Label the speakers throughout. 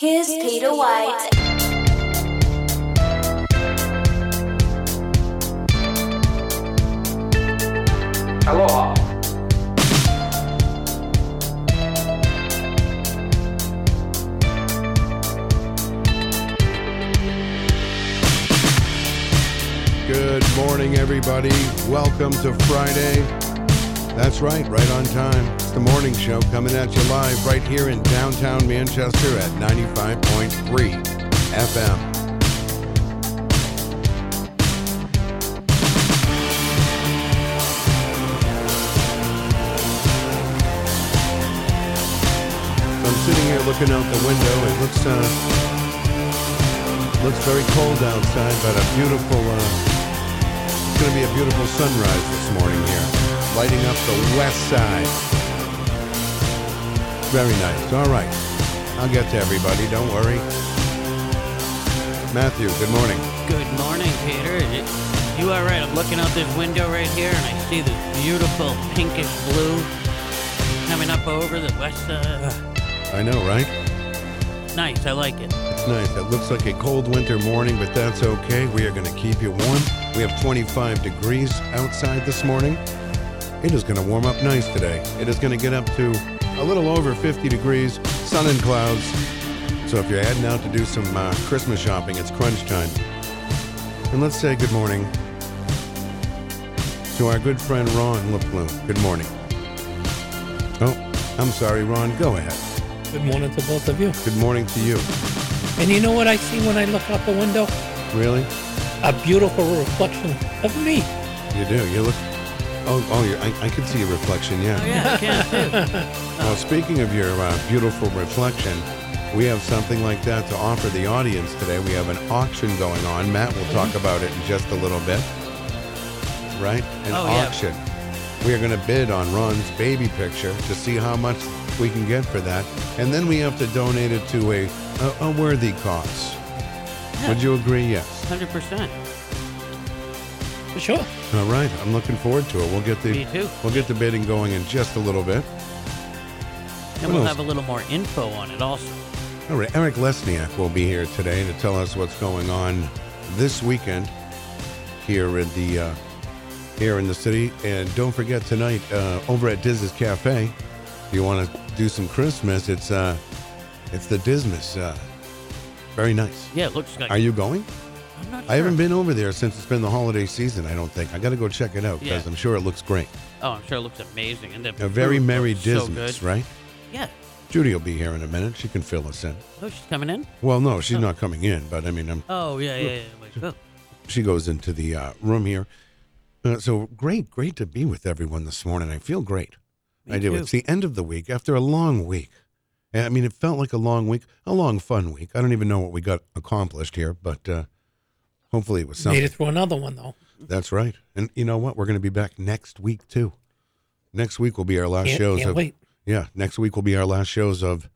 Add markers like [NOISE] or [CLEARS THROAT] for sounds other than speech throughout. Speaker 1: Here's Peter White.
Speaker 2: Aloha.
Speaker 3: Good morning, everybody. Welcome to Friday. That's right, right on time. It's the morning show coming at you live right here in downtown Manchester at 95.3 FM. So I'm sitting here looking out the window. It looks uh, Looks very cold outside, but a beautiful. Uh, it's going to be a beautiful sunrise this morning here, lighting up the west side. Very nice. All right, I'll get to everybody. Don't worry. Matthew, good morning.
Speaker 4: Good morning, Peter. Y- You are right. I'm looking out this window right here, and I see this beautiful pinkish blue coming up over the west side.
Speaker 3: I know, right?
Speaker 4: Nice. I like it.
Speaker 3: It's nice. It looks like a cold winter morning, but that's okay. We are going to keep you warm. We have 25 degrees outside this morning. It is going to warm up nice today. It is going to get up to a little over 50 degrees, sun and clouds. So if you're heading out to do some uh, Christmas shopping, it's crunch time. And let's say good morning to our good friend Ron LaPlume. Good morning. Oh, I'm sorry, Ron. Go ahead.
Speaker 5: Good morning to both of you.
Speaker 3: Good morning to you.
Speaker 5: And you know what I see when I look out the window?
Speaker 3: Really?
Speaker 5: A beautiful reflection of me.
Speaker 3: You do. You look. Oh, oh, you I, I can see your reflection. Yeah.
Speaker 4: Oh, Yeah, I can too.
Speaker 5: [LAUGHS]
Speaker 3: Well, speaking of your uh, beautiful reflection, we have something like that to offer the audience today. We have an auction going on. Matt will talk
Speaker 4: Mm-hmm.
Speaker 3: about it in just a little bit. Right? An
Speaker 4: Oh, yeah.
Speaker 3: auction. We are going to bid on Ron's baby picture to see how much we can get for that, and then we have to donate it to a a, a worthy cause. Would you agree? Yes.
Speaker 4: 100%.
Speaker 5: For sure.
Speaker 3: All right, I'm looking forward to it. We'll get the
Speaker 4: Me too.
Speaker 3: we'll get the bidding going in just a little bit.
Speaker 4: And
Speaker 3: What
Speaker 4: we'll
Speaker 3: else?
Speaker 4: have a little more info on it also.
Speaker 3: All right, Eric Lesniak will be here today to tell us what's going on this weekend here at the uh, here in the city. And don't forget tonight uh, over at Diz's Cafe, if you want to do some Christmas, it's uh, it's the Dismas. Uh, very nice.
Speaker 4: Yeah, it looks like.
Speaker 3: Are you going?
Speaker 4: I'm not
Speaker 3: I haven't
Speaker 4: sure.
Speaker 3: been over there since it's been the holiday season. I don't think I got to go check it out because
Speaker 4: Yeah.
Speaker 3: I'm sure it looks great.
Speaker 4: Oh, I'm sure it looks amazing. And the
Speaker 3: A very
Speaker 4: food
Speaker 3: merry
Speaker 4: looks so
Speaker 3: Dismas,
Speaker 4: good.
Speaker 3: right?
Speaker 4: Yeah.
Speaker 3: Judy will be here in a minute. She can fill us in.
Speaker 4: Oh, she's coming in?
Speaker 3: Well, no, she's not coming in, but I mean, I'm
Speaker 4: Oh, yeah, yeah, yeah. I'm like, oh.
Speaker 3: she goes into the uh, room here. Uh, so great, great to be with everyone this morning. I feel great.
Speaker 4: Me
Speaker 3: I do.
Speaker 4: too.
Speaker 3: It's the end of the week after a long week. And, I mean, it felt like a long week, a long fun week. I don't even know what we got accomplished here, but uh, hopefully it was
Speaker 5: Made
Speaker 3: something.
Speaker 5: it through another one though.
Speaker 3: That's right. And you know what? We're going to be back next week too. Next week will be our last
Speaker 5: Can't-
Speaker 3: shows.
Speaker 5: can't
Speaker 3: of,
Speaker 5: wait.
Speaker 3: Yeah, next week will be our last shows of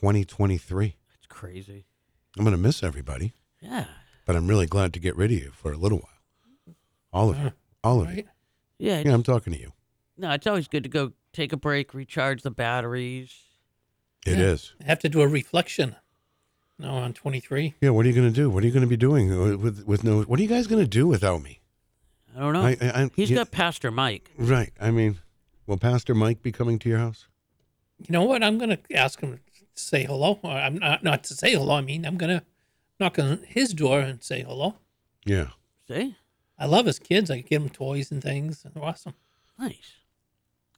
Speaker 3: 2023.
Speaker 4: It's crazy.
Speaker 3: I'm going to miss everybody,
Speaker 4: Yeah.
Speaker 3: but I'm really glad to get rid of you for a little while. All of you, all of you.
Speaker 5: Right?
Speaker 4: Uh-huh. Yeah.
Speaker 3: Yeah, I'm talking to you.
Speaker 4: No, it's always good to go take a break, recharge the batteries.
Speaker 3: It is.
Speaker 5: Yeah.
Speaker 3: yeah.
Speaker 5: I have to do a reflection. No, on twenty three.
Speaker 3: what are you going to do? What are you going to be doing with with no? What are you guys going to do without me?
Speaker 4: I don't know.
Speaker 3: I- I- I-
Speaker 4: He's
Speaker 3: yeah.
Speaker 4: got Pastor Mike.
Speaker 3: Right. I mean, will Pastor Mike be coming to your house?
Speaker 5: You know what? I'm gonna ask him to say hello. Or I'm not not to say hello, I mean I'm gonna knock on his door and say hello.
Speaker 3: Yeah.
Speaker 4: See?
Speaker 5: I love his kids. I give him toys and things. They're awesome.
Speaker 4: Nice.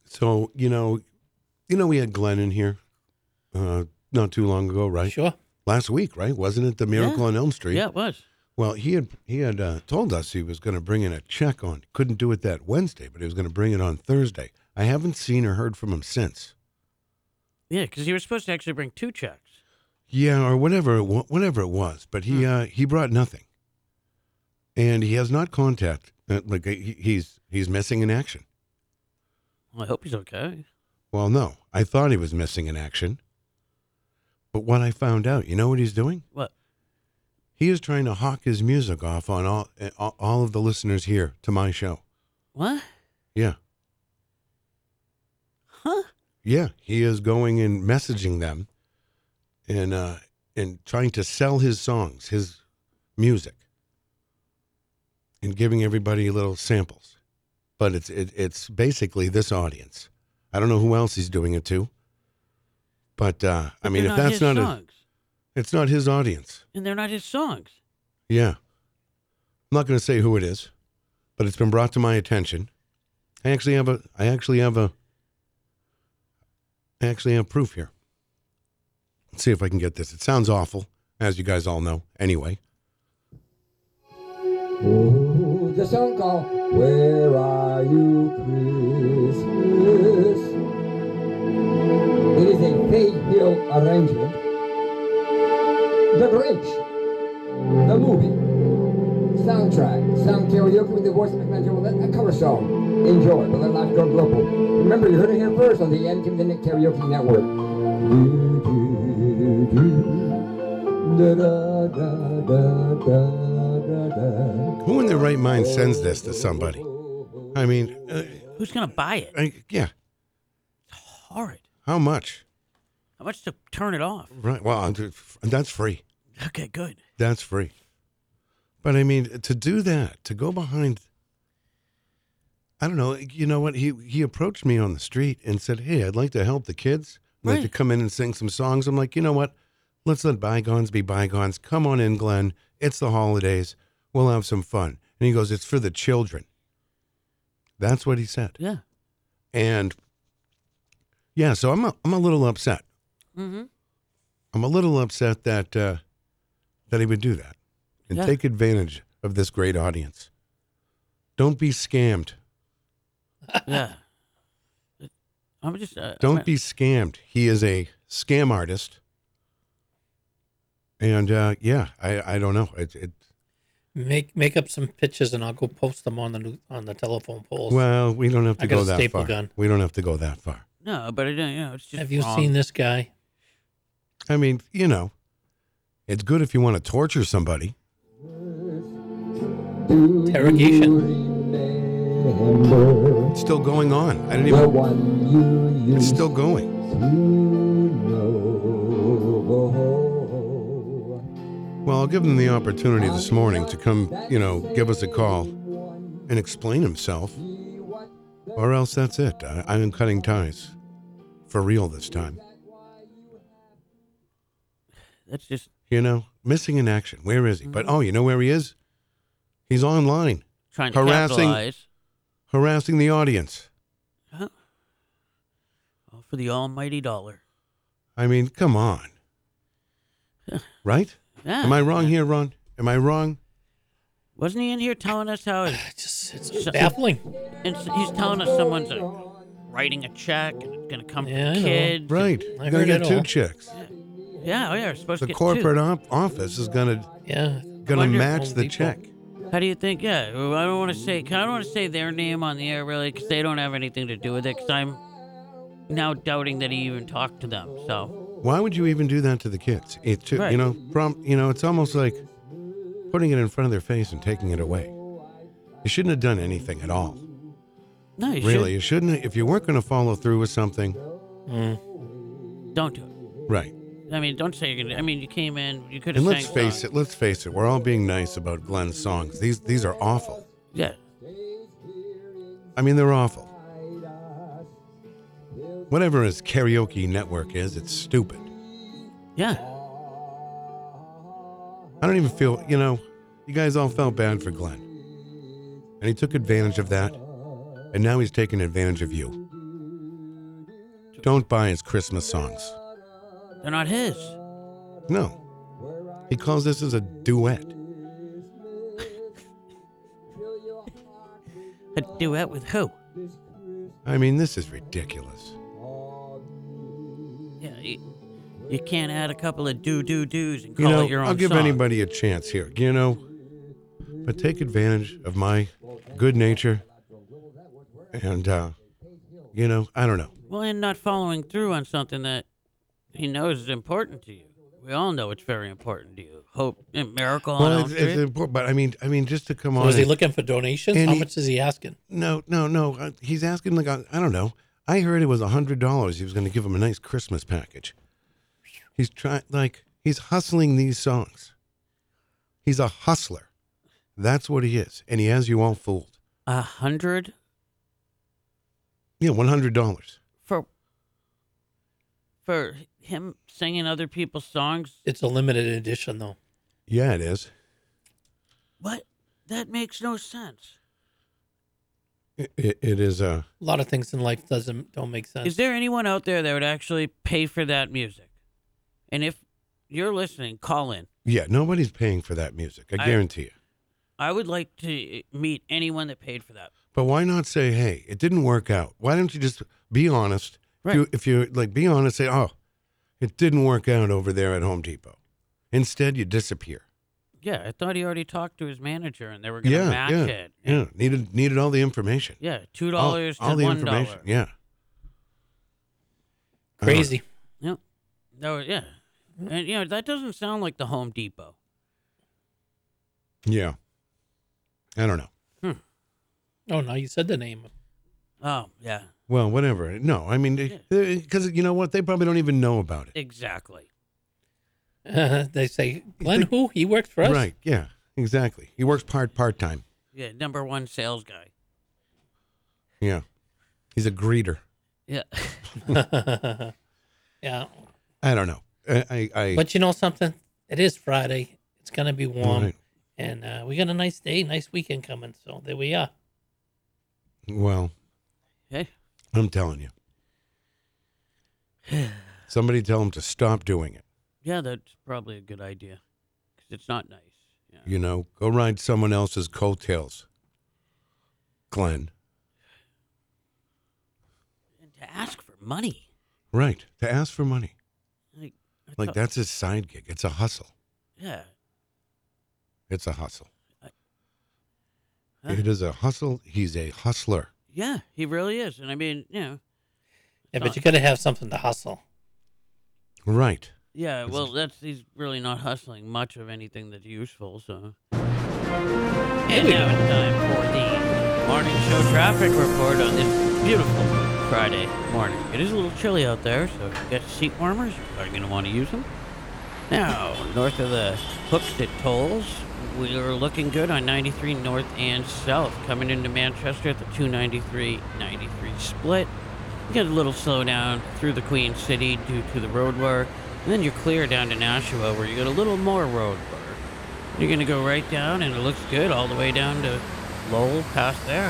Speaker 3: So you know, you know, we had Glenn in here, uh, not too long ago, right?
Speaker 5: Sure.
Speaker 3: Last week, right? Wasn't it the Miracle
Speaker 4: Yeah.
Speaker 3: on Elm Street?
Speaker 4: Yeah, it was.
Speaker 3: Well, he had he had uh, told us he was going to bring in a check on. Couldn't do it that Wednesday, but he was going to bring it on Thursday. I haven't seen or heard from him since.
Speaker 4: Yeah, because you were supposed to actually bring two checks.
Speaker 3: Yeah, or whatever, it wa- whatever it was. But he uh, he brought nothing, and he has not contact. Uh, like uh, he, he's he's missing in action.
Speaker 4: Well, I hope he's okay.
Speaker 3: Well, no, I thought he was missing in action. But what I found out, you know what he's doing?
Speaker 4: What?
Speaker 3: He is trying to hawk his music off on all uh, all- all of the listeners here to my show.
Speaker 4: What?
Speaker 3: Yeah,
Speaker 4: Huh?
Speaker 3: yeah, he is going and messaging them, and uh, and trying to sell his songs, his music, and giving everybody little samples. But it's it, it's basically this audience. I don't know who else he's doing it to. But uh, I
Speaker 4: But
Speaker 3: mean,
Speaker 4: they're
Speaker 3: if that's
Speaker 4: his
Speaker 3: not a,
Speaker 4: songs,
Speaker 3: it's not his audience.
Speaker 4: and they're not his songs.
Speaker 3: Yeah. I'm not going to say who it is, but it's been brought to my attention. I actually have a I actually have a I actually have proof here. Let's see if I can get this. It sounds awful, as you guys all know. Anyway,
Speaker 1: Ooh, the song called Where Are You Christmas? It is a Faye Hill arrangement. The Grinch, the movie, soundtrack, sound karaoke with the voice of Mac Mangiola, a cover song. Enjoy, but let life go global. Remember, you heard it here first on the Inconvenient Karaoke Network. Do, do, do, do. Da, da, da, da, da, da.
Speaker 3: who in their right mind sends this to somebody? I mean, uh,
Speaker 4: Who's gonna buy it?
Speaker 3: I, yeah,
Speaker 4: Horrid.
Speaker 3: how much?
Speaker 4: How much to turn it off?
Speaker 3: Right. Well, I'm- that's free.
Speaker 4: Okay,
Speaker 3: [LAUGHS]
Speaker 4: good.
Speaker 3: That's free. But I mean, to do that, to go behind, I don't know. You know what? He he approached me on the street and said, "Hey, I'd like to help the kids. I'd like to
Speaker 4: Right.
Speaker 3: come in and sing some songs." I'm like, you know what? Let's let bygones be bygones. Come on in, Glenn. It's the holidays. We'll have some fun. And he goes, "It's for the children." That's what he said.
Speaker 4: Yeah.
Speaker 3: And yeah, so I'm a, I'm a little upset.
Speaker 4: Mm-hmm.
Speaker 3: I'm a little upset that uh, that he would do that and
Speaker 4: Yeah.
Speaker 3: take advantage of this great audience. Don't be scammed.
Speaker 4: Yeah. I'm just. Uh,
Speaker 3: Don't
Speaker 4: I'm-
Speaker 3: be scammed. He is a scam artist. And uh, yeah, I, I don't know. It, it,
Speaker 5: Make make up some pictures and I'll go post them on the new- on the telephone poles.
Speaker 3: well, we don't have to
Speaker 5: I got
Speaker 3: go
Speaker 5: a
Speaker 3: that
Speaker 5: staple
Speaker 3: far.
Speaker 5: gun.
Speaker 3: We don't have to go that far.
Speaker 4: No, but I don't. You know, it's just.
Speaker 5: Have you
Speaker 4: wrong.
Speaker 5: seen this guy?
Speaker 3: I mean, you know, it's good if you want to torture somebody.
Speaker 5: Interrogation.
Speaker 1: Remember
Speaker 3: It's still going on. I didn't
Speaker 1: the
Speaker 3: even.
Speaker 1: one you
Speaker 3: It's
Speaker 1: used
Speaker 3: still going.
Speaker 1: to know.
Speaker 3: Well, I'll give him the opportunity this morning to come, you know, give us a call and explain himself, or else that's it. I, I'm cutting ties for real this time.
Speaker 4: That's just
Speaker 3: You know, missing in action. Where is he? But oh, you know where he is? He's online
Speaker 4: trying to
Speaker 3: Harassing-
Speaker 4: capitalize
Speaker 3: harassing the audience.
Speaker 4: all for the almighty dollar.
Speaker 3: I mean, come on.
Speaker 4: [SIGHS]
Speaker 3: Right?
Speaker 4: Yeah.
Speaker 3: Am I wrong here, Ron? Am I wrong?
Speaker 4: Wasn't he in here telling
Speaker 5: [SIGHS]
Speaker 4: us how? It's,
Speaker 5: It's just it's baffling.
Speaker 4: it's, he's telling us someone's uh, writing a check and it's gonna come
Speaker 5: Yeah, I
Speaker 4: from
Speaker 5: know.
Speaker 4: the kids.
Speaker 3: Right.
Speaker 5: I heard
Speaker 3: You're going to
Speaker 5: it
Speaker 3: get two
Speaker 5: all.
Speaker 3: checks.
Speaker 4: Yeah. Oh yeah. We're supposed to
Speaker 3: The
Speaker 4: get two.
Speaker 3: corporate op- office is going to
Speaker 5: Yeah.
Speaker 3: going to
Speaker 4: Wonder if
Speaker 3: match
Speaker 5: Home
Speaker 3: the
Speaker 5: Depot-
Speaker 3: check.
Speaker 4: How do you think? Yeah, well, I don't want to say. I don't want to say their name on the air really, because they don't have anything to do with it. Because I'm now doubting that he even talked to them. So
Speaker 3: Why would you even do that to the kids? It too,
Speaker 4: Right.
Speaker 3: you know, prom, you know, it's almost like putting it in front of their face and taking it away. You shouldn't have done anything at all.
Speaker 4: no, you
Speaker 3: really, you shouldn't. If you weren't going to follow through with something,
Speaker 4: should- don't do it.
Speaker 3: right?
Speaker 4: I mean, don't say you're gonna. I mean, you came in. You could have.
Speaker 3: And let's face it. Let's face it. We're all being nice about Glenn's songs. These these are awful.
Speaker 4: Yeah,
Speaker 3: I mean, they're awful. Whatever his karaoke network is, it's stupid.
Speaker 4: yeah.
Speaker 3: I don't even feel, you know, you guys all felt bad for Glenn. And he took advantage of that. And now he's taking advantage of you. Don't buy his Christmas songs.
Speaker 4: They're not his.
Speaker 3: No. He calls this as a duet.
Speaker 4: A duet with who?
Speaker 3: I mean, this is ridiculous.
Speaker 4: Yeah, you, you can't add a couple of do do do's and
Speaker 3: You
Speaker 4: call
Speaker 3: know,
Speaker 4: it your own
Speaker 3: I'll give
Speaker 4: song.
Speaker 3: anybody a chance here, you know. But take advantage of my good nature. And, uh, you know, I don't know.
Speaker 4: Well, and not following through on something that he knows is important to you. We all know it's very important to you. Hope, and miracle on
Speaker 3: Well,
Speaker 4: Elm
Speaker 3: it's,
Speaker 4: Street.
Speaker 3: it's important, but I mean, I mean, just to come on.
Speaker 5: Was he
Speaker 3: and-
Speaker 5: looking for donations?
Speaker 3: And
Speaker 5: How
Speaker 3: he-
Speaker 5: much is he asking?
Speaker 3: No, no, no. uh, He's asking like I I don't know. I heard it was a hundred dollars. He was going to give him a nice Christmas package. He's trying like he He's hustling these songs. He's a hustler. That's what he is. And he has you all fooled.
Speaker 4: A hundred
Speaker 3: Yeah, $100.
Speaker 4: for for him singing other people's songs.
Speaker 5: It's a limited edition, though.
Speaker 3: Yeah, it is.
Speaker 4: What? That makes no sense.
Speaker 3: It, it, it is uh, a.
Speaker 5: A lot of things in life doesn't don't make sense.
Speaker 4: Is there anyone out there that would actually pay for that music? And if you're listening, call in.
Speaker 3: Yeah, nobody's paying for that music. I
Speaker 4: I-
Speaker 3: guarantee you.
Speaker 4: I would like to eh, meet anyone that paid for that.
Speaker 3: But why not say, hey, it didn't work out? Why don't you just be honest?
Speaker 4: Right.
Speaker 3: If, you, if you like, be honest, say, oh, it didn't work out over there at Home Depot. Instead, you disappear.
Speaker 4: Yeah, I thought he already talked to his manager and they were going to
Speaker 3: yeah,
Speaker 4: match
Speaker 3: yeah,
Speaker 4: it.
Speaker 3: yeah. Needed needed all the information.
Speaker 4: Yeah, two
Speaker 3: All-
Speaker 4: dollars
Speaker 3: all
Speaker 4: to
Speaker 3: the
Speaker 4: one
Speaker 3: information.
Speaker 4: dollar.
Speaker 3: Yeah. Uh,
Speaker 5: Crazy.
Speaker 4: Yeah. No, yeah. And you know, that doesn't sound like the Home
Speaker 3: Uh,
Speaker 4: Depot.
Speaker 3: yeah. I don't know.
Speaker 5: Hmm. Oh no, you said the name.
Speaker 4: Oh, yeah.
Speaker 3: Well, whatever. No, I mean, because you know what? They probably don't even know about it.
Speaker 4: Exactly.
Speaker 5: [LAUGHS] they say Glenn who he worked for us.
Speaker 3: Right. Yeah. Exactly. He works part part time.
Speaker 4: Yeah, number one sales guy.
Speaker 3: Yeah. He's a greeter.
Speaker 4: Yeah.
Speaker 5: [LAUGHS]
Speaker 4: [LAUGHS]
Speaker 5: Yeah.
Speaker 3: I don't know. I I, I
Speaker 5: But you know something? It is Friday. It's gonna be warm,
Speaker 3: Right.
Speaker 5: and uh, we got a nice day, nice weekend coming. So there we are.
Speaker 3: well,
Speaker 4: hey.
Speaker 3: I'm telling you. Somebody tell him to stop doing it.
Speaker 4: Yeah, that's probably a good idea. Cuz it's not nice. Yeah.
Speaker 3: You know, go ride someone else's coattails. Glenn.
Speaker 4: And to ask for money.
Speaker 3: Right. To ask for money.
Speaker 4: Like I
Speaker 3: Like
Speaker 4: thought-
Speaker 3: that's his side gig. It's a hustle.
Speaker 4: Yeah.
Speaker 3: It's a hustle.
Speaker 4: Huh?
Speaker 3: It is a hustle. He's a hustler.
Speaker 4: Yeah, he really is. And I mean, you know,
Speaker 5: Yeah,
Speaker 4: Uh,
Speaker 5: but you gotta have something to hustle.
Speaker 3: Right.
Speaker 4: yeah, well, that's he's really not hustling much of anything that's useful, so. And now it's time for the morning show traffic report on this beautiful Friday morning. It is a little chilly out there, so if you've got seat warmers, you're probably going to want to use them. Now, north of the Hooksett tolls, we are looking good on 93 north and south, coming into Manchester at the 293 93 split. You get a little slowdown through the Queen City due to the road work, and then you're clear down to Nashua where you get a little more road work. You're gonna go right down, and it looks good all the way down to Lowell, past there.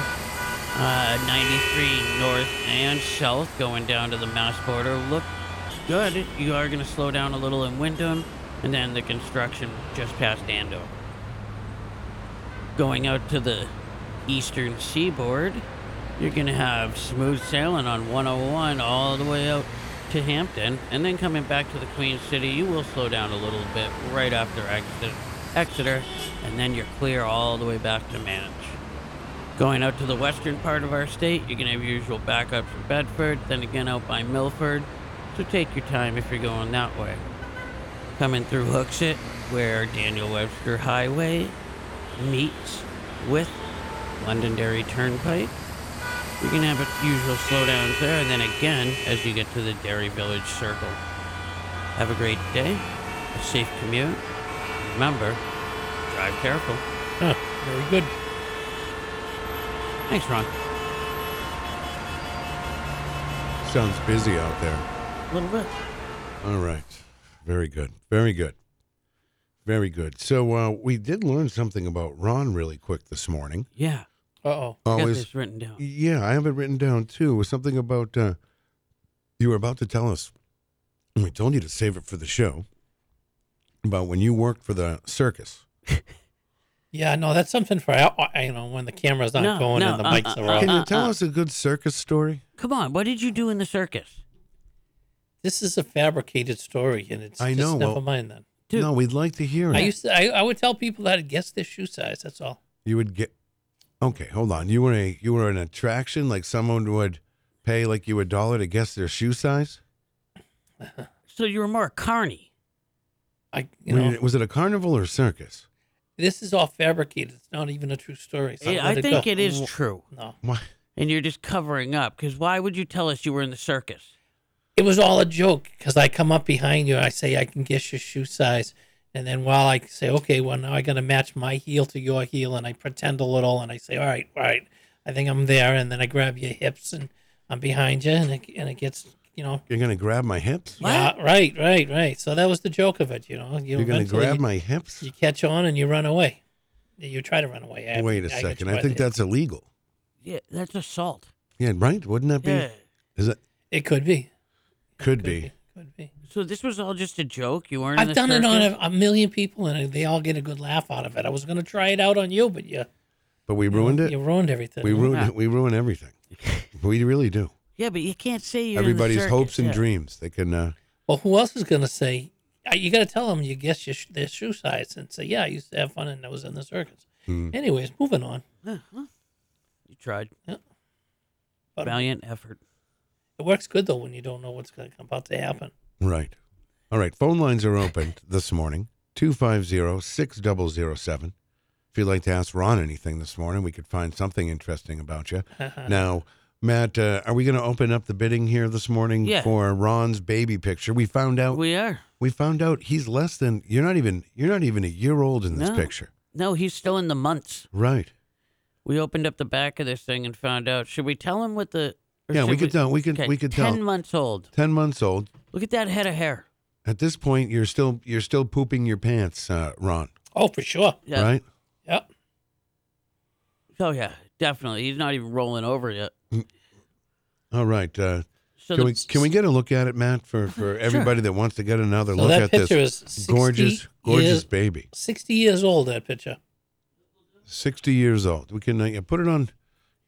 Speaker 4: Uh, 93 north and south going down to the Mass border. Look good. You are gonna slow down a little in Wyndham, and then the construction just past Andover. Going out to the eastern seaboard, you're gonna have smooth sailing on 101 all the way out to Hampton, and then coming back to the Queen City, you will slow down a little bit right after Exeter, Exeter and then you're clear all the way back to Manage. Going out to the western part of our state, you're gonna have your usual backups in Bedford, then again out by Milford. So take your time if you're going that way. Coming through Hooksett, where Daniel Webster Highway meets with Londonderry Turnpike. You're gonna have a usual slowdowns there, and then again as you get to the Dairy Village Circle. Have a great day, a safe commute. Remember, drive careful.
Speaker 5: Huh, very good.
Speaker 4: Thanks, Ron.
Speaker 3: Sounds busy out there.
Speaker 4: A little bit.
Speaker 3: All right. Very good. Very good. Very good. So uh, we did learn something about Ron really quick this morning.
Speaker 4: Yeah,
Speaker 5: Uh oh.
Speaker 4: I got
Speaker 3: Always.
Speaker 4: this written down.
Speaker 3: Yeah, I have it written down too. It was something about uh, you were about to tell us. and We told you to save it for the show. About when you worked for the circus.
Speaker 5: Yeah, no, that's something for I, I- you know when the camera's not
Speaker 4: No,
Speaker 5: going
Speaker 4: no,
Speaker 5: and the
Speaker 4: uh,
Speaker 5: mics
Speaker 4: uh,
Speaker 5: are
Speaker 4: uh,
Speaker 5: off.
Speaker 3: Can you tell us a good circus story?
Speaker 4: Come on, what did you do in the circus?
Speaker 5: This is a fabricated story, and it's
Speaker 3: I
Speaker 5: just
Speaker 3: know,
Speaker 5: never
Speaker 3: well-
Speaker 5: mind then.
Speaker 4: Dude.
Speaker 3: No, we'd like to hear it.
Speaker 5: I used to I, I would tell people that I'd guess their shoe size. That's all.
Speaker 3: you would get okay hold on you were a you were an attraction like someone would pay like you a dollar to guess their shoe size
Speaker 4: So you were more a carny.
Speaker 5: I you
Speaker 3: Were
Speaker 5: know
Speaker 3: was it a carnival or circus
Speaker 5: this is all fabricated. It's not even a true story. so
Speaker 4: Yeah,
Speaker 5: let
Speaker 4: I think
Speaker 5: go.
Speaker 4: it is true,
Speaker 5: No,
Speaker 3: why
Speaker 4: and you're just covering up. Because why would you tell us you were in the circus?
Speaker 5: It was all a joke because I come up behind you and I say, I can guess your shoe size. And then while I say, okay, well, now I got to match my heel to your heel, and I pretend a little and I say, all right, all right, I think I'm there. And then I grab your hips and I'm behind you, and it, and it gets, you know,
Speaker 3: You're gonna grab my hips.
Speaker 5: yeah, right, right, right. So that was the joke of it, you know. You
Speaker 3: You're gonna
Speaker 5: eventually
Speaker 3: grab
Speaker 5: you-
Speaker 3: my hips.
Speaker 5: You catch on and you run away. You try to run away. I-
Speaker 3: Wait a
Speaker 5: I got
Speaker 3: second.
Speaker 5: you
Speaker 3: I
Speaker 5: by
Speaker 3: think
Speaker 5: the-
Speaker 3: that's illegal.
Speaker 4: Yeah, that's assault.
Speaker 3: Yeah, right? Wouldn't that be?
Speaker 4: Yeah.
Speaker 3: Is it?
Speaker 5: it could be.
Speaker 3: Could be.
Speaker 5: Could be.
Speaker 4: So this was all just a joke. You weren't. in
Speaker 5: I've
Speaker 4: the
Speaker 5: done it on
Speaker 4: circus?
Speaker 5: a, a million people, and they all get a good laugh out of it. I was going to try it out on you, but you
Speaker 3: But we ruined
Speaker 5: You
Speaker 3: it.
Speaker 5: ruined everything.
Speaker 3: We ruined.
Speaker 4: Yeah.
Speaker 3: it. We
Speaker 5: [LAUGHS]
Speaker 3: ruin everything. We really do.
Speaker 4: Yeah, but you can't say you're in the
Speaker 3: Everybody's
Speaker 4: circus,
Speaker 3: hopes and
Speaker 4: yeah.
Speaker 3: dreams. They can. Uh,
Speaker 5: Well, who else is going to say? uh, You got to tell them you guess your, sh- their shoe size and say, "Yeah, I used to have fun and I was in the circus."
Speaker 3: Hmm.
Speaker 5: Anyways, moving on.
Speaker 4: You tried.
Speaker 5: Yeah. But-
Speaker 4: Valiant effort.
Speaker 5: It works good though when you don't know what's going to about to happen.
Speaker 3: Right. All right. Phone lines are open [COUGHS] this morning 250 6007. If you'd like to ask Ron anything this morning, we could find something interesting about
Speaker 4: [LAUGHS]
Speaker 3: you. now, Matt, uh, are we going to open up the bidding here this morning
Speaker 4: Yeah.
Speaker 3: for Ron's baby picture? We found out. We,
Speaker 4: We are.
Speaker 3: found out he's less than. You're not even. You're not even a year old in this
Speaker 4: No.
Speaker 3: picture.
Speaker 4: No, he's still in the months.
Speaker 3: Right.
Speaker 4: We opened up the back of this thing and found out. Should we tell him what the? or
Speaker 3: Yeah, we
Speaker 4: should
Speaker 3: could tell- we could- we could tell.
Speaker 4: Ten months old.
Speaker 3: Ten months old.
Speaker 4: Look at that head of hair.
Speaker 3: At this point, you're still you're still pooping your pants, uh, Ron.
Speaker 5: Oh, for sure.
Speaker 4: Yeah.
Speaker 3: Right.
Speaker 5: Yep.
Speaker 4: Oh yeah, definitely. He's not even rolling over yet.
Speaker 3: All right. Uh,
Speaker 4: So
Speaker 3: can
Speaker 4: the- Uh-huh,
Speaker 3: we can we get a look at it, Matt, for, for everybody that wants to get another
Speaker 5: So
Speaker 3: look
Speaker 5: that
Speaker 3: at
Speaker 5: picture
Speaker 3: this
Speaker 5: is 60
Speaker 3: gorgeous, gorgeous
Speaker 5: years-
Speaker 3: baby,
Speaker 5: Sixty years old. That picture.
Speaker 3: sixty years old. We can uh, yeah, put it on.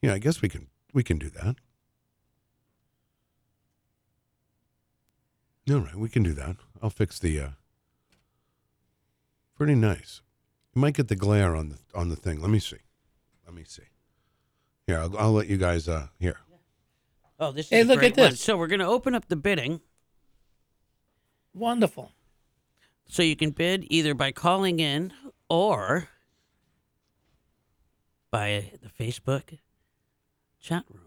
Speaker 3: Yeah, I guess we can we can do that. All right, we can do that. I'll fix the. Uh, pretty nice. You might get the glare on the on the thing. Let me see. Let me see. Here, I'll, I'll let you guys. Uh, here.
Speaker 4: Oh, this.
Speaker 5: Hey,
Speaker 4: is a
Speaker 5: look
Speaker 4: great
Speaker 5: at
Speaker 4: one.
Speaker 5: this.
Speaker 4: So we're gonna open up the bidding,
Speaker 5: Wonderful.
Speaker 4: so you can bid either by calling in or by the Facebook chat room.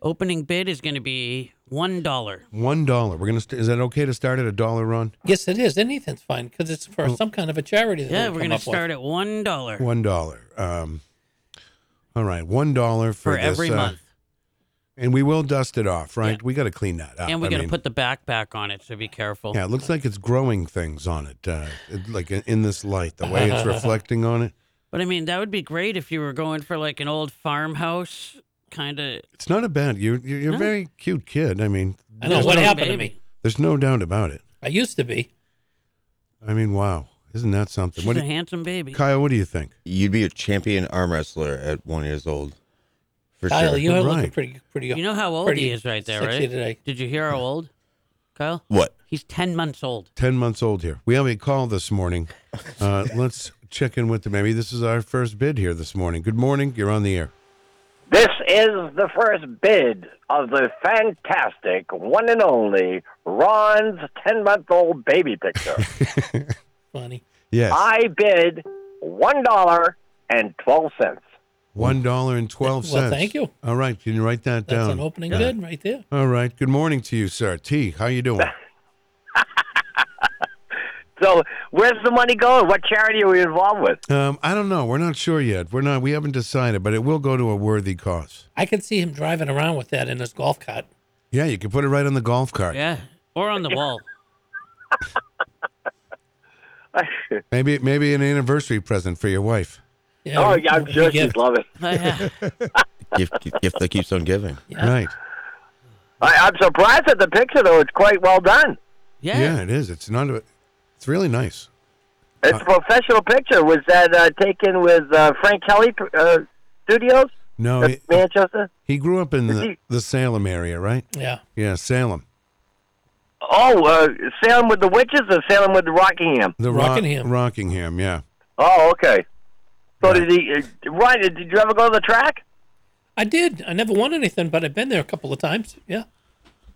Speaker 4: Opening bid is going to be one dollar.
Speaker 3: One dollar. We're gonna. St- is that okay to start at a dollar, Ron?
Speaker 5: Yes, it is. Anything's fine because it's for
Speaker 3: Oh.
Speaker 5: some kind of a charity. That
Speaker 4: Yeah,
Speaker 5: we
Speaker 4: we're
Speaker 5: come
Speaker 4: gonna
Speaker 5: up with.
Speaker 4: start at one dollar
Speaker 3: One dollar. Um, all right, one dollar for,
Speaker 4: for
Speaker 3: this,
Speaker 4: every
Speaker 3: uh,
Speaker 4: month,
Speaker 3: and we will dust it off, right? We got to clean that up.
Speaker 4: and we're
Speaker 3: I
Speaker 4: gonna
Speaker 3: mean,
Speaker 4: put the back back on it. So be careful.
Speaker 3: Yeah, it looks like it's growing things on it, uh, it- like in- in this light, the way
Speaker 4: [LAUGHS]
Speaker 3: it's reflecting on it.
Speaker 4: But I mean, that would be great if you were going for like an old farmhouse kind of.
Speaker 3: It's not a bad. You're you're, you're a
Speaker 4: No.
Speaker 3: very cute kid. I mean,
Speaker 5: I know
Speaker 3: there's
Speaker 5: what
Speaker 3: no-
Speaker 5: happened to me.
Speaker 3: There's no doubt about it.
Speaker 5: I used to be.
Speaker 3: I mean, wow, isn't that something?
Speaker 4: She's
Speaker 3: What
Speaker 4: a
Speaker 3: do,
Speaker 4: handsome baby.
Speaker 3: Kyle? What do you think?
Speaker 6: You'd be a champion arm wrestler at one years old, for
Speaker 5: Kyle,
Speaker 6: sure.
Speaker 5: you're looking
Speaker 3: Right.
Speaker 5: pretty, pretty.
Speaker 4: you know how old
Speaker 5: pretty
Speaker 4: he is right there,
Speaker 5: sexy
Speaker 4: right?
Speaker 5: Today.
Speaker 4: Did you
Speaker 5: [LAUGHS]
Speaker 4: hear how old, Kyle?
Speaker 6: What?
Speaker 4: He's ten months old.
Speaker 3: Ten months old here. We have a call this
Speaker 4: [LAUGHS]
Speaker 3: morning. Uh, let's check in with the baby. This is our first bid here this morning. Good morning. You're on the air.
Speaker 7: This is the first bid of the fantastic, one and only Ron's 10 month old baby picture.
Speaker 5: [LAUGHS] Funny.
Speaker 3: Yes.
Speaker 7: I bid $1.12.
Speaker 3: One dollar and twelve
Speaker 5: Well,
Speaker 3: cents.
Speaker 5: thank you.
Speaker 3: All right, can you write that
Speaker 5: That's
Speaker 3: down?
Speaker 5: an opening
Speaker 3: Uh,
Speaker 5: bid right there.
Speaker 3: All right. Good morning to you, sir. T, how you doing?
Speaker 7: So, where's the money going? What charity are we involved with?
Speaker 3: um, I don't know. We're not sure yet. We're not. We haven't decided, but it will go to a worthy cause.
Speaker 5: I could see him driving around with that in his golf cart.
Speaker 3: Yeah, you can put it right on the golf cart.
Speaker 4: Yeah, or on the wall.
Speaker 3: Maybe, maybe an anniversary present for your wife.
Speaker 5: Yeah,
Speaker 7: Oh,
Speaker 5: we-
Speaker 7: yeah, I'm
Speaker 5: we
Speaker 7: sure
Speaker 5: get-
Speaker 7: she'd love
Speaker 5: [LAUGHS]
Speaker 7: it.
Speaker 4: Yeah.
Speaker 6: Gift, gift that keeps on giving.
Speaker 5: Yeah.
Speaker 3: Right.
Speaker 7: I, I'm surprised at the picture, though. It's quite well done.
Speaker 4: Yeah.
Speaker 3: Yeah. it is. It's not. A, it's really nice.
Speaker 7: It's a professional picture. Was that uh, taken with uh, Frank Kelly uh, Studios,
Speaker 3: No,
Speaker 7: in
Speaker 3: he,
Speaker 7: Manchester?
Speaker 3: he grew up in the, the Salem area, right?
Speaker 5: yeah.
Speaker 3: Yeah, Salem.
Speaker 7: Oh, uh, Salem with the Witches or Salem with the Rockingham?
Speaker 3: The Ro-
Speaker 5: Rockingham.
Speaker 3: Rockingham. Yeah.
Speaker 7: Oh, okay. So
Speaker 3: Right.
Speaker 7: did he? Uh, Ryan, did did you ever go to the track?
Speaker 5: I did. I never won anything, but I've been there a couple of times. Yeah.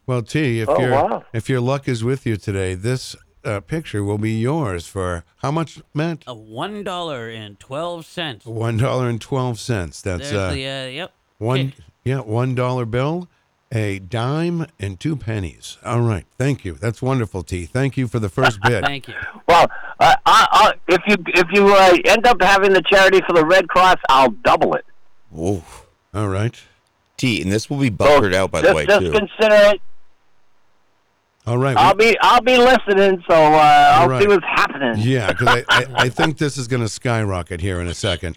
Speaker 3: Well, T, if
Speaker 7: Oh,
Speaker 3: your
Speaker 7: wow.
Speaker 3: if your luck is with you today, this uh, picture will be yours for how much, Matt?
Speaker 4: A one dollar and twelve cents.
Speaker 3: One dollar and twelve cents. That's
Speaker 4: There's
Speaker 3: uh,
Speaker 4: the uh, yep.
Speaker 3: one
Speaker 4: Okay.
Speaker 3: yeah one dollar bill, A dime and two pennies. All right. Thank you. That's wonderful, T. Thank you for the
Speaker 4: [LAUGHS]
Speaker 3: first bid.
Speaker 4: Thank you.
Speaker 7: Well, uh, I, I, if you if you uh, end up having the charity for the Red Cross, I'll double it.
Speaker 6: Whoa.
Speaker 3: All right.
Speaker 6: T, and this will be buffered out by the
Speaker 7: Oh, just,
Speaker 6: way
Speaker 7: just
Speaker 6: too.
Speaker 7: consider it.
Speaker 3: All right.
Speaker 7: I'll be I'll be listening, so uh, I'll
Speaker 3: right.
Speaker 7: see what's happening.
Speaker 3: yeah, because I, I, I think this is going to skyrocket here in a second.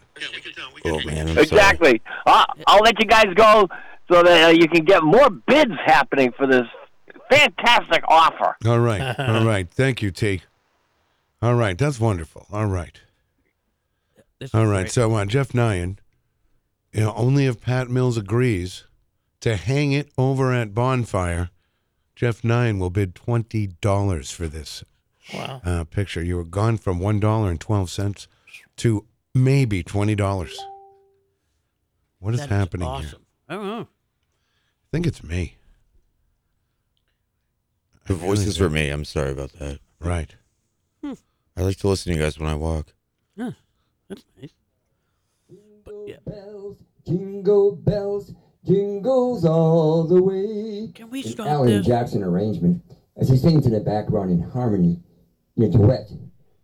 Speaker 6: oh man, I'm sorry.
Speaker 7: exactly. I, I'll let you guys go so that uh, you can get more bids happening for this fantastic offer.
Speaker 3: All
Speaker 4: [LAUGHS]
Speaker 3: right. All right. Thank you, T. All right. That's wonderful. All right.
Speaker 4: This is
Speaker 3: All right.
Speaker 4: great.
Speaker 3: So uh, Jeff Nyan, you know, only if Pat Mills agrees to hang it over at Bonfire, Jeff Nyan will bid twenty dollars for this
Speaker 5: Wow.
Speaker 3: uh, picture. You were gone from one dollar and twelve cents to maybe twenty dollars. What is
Speaker 4: That is
Speaker 3: happening here?
Speaker 4: awesome. I don't know.
Speaker 3: I think it's me.
Speaker 6: The
Speaker 3: I really
Speaker 6: voices
Speaker 3: do.
Speaker 6: were me. I'm sorry about that.
Speaker 3: right.
Speaker 6: I like to listen to you guys when I walk.
Speaker 4: That's nice.
Speaker 1: Jingle
Speaker 4: yeah.
Speaker 1: bells, jingle bells, jingles all the way.
Speaker 4: Can we
Speaker 1: An
Speaker 4: stop
Speaker 1: Alan
Speaker 4: this?
Speaker 1: Jackson arrangement as he sings in the background in harmony, in a duet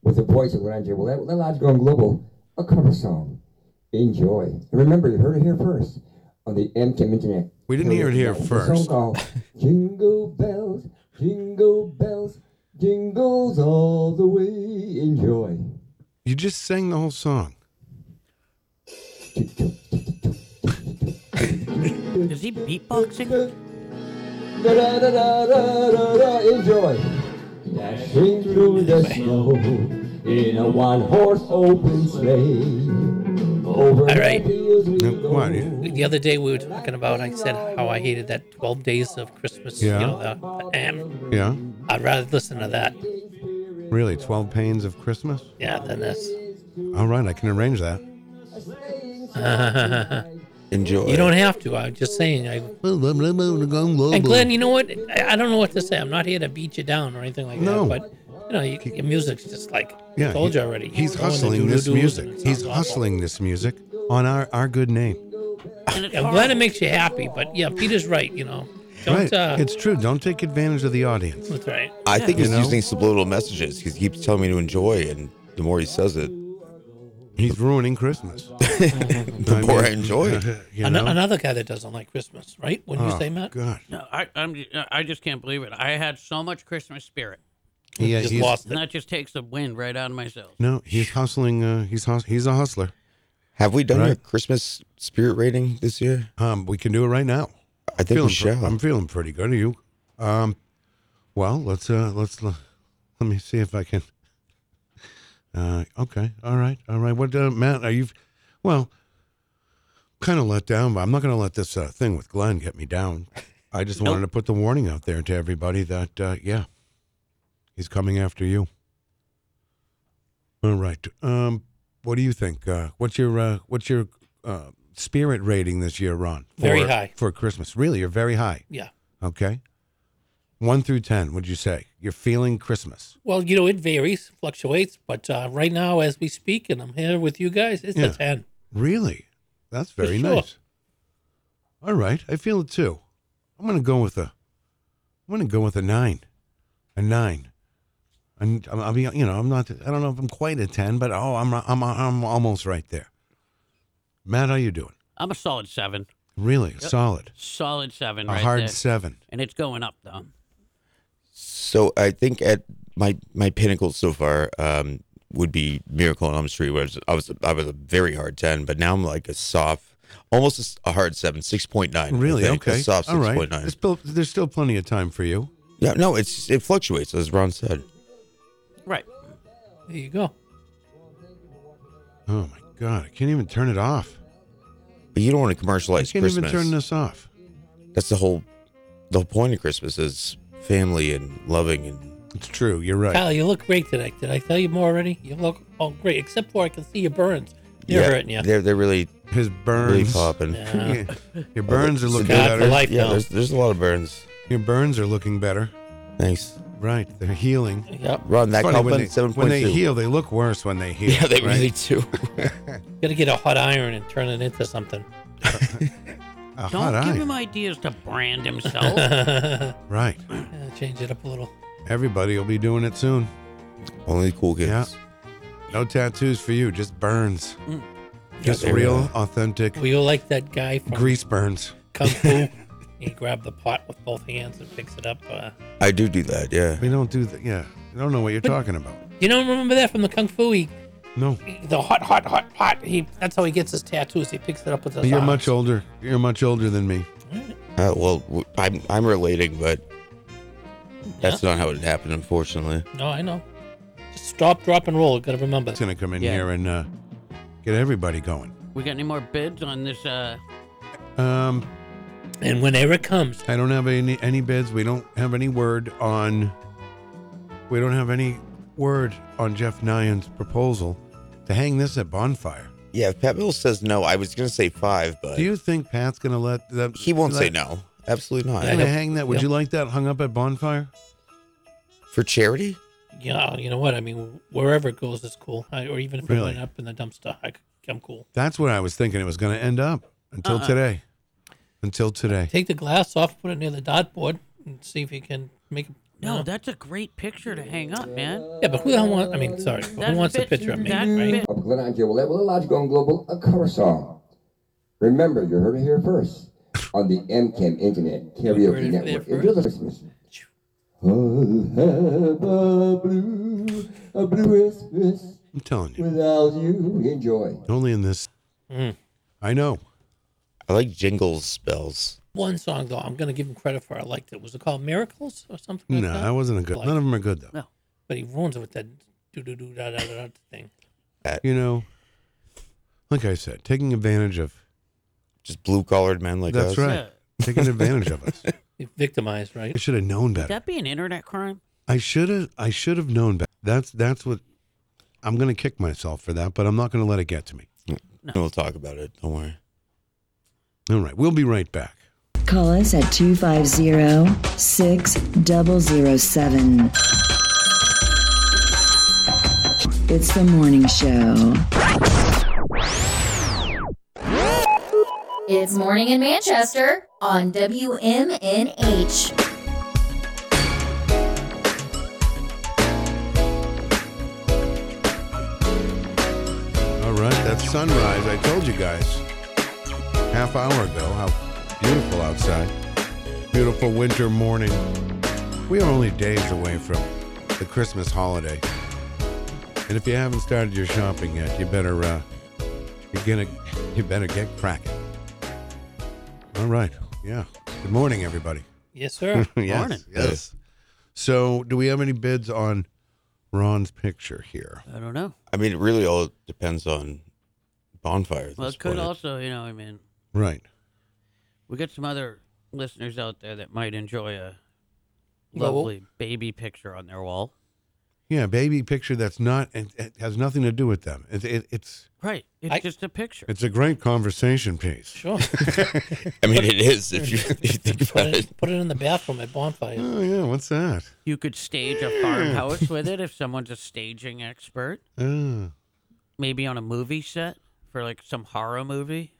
Speaker 1: with the voice of Lorraine J. Willette. Let Lodge Gone Global, a cover song. Enjoy. And remember, you heard it here first on the MCAM Internet.
Speaker 3: We didn't hear it here
Speaker 1: It's a song
Speaker 3: first.
Speaker 1: called [LAUGHS] jingle bells, jingle bells, jingles all the way. Enjoy.
Speaker 3: You just sang the whole song.
Speaker 4: Is he beatboxing?
Speaker 3: Oh,
Speaker 1: Da-da-da-da-da-da-da, Enjoy. Dashing through the snow in a one-horse open sleigh. Over
Speaker 5: All right.
Speaker 1: the fields we
Speaker 3: Uh,
Speaker 1: go.
Speaker 3: what, you-
Speaker 5: The other day we were talking about, I said how I hated that 12 days of Christmas.
Speaker 3: Yeah.
Speaker 5: You know, the, the am.
Speaker 3: Yeah.
Speaker 5: I'd rather listen to that,
Speaker 3: Really, twelve pains of Christmas.
Speaker 5: yeah, than this. [LAUGHS]
Speaker 3: All right, I can arrange that. [LAUGHS]
Speaker 6: Enjoy.
Speaker 5: You don't have to. I'm just saying. I, and Glenn, you know what? I, I don't know what to say. I'm not here to beat you down or anything like
Speaker 3: No.
Speaker 5: that. But you know, you, your music's just like
Speaker 3: Yeah,
Speaker 5: told
Speaker 3: he-
Speaker 5: you already.
Speaker 3: He's
Speaker 5: Going to
Speaker 3: hustling this
Speaker 5: doo-doo-doos
Speaker 3: music.
Speaker 5: and it
Speaker 3: He's
Speaker 5: sounds awful.
Speaker 3: hustling this music on our, our good name.
Speaker 4: And it's
Speaker 5: I'm
Speaker 4: hard.
Speaker 5: glad it makes you happy, but yeah, Peter's right. You know, don't.
Speaker 3: Right.
Speaker 5: Uh,
Speaker 3: It's true. Don't take advantage of the audience.
Speaker 5: that's right.
Speaker 6: I think
Speaker 3: You
Speaker 6: he's
Speaker 3: know?
Speaker 6: using subliminal messages. He keeps telling me to enjoy, and the more he says it,
Speaker 3: He's ruining Christmas.
Speaker 6: [LAUGHS] the more I enjoy. it.
Speaker 3: [LAUGHS] uh, You
Speaker 5: An-
Speaker 3: know?
Speaker 5: another guy that doesn't like Christmas, right? When you
Speaker 3: Oh,
Speaker 5: say Matt,
Speaker 3: God.
Speaker 4: No, I, I'm, I just can't believe it. I had so much Christmas spirit.
Speaker 3: Yeah,
Speaker 5: just
Speaker 3: he's,
Speaker 5: lost
Speaker 4: And
Speaker 5: it.
Speaker 4: that just takes the wind right out of myself.
Speaker 3: No, he's hustling. Uh, he's hus- he's a hustler.
Speaker 6: Have we done
Speaker 3: Right.
Speaker 6: your Christmas spirit rating this year?
Speaker 3: Um, we can do it right now.
Speaker 6: I think we
Speaker 3: Feeling pre-
Speaker 6: shall.
Speaker 3: I'm feeling pretty good. Are you? Um, well, let's uh, let's l- let me see if I can. Uh, okay, all right, all right. What, uh, Matt? Are you? Well, kind of let down, but I'm not going to let this uh, thing with Glenn get me down. I just wanted to put the warning out there to everybody that uh, yeah, he's coming after you. All right. Um, what do you think? Uh, what's your uh, what's your uh, spirit rating this year, Ron?
Speaker 5: Very high.
Speaker 3: for Christmas. Really, you're very high.
Speaker 5: Yeah.
Speaker 3: Okay. One through ten, would you say you're feeling Christmas?
Speaker 5: Well, you know, it varies, fluctuates, but uh, right now, as we speak, and I'm here with you guys, it's
Speaker 3: Yeah.
Speaker 5: a ten.
Speaker 3: Really? That's
Speaker 5: For
Speaker 3: very
Speaker 5: sure.
Speaker 3: nice. All right, I feel it too. I'm gonna go with a. I'm gonna go with a nine, a nine. And I'll be, you know, I'm not. I don't know if I'm quite a ten, but oh, I'm, I'm, I'm almost right there. Matt, how you doing?
Speaker 4: I'm a solid seven.
Speaker 3: Really solid,
Speaker 4: Solid seven
Speaker 3: a
Speaker 4: right
Speaker 3: hard
Speaker 4: there.
Speaker 3: seven.
Speaker 4: And it's going up, though.
Speaker 6: So I think at my my pinnacle so far um, would be Miracle on Elm Street, where I was, I was I was a very hard ten, but now I'm like a soft, almost a s- a, hard seven, six point nine.
Speaker 3: Really?
Speaker 6: I think,
Speaker 3: Okay.
Speaker 6: a soft
Speaker 3: All
Speaker 6: six
Speaker 3: right.
Speaker 6: point nine.
Speaker 3: There's still, there's still plenty of time for you.
Speaker 6: Yeah, no, it's it fluctuates as Ron said.
Speaker 4: Right.
Speaker 5: There you go.
Speaker 3: Oh my God, I can't even turn it off.
Speaker 6: But you don't want
Speaker 3: I
Speaker 6: to commercialize
Speaker 3: can't
Speaker 6: Christmas.
Speaker 3: even turn this off.
Speaker 6: That's the whole the whole point of Christmas is family and loving and
Speaker 3: It's true. You're right.
Speaker 5: Kyle, you look great today. Did I tell you more already? You look all great, except for I can see your burns. They're hurting you.
Speaker 6: They're they're really
Speaker 3: His
Speaker 6: really
Speaker 3: burns. [LAUGHS]
Speaker 6: popping. Uh,
Speaker 5: Yeah.
Speaker 3: Your burns are looking
Speaker 5: God for
Speaker 3: better.
Speaker 5: life
Speaker 6: Yeah,
Speaker 5: now.
Speaker 6: there's there's a lot of burns.
Speaker 3: Your burns are looking better.
Speaker 6: Thanks,
Speaker 3: Right. They're healing.
Speaker 5: Yep.
Speaker 6: Ron. That
Speaker 3: Funny, when,
Speaker 6: compliment
Speaker 3: they,
Speaker 6: seven
Speaker 3: when
Speaker 6: point
Speaker 3: they
Speaker 6: two.
Speaker 3: heal, they look worse when they heal.
Speaker 6: [LAUGHS] Yeah, they
Speaker 3: right?
Speaker 6: really do.
Speaker 3: [LAUGHS]
Speaker 5: Gotta get a hot iron and turn it into something.
Speaker 3: [LAUGHS] A
Speaker 4: Don't
Speaker 3: hot
Speaker 4: give
Speaker 3: iron.
Speaker 4: him ideas to brand
Speaker 6: [LAUGHS]
Speaker 4: himself.
Speaker 3: Right.
Speaker 5: Yeah, change it up a little.
Speaker 3: Everybody will be doing it soon.
Speaker 6: Only cool kids.
Speaker 3: Yeah. No tattoos for you, just burns.
Speaker 6: Mm.
Speaker 3: Just
Speaker 6: there we
Speaker 3: real,
Speaker 6: are.
Speaker 3: authentic
Speaker 5: We all like that guy from
Speaker 3: grease burns.
Speaker 5: Kung
Speaker 3: [LAUGHS]
Speaker 5: Fu. he grabbed the pot with both hands and picks it up. Uh,
Speaker 6: I do do that. Yeah.
Speaker 3: We don't do that. Yeah. I don't know what you're talking about.
Speaker 5: you don't remember that from the Kung Fu? He,
Speaker 3: No.
Speaker 5: the hot, hot, hot pot. He that's how he gets his tattoos. He picks it up with his.
Speaker 3: But you're
Speaker 5: arms.
Speaker 3: much older. You're much older than me.
Speaker 6: Uh, well, w- I'm I'm relating, but that's not how it happened, unfortunately.
Speaker 5: No, I know. Just stop, drop, and roll. Gotta remember.
Speaker 3: It's going to come in
Speaker 4: Yeah.
Speaker 3: here and uh, get everybody going.
Speaker 4: we got any more bids on this? Uh,
Speaker 3: Um,
Speaker 5: And when Eric comes,
Speaker 3: I don't have any any bids. We don't have any word on. We don't have any word on Jeff Nyan's proposal to hang this at bonfire.
Speaker 6: Yeah. If Pat Mills says no, I was gonna say five, but
Speaker 3: Do you think Pat's gonna let them?
Speaker 6: he won't
Speaker 3: let-
Speaker 6: say no. Absolutely not.
Speaker 3: Let him
Speaker 5: Yeah.
Speaker 3: hang that. Would
Speaker 5: Yep.
Speaker 3: you like that hung up at bonfire?
Speaker 6: For charity?
Speaker 5: yeah, you know what? I mean, wherever it goes is cool. I, or even if
Speaker 3: Really?
Speaker 5: it went up in the dumpster, I, I'm cool.
Speaker 3: That's what I was thinking. It was gonna end up until
Speaker 4: Uh-uh.
Speaker 3: today. Until today.
Speaker 5: Take the glass off, put it near the dartboard, and see if you can make. a-
Speaker 4: no, that's a great picture to hang up, man.
Speaker 5: Yeah, but who the hell wants? I mean, sorry, but
Speaker 4: That
Speaker 5: who wants a
Speaker 4: fits-
Speaker 5: picture of me?
Speaker 4: that
Speaker 5: Right?
Speaker 4: fits-
Speaker 1: of Glen Angelo Level Logic on Global, a cover song. Remember, you heard it here first on the MCAM Internet
Speaker 5: You heard
Speaker 1: Karaoke
Speaker 5: it there
Speaker 1: Network.
Speaker 5: first.
Speaker 1: Enjoy the Christmas. I have a blue, a blue Christmas
Speaker 3: I'm telling you.
Speaker 1: without you. Enjoy.
Speaker 3: Only in this. I know.
Speaker 6: I like jingle spells.
Speaker 5: One song though, I'm gonna give him credit for. I liked it. Was it called Miracles or something? Like
Speaker 3: No,
Speaker 5: that?
Speaker 3: that wasn't a good. None of them are good though.
Speaker 4: No.
Speaker 5: But he ruins it with that do do do da da da da thing.
Speaker 3: You know, like I said, taking advantage of.
Speaker 6: Just blue collared men like
Speaker 3: that's
Speaker 6: us.
Speaker 3: right. Taking
Speaker 5: [LAUGHS]
Speaker 3: advantage of us.
Speaker 5: He victimized, right?
Speaker 3: I should have known better.
Speaker 4: Would that be an internet crime?
Speaker 3: I should have. I should have known better. That's that's what. I'm gonna kick myself for that, but I'm not gonna let it get to me.
Speaker 6: Mm. We'll talk about it. Don't worry.
Speaker 3: All right, we'll be right back.
Speaker 8: Call us at 250 6007. It's the morning show.
Speaker 9: It's morning in Manchester on WMNH.
Speaker 3: All right, that's sunrise. I told you guys half hour ago how beautiful outside. Beautiful winter morning. We are only days away from the Christmas holiday, and if you haven't started your shopping yet, you better uh, you're gonna you better get cracking. All right, yeah. Good morning, everybody.
Speaker 5: Yes, sir.
Speaker 3: [LAUGHS] yes,
Speaker 4: Morning.
Speaker 3: Yes. So, do we have any bids on Ron's picture here?
Speaker 4: I don't know.
Speaker 6: I mean, it really all depends on bonfire. at
Speaker 4: Well,
Speaker 6: this
Speaker 4: it could
Speaker 6: point.
Speaker 4: also, you know, I mean,
Speaker 3: Right.
Speaker 4: we got some other listeners out there that might enjoy a
Speaker 5: Well-
Speaker 4: lovely baby picture on their wall.
Speaker 3: Yeah, baby picture that's not it, it has nothing to do with them. It, it, it's
Speaker 4: Right. It's
Speaker 5: I-
Speaker 4: just a picture.
Speaker 3: it's a great conversation piece. [LAUGHS]
Speaker 5: Sure.
Speaker 6: I mean, it is if you, if you think
Speaker 5: Put
Speaker 6: about it.
Speaker 5: it, put it in the bathroom at bonfires.
Speaker 3: Oh yeah, what's that? [LAUGHS]
Speaker 4: you could stage a farmhouse with it if someone's a staging expert.
Speaker 3: Oh,
Speaker 4: Maybe on a movie set for like some horror movie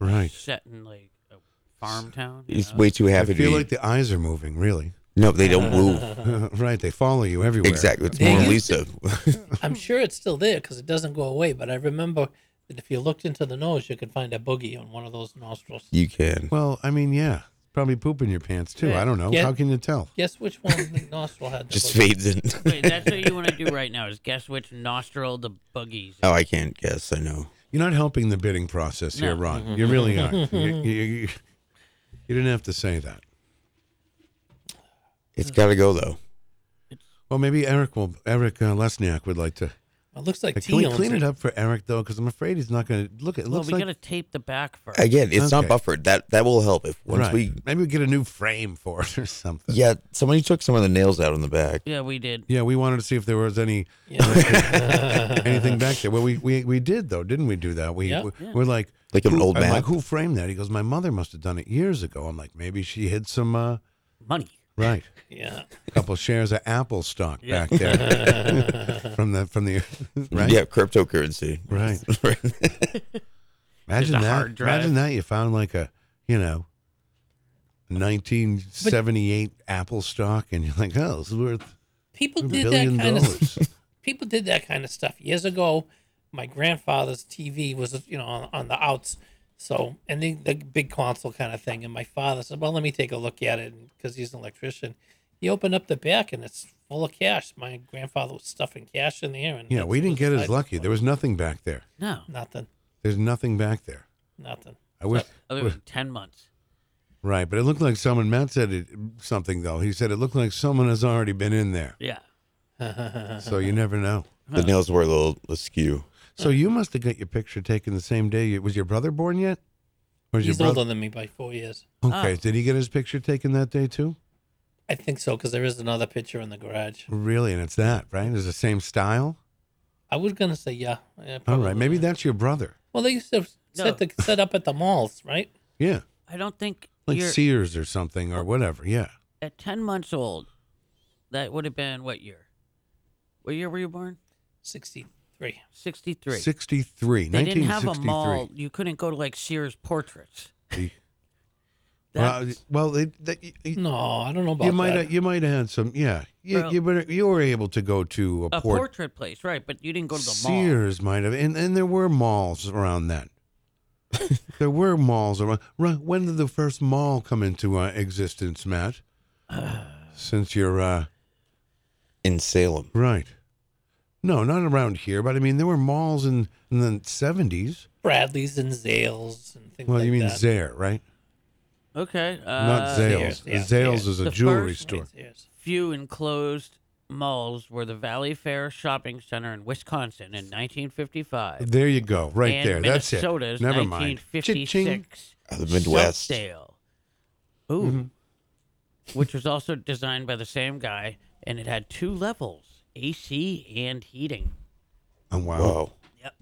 Speaker 3: right.
Speaker 4: set in like a farm town. you
Speaker 6: He's
Speaker 4: know?
Speaker 6: way too
Speaker 3: I
Speaker 6: happy to
Speaker 3: feel
Speaker 6: be.
Speaker 3: like the eyes are moving. Really.
Speaker 6: no, they don't move.
Speaker 3: [LAUGHS] right. They follow you everywhere.
Speaker 6: Exactly. It's
Speaker 5: They
Speaker 6: Mona
Speaker 5: used
Speaker 6: Lisa.
Speaker 5: I'm sure it's still there because it doesn't go away. But I remember that if you looked into the nose, you could find a boogie on one of those nostrils.
Speaker 6: [LAUGHS] you can.
Speaker 3: Well, I mean, yeah, probably poop in your pants too. I don't know.
Speaker 5: Yeah.
Speaker 3: How can you tell?
Speaker 5: Guess which one the nostril had the
Speaker 6: Just
Speaker 5: boogie?
Speaker 6: fades in.
Speaker 4: Wait, that's what you
Speaker 3: [LAUGHS]
Speaker 4: want to do right now is guess which nostril the buggies.
Speaker 6: oh, I can't guess. I know.
Speaker 3: You're not helping the bidding process here,
Speaker 4: No. Mm-hmm.
Speaker 3: Ron. You really
Speaker 4: [LAUGHS]
Speaker 3: aren't. you, you- you- you didn't have to say that.
Speaker 6: It's got to go though.
Speaker 3: Well, maybe Eric will. Eric uh, Lesniak would like to.
Speaker 5: It looks like
Speaker 3: Can
Speaker 5: tea
Speaker 3: we
Speaker 5: owns
Speaker 3: clean
Speaker 5: it.
Speaker 3: it up for Eric though? Because I'm afraid he's not going to look. It
Speaker 4: Well,
Speaker 3: looks
Speaker 4: we
Speaker 3: like
Speaker 4: gotta tape the back first.
Speaker 6: Again, it's
Speaker 3: Okay.
Speaker 6: not buffered. That that will help if once
Speaker 3: Right.
Speaker 6: we.
Speaker 3: maybe we get a new frame for it [LAUGHS] or something.
Speaker 6: Yeah, somebody took some of the nails out on the back.
Speaker 4: yeah, we did.
Speaker 3: Yeah, we wanted to see if there was any
Speaker 5: Yeah.
Speaker 3: [LAUGHS] anything back there. Well, we, we we did though, didn't we? Do that? We
Speaker 5: Yeah.
Speaker 3: we- we're like
Speaker 6: Like an
Speaker 3: who-
Speaker 6: old
Speaker 3: I'm
Speaker 6: map.
Speaker 3: like who framed that? He goes, my mother must have done it years ago. I'm like, maybe she hid some uh
Speaker 4: Money.
Speaker 3: right
Speaker 5: [LAUGHS] yeah.
Speaker 3: a couple shares of Apple stock
Speaker 4: Yeah.
Speaker 5: [LAUGHS]
Speaker 3: back
Speaker 4: [LAUGHS]
Speaker 3: there [LAUGHS] from the from the right
Speaker 6: Yeah, cryptocurrency.
Speaker 3: right. Imagine
Speaker 4: a
Speaker 3: that.
Speaker 4: hard drive.
Speaker 3: Imagine that you found like a you you know, 1978 Apple stock, and you're like, oh, this is worth
Speaker 5: People
Speaker 3: a
Speaker 5: did that
Speaker 3: billion
Speaker 5: kind of
Speaker 3: dollars.
Speaker 5: [LAUGHS] people did that kind of stuff years ago. My grandfather's TV was, you know, on, on the outs, so and the, the big console kind of thing. And my father said, "Well, let me take a look at it," because he's an electrician. He opened up the back, and it's full of cash. My grandfather was stuffing cash in there, and
Speaker 3: [LAUGHS] yeah, we didn't get as lucky. There was nothing back there.
Speaker 4: No,
Speaker 5: nothing,
Speaker 3: There's nothing back there.
Speaker 5: nothing.
Speaker 3: I wish.
Speaker 4: other
Speaker 3: wish-
Speaker 4: than ten months.
Speaker 3: Right, but it looked like someone. Matt said it, something though. He said it looked like someone has already been in there,
Speaker 5: [LAUGHS]
Speaker 4: Yeah.
Speaker 5: Uh-huh.
Speaker 3: so you never know.
Speaker 6: The nails were a little askew.
Speaker 3: So you must have got your picture taken the same day. Was your brother born yet? Or was
Speaker 5: He's
Speaker 3: your
Speaker 5: older
Speaker 3: brother?
Speaker 5: than me by four years.
Speaker 3: Okay,
Speaker 4: Ah.
Speaker 3: did he get his picture taken that day too?
Speaker 5: I think so because there is another picture in the garage.
Speaker 3: Really, and it's that right? It's the same style.
Speaker 5: I was gonna say yeah. Oh, yeah
Speaker 3: All right,
Speaker 5: probably.
Speaker 3: maybe that's your brother.
Speaker 5: Well, they used to set
Speaker 4: No.
Speaker 5: the set up at the malls, right?
Speaker 3: Yeah,
Speaker 4: I don't think
Speaker 3: like
Speaker 4: you're
Speaker 3: Sears or something or whatever. Yeah,
Speaker 4: at ten months old. That would have been what year? What year were you born?
Speaker 5: Sixty-three.
Speaker 4: Sixty three.
Speaker 3: sixty-three.
Speaker 4: They didn't have a
Speaker 3: 1963.
Speaker 4: mall. You couldn't go to like Sears Portraits.
Speaker 3: The-
Speaker 4: That,
Speaker 3: Well, well, it, that, y- y-
Speaker 5: No, I don't know about
Speaker 3: you might
Speaker 5: that.
Speaker 3: have, you might have had some. Yeah, you
Speaker 4: Well-
Speaker 3: you, better, you were able to go to a,
Speaker 4: a
Speaker 3: port.
Speaker 4: portrait place, right? But you didn't go to the mall.
Speaker 3: Sears might have, and, and there were malls
Speaker 5: [LAUGHS]
Speaker 3: around then. there were malls around. Right, when did the first mall come into uh, existence, Matt? Since you're uh,
Speaker 6: In Salem.
Speaker 3: right, no, not around here, but I mean there were malls in, in the seventies.
Speaker 5: Bradleys and Zales and things
Speaker 3: Well,
Speaker 5: like
Speaker 3: you mean
Speaker 5: that.
Speaker 3: Zare, right?
Speaker 4: Okay. Uh,
Speaker 3: not
Speaker 5: Sears,
Speaker 3: Zales.
Speaker 5: yeah,
Speaker 3: Zales
Speaker 5: Sears.
Speaker 3: is a
Speaker 4: The
Speaker 3: jewelry
Speaker 4: first-
Speaker 3: store.
Speaker 5: Yes.
Speaker 4: Few enclosed malls were the Valley Fair Shopping Center in Wisconsin in 1955.
Speaker 3: There you go, right
Speaker 4: and
Speaker 3: there.
Speaker 4: Minnesota's
Speaker 3: That's it. Never mind. Cha-ching.
Speaker 4: 1956
Speaker 6: Uh, the Midwest.
Speaker 4: Southdale. Ooh.
Speaker 3: Mm-hmm.
Speaker 4: Which was also designed by the same guy, and it had two levels AC and heating.
Speaker 3: Oh, wow.
Speaker 6: Wow.
Speaker 4: Yep.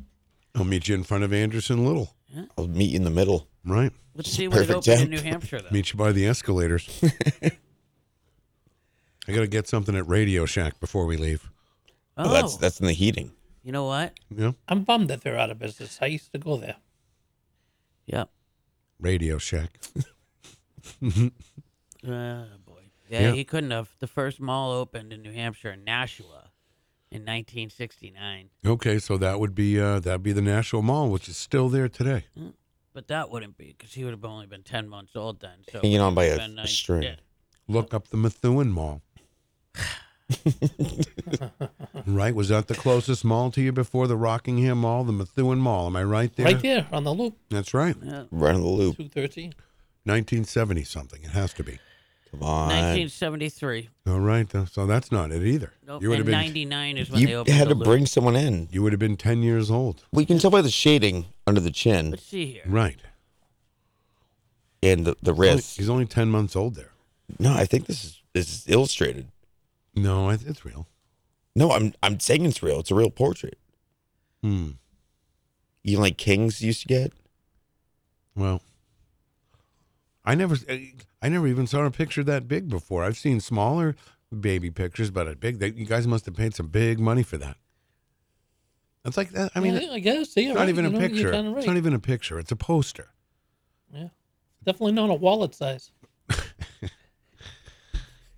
Speaker 3: I'll meet you in front of Anderson Little.
Speaker 6: I'll meet you in the middle.
Speaker 3: Right.
Speaker 4: Let's see when it
Speaker 6: Perfect
Speaker 4: opened
Speaker 6: jump.
Speaker 4: in New Hampshire, though.
Speaker 3: Meet you by the
Speaker 6: [LAUGHS]
Speaker 3: escalators. I got to get something at Radio Shack before we leave.
Speaker 4: oh,
Speaker 6: Well, that's that's in the heating.
Speaker 4: you know what?
Speaker 3: Yeah.
Speaker 5: I'm bummed that they're out of business. I used to go there.
Speaker 4: Yep.
Speaker 3: Radio Shack. [LAUGHS]
Speaker 4: Oh boy. Yeah,
Speaker 3: Yeah.
Speaker 4: he couldn't have. The first mall opened in New Hampshire in Nashua in 1969,
Speaker 3: Okay, so that would be uh, that'd be the National Mall, which is still there today.
Speaker 4: but that wouldn't be because he would have only been 10 months old then. So
Speaker 6: Hanging
Speaker 4: it
Speaker 6: on by
Speaker 4: would've
Speaker 6: a- a string.
Speaker 4: yeah.
Speaker 3: Look up the Methuen
Speaker 6: [LAUGHS]
Speaker 3: Mall. right, was that the closest mall to you before the Rockingham Mall, the Methuen Mall? Am I right there?
Speaker 5: Right there on the loop,
Speaker 3: That's right.
Speaker 6: Run the loop.
Speaker 5: 213.
Speaker 3: 1970 something. It has to be.
Speaker 6: Come on.
Speaker 4: 1973.
Speaker 3: All right, though, so that's not it either.
Speaker 4: Nope.
Speaker 3: You would have
Speaker 4: and
Speaker 3: been
Speaker 4: 99 is when they
Speaker 6: You
Speaker 4: opened.
Speaker 6: had
Speaker 4: the
Speaker 6: to
Speaker 4: Louvre.
Speaker 6: bring someone in.
Speaker 3: you would have been 10 years old.
Speaker 6: We can tell by the shading under the chin
Speaker 4: Let's see here.
Speaker 3: Right.
Speaker 6: and the, the wrist.
Speaker 3: Oh, He's only 10 months old there.
Speaker 6: No, I think this is this is illustrated.
Speaker 3: No, I- it's real.
Speaker 6: No, I'm I'm saying it's real. It's a real portrait.
Speaker 3: Hmm.
Speaker 6: You know, like kings used to get.
Speaker 3: Well, I never, eh, I never even saw a picture that big before. I've seen smaller baby pictures, but a big. They, you guys must have paid some big money for that. That's like that. I mean,
Speaker 5: Yeah, I guess. Yeah,
Speaker 3: it's not
Speaker 5: right,
Speaker 3: even
Speaker 5: you
Speaker 3: a
Speaker 5: know, you're
Speaker 3: picture.
Speaker 5: kinda
Speaker 3: It's
Speaker 5: right.
Speaker 3: not even a picture. It's a poster.
Speaker 5: Yeah. Definitely not a wallet size.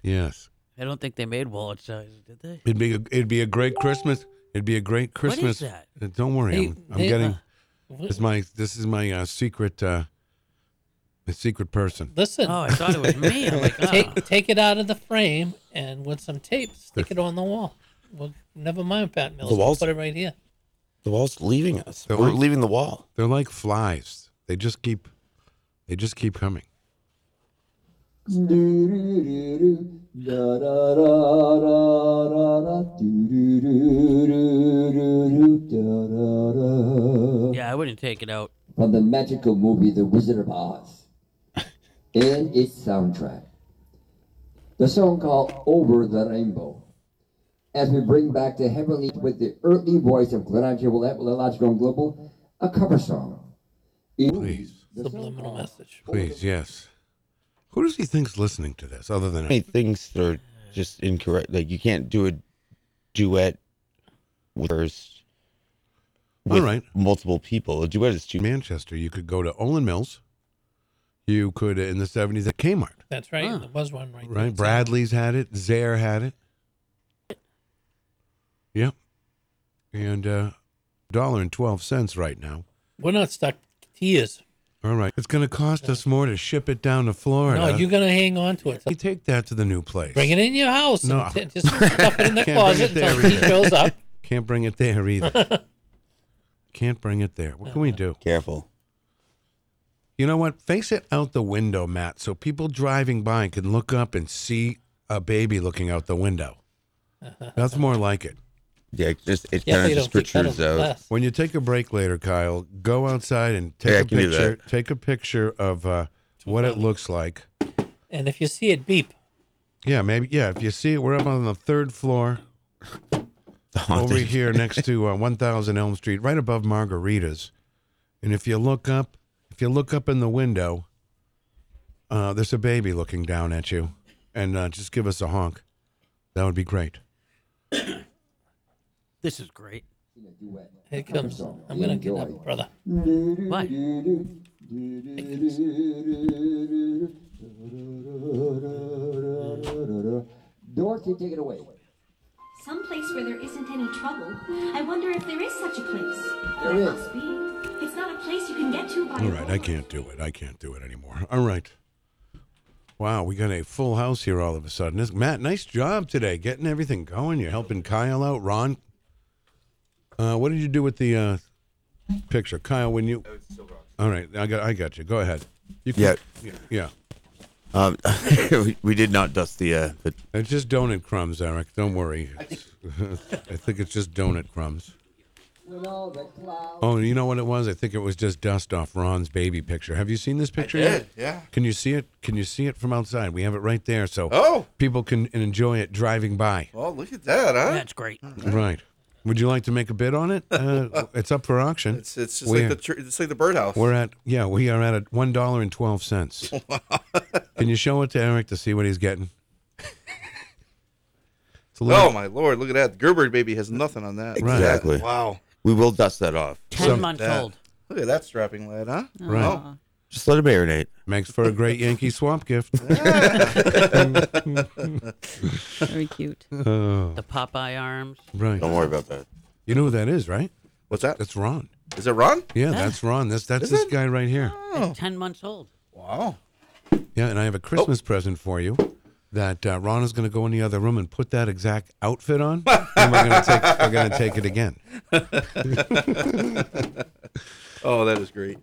Speaker 3: Yes,
Speaker 4: I don't think they made wallet sizes, did they?
Speaker 3: it'd be a, it'd be a great Christmas. It'd be a great
Speaker 4: What is
Speaker 3: Christmas.
Speaker 4: that?
Speaker 3: Uh, Don't worry,
Speaker 5: They-
Speaker 3: I'm, I'm
Speaker 5: they-
Speaker 3: getting.
Speaker 5: uh, Wh-
Speaker 3: This my this is my uh, secret uh, my secret person.
Speaker 5: Listen,
Speaker 4: Oh, I thought it was me. I'm like, oh.
Speaker 5: [LAUGHS] take, take it out of the frame and with some tape, stick it on the wall. Well, never mind, Pat Mills.
Speaker 6: The
Speaker 5: We'll
Speaker 6: walls-
Speaker 5: Put it right here.
Speaker 6: The wall's leaving us.
Speaker 3: The
Speaker 6: We're
Speaker 3: what?
Speaker 6: leaving the wall.
Speaker 3: They're like flies. They just keep they just keep coming.
Speaker 4: yeah, I wouldn't take it out.
Speaker 1: From the magical movie The Wizard of Oz and its soundtrack. The song called Over the Rainbow. As we bring back the heavenly with the earthly voice of Glenological and Global, a cover song.
Speaker 3: Please.
Speaker 1: The song
Speaker 4: Oh.
Speaker 5: Subliminal message.
Speaker 3: Please, yes. Who does he think's listening to this other than
Speaker 6: Many things that are just incorrect. Like you can't do a duet with, first,
Speaker 3: All
Speaker 6: with
Speaker 3: right.
Speaker 6: multiple people. A duet is too.
Speaker 3: Manchester? You could go to Olin Mills You could uh, in the seventies at Kmart, Ah.
Speaker 5: That's right.
Speaker 4: Huh.
Speaker 5: There was one right.
Speaker 3: right?
Speaker 5: there.
Speaker 3: Bradley's had it. Zare had it. Yep. And uh, dollar and twelve cents right now.
Speaker 5: We're not stuck. He is.
Speaker 3: All right, it's going to cost us more to ship it down to Florida.
Speaker 5: No, you're gonna hang on to it.
Speaker 3: You take that to the new place.
Speaker 5: Bring it in your house.
Speaker 3: No.
Speaker 5: and t- just stuff it in the
Speaker 3: [LAUGHS] Can't bring
Speaker 5: closet
Speaker 3: it there
Speaker 5: until he
Speaker 3: either.
Speaker 5: shows up.
Speaker 3: [LAUGHS] Can't bring it there either.
Speaker 5: [LAUGHS]
Speaker 3: Can't bring it there. What
Speaker 5: Uh-huh.
Speaker 3: can we do?
Speaker 6: Careful.
Speaker 3: You know what? Face it out the window, Matt, so people driving by can look up and see a baby looking out the window.
Speaker 5: Uh-huh.
Speaker 3: That's more like it.
Speaker 6: Yeah, it just it
Speaker 5: Yeah,
Speaker 6: kind
Speaker 5: they
Speaker 6: of
Speaker 5: don't
Speaker 6: just
Speaker 5: think that'll
Speaker 6: protrudes out.
Speaker 5: last.
Speaker 3: When you take a break later, Kyle, go outside and take
Speaker 6: Yeah, I
Speaker 3: a
Speaker 6: can do
Speaker 3: picture. Take a picture of uh, what it looks like.
Speaker 5: And if you see it beep,
Speaker 3: Yeah, maybe. Yeah, if you see it, we're up on the third floor over here next to uh, 1000 Elm Street, right above Margarita's. And if you look up, if you look up in the window, uh, there's a baby looking down at you, and uh, just give us a honk. That would be great.
Speaker 4: This is great.
Speaker 5: here it comes. I'm gonna get up, brother.
Speaker 4: What?
Speaker 1: Dorothy, take it away.
Speaker 10: Someplace where there isn't any trouble. I wonder if there is such a place.
Speaker 1: There is.
Speaker 10: Must be. It's not a place you can get to by.
Speaker 3: All right, I can't do it. I can't do it anymore. All right. Wow, we got a full house here all of a sudden. This- Matt, nice job today getting everything going. You're helping Kyle out. Ron, uh, what did you do with the uh, picture, Kyle? When you all right, I got, I got you. Go ahead. You
Speaker 6: Yeah.
Speaker 3: yeah, yeah.
Speaker 6: Um, [LAUGHS] we, we did not dust the uh, the
Speaker 3: It's just donut crumbs, Eric. Don't worry. [LAUGHS] I think it's just donut crumbs.
Speaker 1: With all the
Speaker 3: [LAUGHS]
Speaker 1: clouds.
Speaker 3: Oh, you know what it was? I think it was just dust off Ron's baby picture. Have you seen this picture yet?
Speaker 6: yeah.
Speaker 3: Can you see it? Can you see it from outside? We have it right there, so
Speaker 6: Oh.
Speaker 3: people can enjoy it driving by.
Speaker 6: Well, look at that, huh?
Speaker 4: That's great.
Speaker 3: Right. Would you like to make a bid
Speaker 11: [LAUGHS]
Speaker 3: on it? Uh, it's up for auction.
Speaker 11: It's it's just
Speaker 3: We're-
Speaker 11: like the tr- it's like the birdhouse.
Speaker 3: We're at yeah, we are at a one dollar and
Speaker 11: [LAUGHS]
Speaker 3: twelve cents. Can you show it to Eric to see what he's getting? It's a little-
Speaker 11: oh my lord, look at that! Gerber baby has nothing on that.
Speaker 3: Right.
Speaker 6: Exactly.
Speaker 11: Wow,
Speaker 6: We will dust that off.
Speaker 4: Ten
Speaker 3: Some-
Speaker 4: months
Speaker 11: that.
Speaker 4: old.
Speaker 11: look at that strapping lad, huh?
Speaker 3: Right.
Speaker 11: Oh.
Speaker 6: Just let it marinate.
Speaker 3: Makes for a great Yankee swamp gift.
Speaker 12: Very cute.
Speaker 3: [LAUGHS] Oh,
Speaker 4: The Popeye arms.
Speaker 3: right.
Speaker 6: Don't worry about that.
Speaker 3: You know who that is, right?
Speaker 11: What's that?
Speaker 3: That's Ron.
Speaker 11: Is it Ron?
Speaker 3: Yeah, that's Ron. That's that's
Speaker 11: Is
Speaker 3: this
Speaker 11: it?
Speaker 3: guy right here.
Speaker 11: Oh,
Speaker 4: Ten months old.
Speaker 11: wow.
Speaker 3: Yeah, and I have a Christmas
Speaker 11: Oh.
Speaker 3: present for you that uh, Ron is going to go in the other room and put that exact outfit on, [LAUGHS] and we're going to take we're going to take it
Speaker 11: [LAUGHS]
Speaker 3: again.
Speaker 11: Oh, that is great.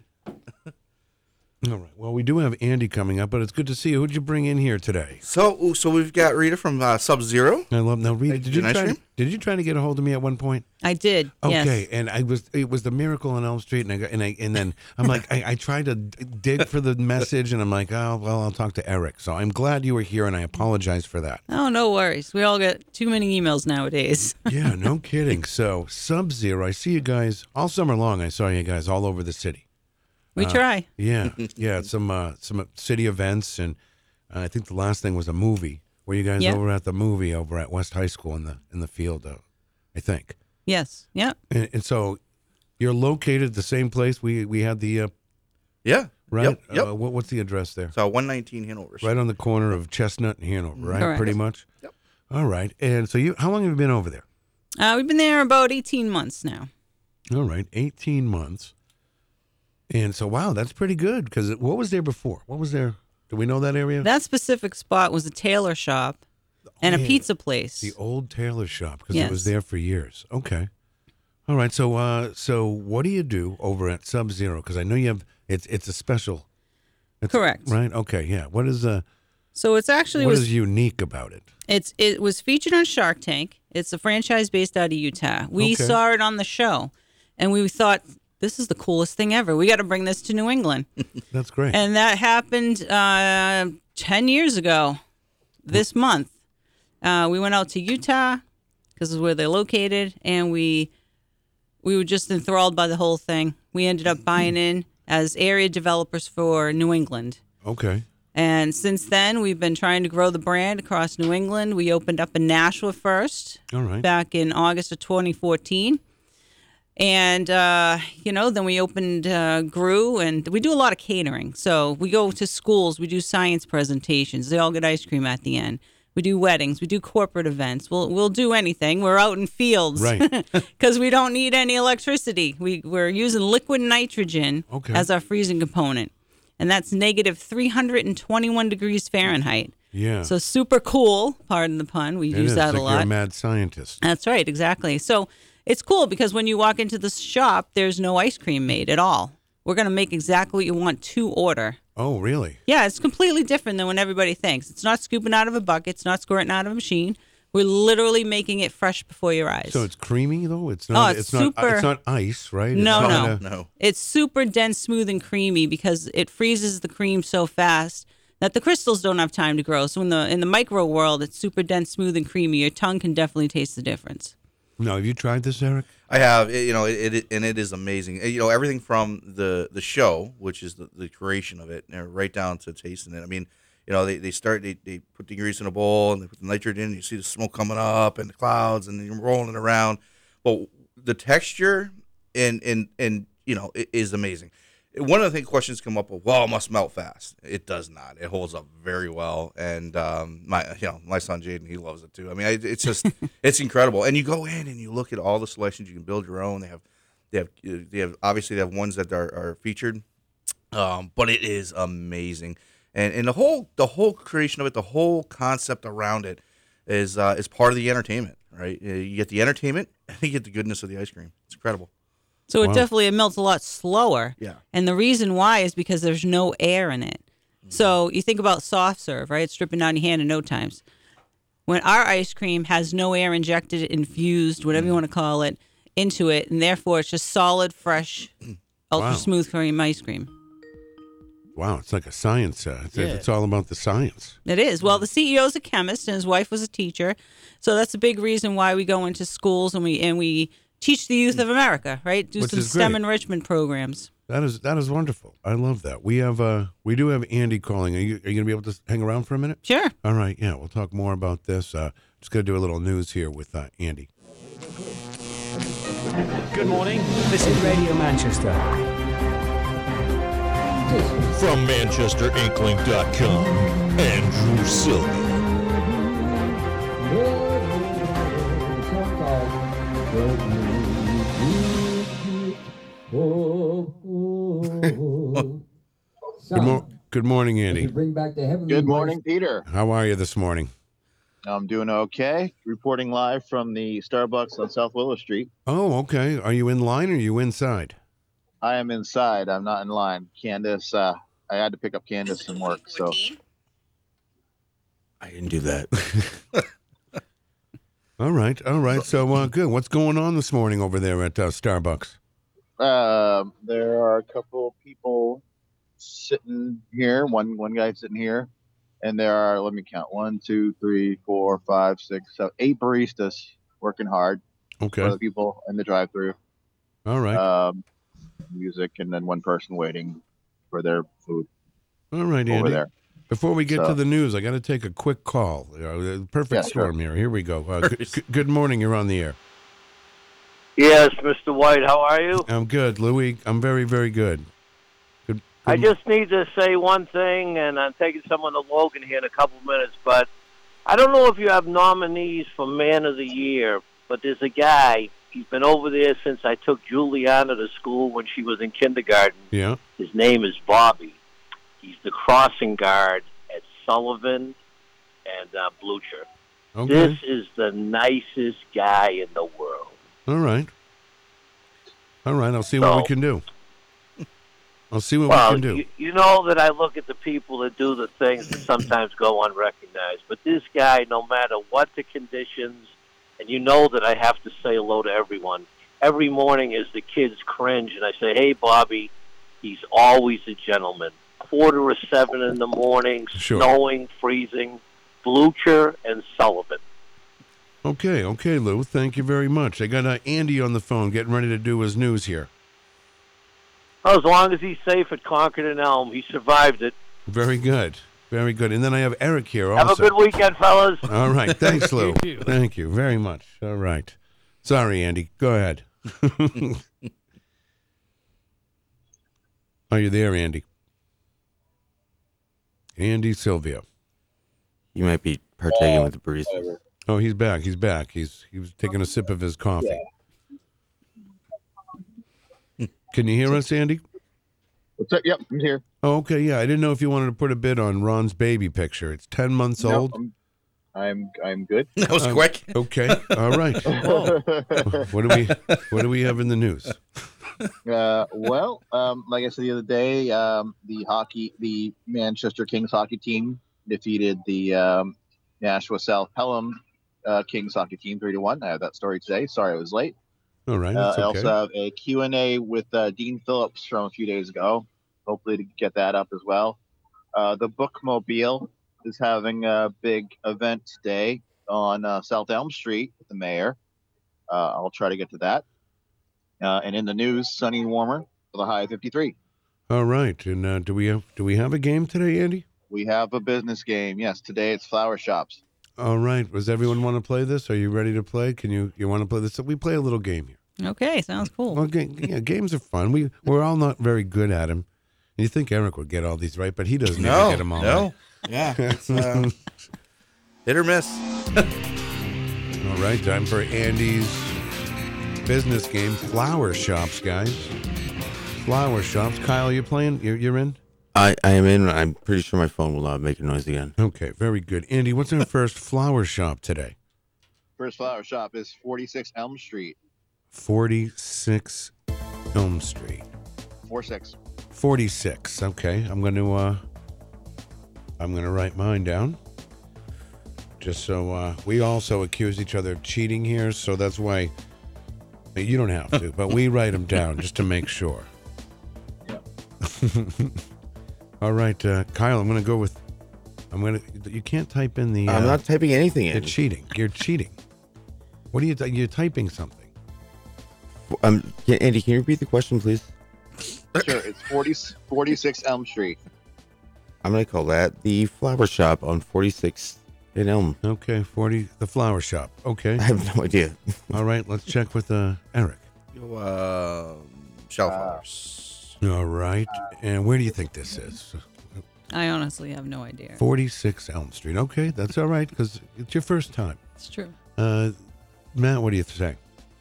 Speaker 3: All right. Well, we do have Andy coming up, but it's good to see you. Who'd you bring in here today?
Speaker 11: So ooh, so we've got Rita from uh, Sub Zero.
Speaker 3: I love. Now, Rita,
Speaker 11: Hey,
Speaker 3: did you
Speaker 11: can I
Speaker 3: try?
Speaker 11: stream?
Speaker 3: Did you try to get a hold of me at one point?
Speaker 12: I did.
Speaker 3: Okay,
Speaker 12: Yes.
Speaker 3: and I was it was the miracle on Elm Street, and I got, and I and then I'm like I, I tried to d- dig for the message, and I'm like, oh well, I'll talk to Eric. So I'm glad you were here, and I apologize for that.
Speaker 12: Oh, no worries. We all get too many emails nowadays. [LAUGHS]
Speaker 3: Yeah, [LAUGHS] no kidding. So Sub Zero, I see you guys all summer long. I saw you guys all over the city.
Speaker 12: We
Speaker 3: Uh,
Speaker 12: try. [LAUGHS]
Speaker 3: Yeah, yeah, at some uh, some city events, and uh, I think the last thing was a movie. Were you guys
Speaker 12: Yeah.
Speaker 3: over at the movie over at West High School in the in the field? Uh, I think.
Speaker 12: Yes. Yep.
Speaker 3: And, and so, you're located the same place we we had the uh,
Speaker 11: Yeah.
Speaker 3: right.
Speaker 11: Yep. yep.
Speaker 3: Uh, what, what's the address there?
Speaker 11: so 119 Hanover. Street.
Speaker 3: Right on the corner of Chestnut and Hanover, right?
Speaker 12: Correct.
Speaker 3: Pretty much. Yep. All right. And so you, how long have you been over there?
Speaker 12: Uh, we've been there about 18 months now.
Speaker 3: All right, 18 months. And so, wow, that's pretty good. Because what was there before? What was there? Do we know that area?
Speaker 12: That specific spot was a tailor shop and a
Speaker 3: Oh, Yeah.
Speaker 12: pizza place.
Speaker 3: the old tailor shop because it was
Speaker 12: Yes.
Speaker 3: there for years. Okay. All right. So, uh, so what do you do over at Sub Zero? Because I know you have it's it's a special. It's,
Speaker 12: Correct.
Speaker 3: Right. Okay. Yeah. What is uh
Speaker 12: So it's
Speaker 3: what
Speaker 12: actually
Speaker 3: is
Speaker 12: was
Speaker 3: unique about it?
Speaker 12: It's it was featured on Shark Tank. It's a franchise based out of Utah. We
Speaker 3: Okay.
Speaker 12: saw it on the show, and we thought this is the coolest thing ever. We got to bring this to New England,
Speaker 3: That's great.
Speaker 12: and that happened uh, ten years ago. This month, uh, we went out to Utah because is where they're located, and we we were just enthralled by the whole thing. We ended up buying in as area developers for New England.
Speaker 3: okay.
Speaker 12: And since then, we've been trying to grow the brand across New England. We opened up in Nashua first
Speaker 3: All right.
Speaker 12: back in August of 2014. And, uh, you know, then we opened uh, Grew, and we do a lot of catering. So we go to schools, we do science presentations. They all get ice cream at the end. We do weddings, we do corporate events. We'll, we'll do anything. We're out in fields [LAUGHS]
Speaker 3: Right.
Speaker 12: because we don't need any electricity. We, we're using liquid nitrogen
Speaker 3: Okay.
Speaker 12: as our freezing component, and that's negative 321 degrees Fahrenheit.
Speaker 3: Yeah.
Speaker 12: So super cool, pardon the pun. We
Speaker 3: It
Speaker 12: use
Speaker 3: is,
Speaker 12: that
Speaker 3: like
Speaker 12: a lot.
Speaker 3: You're a mad scientist.
Speaker 12: That's right, exactly. So it's cool because when you walk into the shop, there's no ice cream made at all. We're going to make exactly what you want to order.
Speaker 3: Oh, really?
Speaker 12: Yeah, it's completely different than when everybody thinks. It's not scooping out of a bucket, it's not squirting out of a machine. We're literally making it fresh before your eyes.
Speaker 3: So it's creamy though. It's
Speaker 12: Oh,
Speaker 3: not.
Speaker 12: it's
Speaker 3: not.
Speaker 12: super-
Speaker 3: It's not ice, right? It's
Speaker 12: No,
Speaker 3: not
Speaker 12: no,
Speaker 3: a-
Speaker 12: It's super dense, smooth, and creamy because it freezes the cream so fast that the crystals don't have time to grow. So in the in the micro world, it's super dense, smooth, and creamy. Your tongue can definitely taste the difference.
Speaker 3: No, have you tried this, Eric?
Speaker 11: I have, it, you know, it, it and it is amazing. Uh, You know, everything from the the show, which is the, the creation of it, and right down to tasting it. I mean, you know, they, they start they, they put the grease in a bowl and they put the nitrogen. And you see the smoke coming up and the clouds and you're rolling it around. But the texture and and and you know it is amazing. One of the thing questions come up: of, Well, it must melt fast. It does not. It holds up very well, and um, my you know my son Jaden he loves it too. I mean, I- it's just it's incredible. And you go in and you look at all the selections. You can build your own. They have they have they have obviously they have ones that are, are featured, um, but it is amazing. And and the whole the whole creation of it, the whole concept around it, is uh, is part of the entertainment, right? You get the entertainment [LAUGHS] and you get the goodness of the ice cream. It's incredible.
Speaker 12: So
Speaker 11: Wow.
Speaker 12: it definitely it melts a lot slower.
Speaker 11: Yeah.
Speaker 12: And the reason why is because there's no air in it. So you think about soft serve, right? It's dripping down your hand in no times. When our ice cream has no air injected, infused, whatever you want to call it, into it, and therefore it's just solid, fresh, ultra
Speaker 3: Wow.
Speaker 12: smooth cream ice cream.
Speaker 3: Wow, it's like a science. Uh, it's,
Speaker 12: Yeah.
Speaker 3: it's all about the science.
Speaker 12: It is. Well, the CEO's a chemist and his wife was a teacher. So that's a big reason why we go into schools and we and we teach the youth of America, right? Do
Speaker 3: Which
Speaker 12: some
Speaker 3: is great.
Speaker 12: STEM enrichment programs.
Speaker 3: That is that is wonderful. I love that. We have uh we do have Andy calling. Are you, are you gonna be able to s- hang around for a minute?
Speaker 12: Sure.
Speaker 3: All right. Yeah, we'll talk more about this. Uh, just gonna do a little news here with uh, Andy.
Speaker 13: Good morning. This is Radio Manchester.
Speaker 14: From ManchesterInkling.com, Andrew Silk.
Speaker 3: Good, mo- good morning, Andy.
Speaker 1: Bring back the heavenly
Speaker 15: Good morning, Peter.
Speaker 3: How are you this morning?
Speaker 15: I'm doing okay. Reporting live from the Starbucks on South Willow Street.
Speaker 3: Oh, okay. Are you in line or are you inside?
Speaker 15: I am inside. I'm not in line. Candace, uh, I had to pick up Candace from work, so
Speaker 6: I didn't do that. [LAUGHS]
Speaker 3: All right. All right. So uh, good. What's going on this morning over there at uh, Starbucks?
Speaker 15: um, there are a couple people sitting here. One one guy sitting here, and there are let me count one, two, three, four, five, six, seven, eight baristas working hard
Speaker 3: Okay.
Speaker 15: for the people in the drive-through.
Speaker 3: All right.
Speaker 15: Um, music, and then one person waiting for their food.
Speaker 3: All right,
Speaker 15: over
Speaker 3: Andy.
Speaker 15: there.
Speaker 3: Before we get to
Speaker 15: So-
Speaker 3: the news, I got to take a quick call. Uh, perfect
Speaker 15: Yeah, sure.
Speaker 3: storm here. Here we go. Uh, good, good morning. You're on the air.
Speaker 16: Yes, Mr. White, how are you?
Speaker 3: I'm good, Louis. I'm very, very good. Good.
Speaker 16: I just need to say one thing, and I'm taking someone to Logan here in a couple minutes, but I don't know if you have nominees for Man of the Year, but there's a guy. He's been over there since I took Juliana to school when she was in kindergarten.
Speaker 3: Yeah.
Speaker 16: His name is Bobby. He's the crossing guard at Sullivan and uh, Blucher.
Speaker 3: Okay.
Speaker 16: This is the nicest guy in the world.
Speaker 3: All right. All right. I'll see what we
Speaker 16: So-
Speaker 3: can do. I'll see what
Speaker 16: well,
Speaker 3: we can do.
Speaker 16: You, you know that I look at the people that do the things that sometimes go unrecognized. But this guy, no matter what the conditions, and you know that I have to say hello to everyone. Every morning as the kids cringe and I say, hey, Bobby, he's always a gentleman. Quarter of seven in the morning,
Speaker 3: Sure.
Speaker 16: snowing, freezing, Blucher and Sullivan.
Speaker 3: Okay. Okay, Lou. Thank you very much. I got uh, Andy on the phone, getting ready to do his news here.
Speaker 16: Well, as long as he's safe at Concord and Elm, he survived it.
Speaker 3: Very good. Very good. And then I have Eric here
Speaker 16: Have
Speaker 3: also.
Speaker 16: a good weekend, fellas.
Speaker 3: All right.
Speaker 16: [LAUGHS]
Speaker 3: Thanks, Lou.
Speaker 16: You too.
Speaker 3: Thank you very much. All right. Sorry, Andy. Go ahead. [LAUGHS] Are you there, Andy? Andy Silvio.
Speaker 6: You might be partaking with the baristas.
Speaker 3: Oh, he's back. He's back. He's he was taking a sip of his coffee. [LAUGHS] Can you hear us, Andy?
Speaker 15: What's up? Yep, I'm here.
Speaker 3: Oh, okay. Yeah, I didn't know if you wanted to put a bid on Ron's baby picture. It's ten months
Speaker 15: No,
Speaker 3: old.
Speaker 15: I'm, I'm I'm good.
Speaker 3: Uh, Okay. All right.
Speaker 15: [LAUGHS]
Speaker 3: what do we What do we have in the news?
Speaker 15: uh, well, um, like I said the other day, um, the hockey, the Manchester Kings hockey team defeated the um, Nashua South Pelham uh, Kings hockey team three to one. I have that story today. Sorry, I was late.
Speaker 3: All right.
Speaker 15: Uh,
Speaker 3: That's
Speaker 15: I
Speaker 3: okay.
Speaker 15: also have a Q&A with uh, Dean Phillips from a few days ago. Hopefully to get that up as well. Uh, the Bookmobile is having a big event today on uh, South Elm Street with the mayor. Uh, I'll try to get to that. Uh, and in the news, sunny and warmer for the high of 53.
Speaker 3: All right. And uh, do we have Do we have a game today, Andy?
Speaker 15: We have a business game. Yes, today it's flower shops.
Speaker 3: All right. Does everyone want to play this? Are you ready to play? Can you You want to play this? We play a little game here.
Speaker 12: Okay, sounds cool.
Speaker 3: Okay. Yeah, games are fun. We We're all not very good at them. You think Eric would get all these right, but he doesn't even
Speaker 11: No,
Speaker 3: get them all
Speaker 11: no.
Speaker 3: right.
Speaker 11: [LAUGHS] Yeah, it's, uh, Oh. hit or [LAUGHS] miss.
Speaker 3: All right, time for Andy's business game, flower shops, guys. Flower shops. Kyle, you playing? You're, you're in.
Speaker 6: I, I am in. I'm pretty sure my phone will not make a noise again.
Speaker 3: Okay, very good. Andy, what's our first flower shop today?
Speaker 15: First flower shop is 46 Elm Street.
Speaker 3: 46 Elm Street.
Speaker 15: 46.
Speaker 3: 46. Okay, I'm going to uh I'm going to write mine down. Just so uh we also accuse each other of cheating here, so that's why uh, you don't have to, but we write them down just to make sure. All right, uh, Kyle, I'm going to go with I'm going to you can't type in the
Speaker 6: I'm
Speaker 3: uh,
Speaker 6: not typing anything
Speaker 3: You're
Speaker 6: in.
Speaker 3: cheating. You're cheating. What are you you're typing something.
Speaker 6: Um, can, Andy, can you repeat the question, please?
Speaker 15: Sure, it's 40, 46 Elm Street.
Speaker 6: I'm gonna call that the flower shop on 46th in Elm.
Speaker 3: Okay, 40. The flower shop. Okay.
Speaker 6: I have no idea.
Speaker 3: All right, let's check with uh, Eric.
Speaker 11: You, uh, shellflowers.
Speaker 3: All right. And where do you think this is?
Speaker 12: I honestly have no idea.
Speaker 3: 46 Elm Street. Okay, that's all right because it's your first time.
Speaker 12: It's true.
Speaker 3: Uh, Matt, what do you say?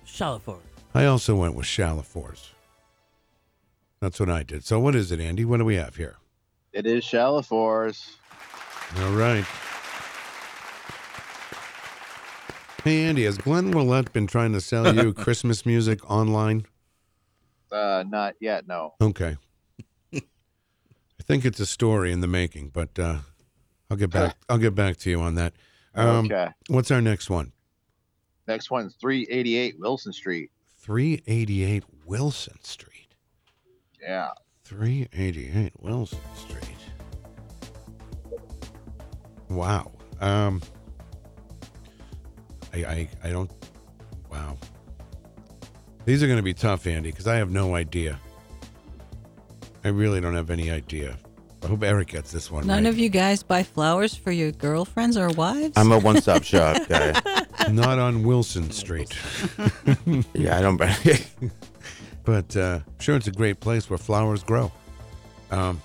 Speaker 4: Shalaford.
Speaker 3: I also went with shallow fours. That's what I did. So, what is it, Andy? What do we have here?
Speaker 15: It is Chalifors.
Speaker 3: All right. Hey, Andy, has Glenn Willette been trying to sell you Christmas music online?
Speaker 15: Uh, not yet, no.
Speaker 3: Okay. I think it's a story in the making, but uh, I'll get back. I'll get back to you on that. Um,
Speaker 15: Okay.
Speaker 3: What's our next one?
Speaker 15: Next one's 388 Wilson Street.
Speaker 3: Three eighty-eight Wilson Street.
Speaker 15: Yeah.
Speaker 3: Three eighty-eight Wilson Street. Wow. Um. I I, I don't. Wow. These are going to be tough, Andy, because I have no idea. I really don't have any idea. I hope Eric gets this one.
Speaker 12: None
Speaker 3: right.
Speaker 12: of you guys buy flowers for your girlfriends or wives?
Speaker 6: I'm a one-stop shop guy.
Speaker 3: [LAUGHS] Not on Wilson Street.
Speaker 6: [LAUGHS] yeah, I don't.
Speaker 3: [LAUGHS] but uh, sure, it's a great place where flowers grow. Um,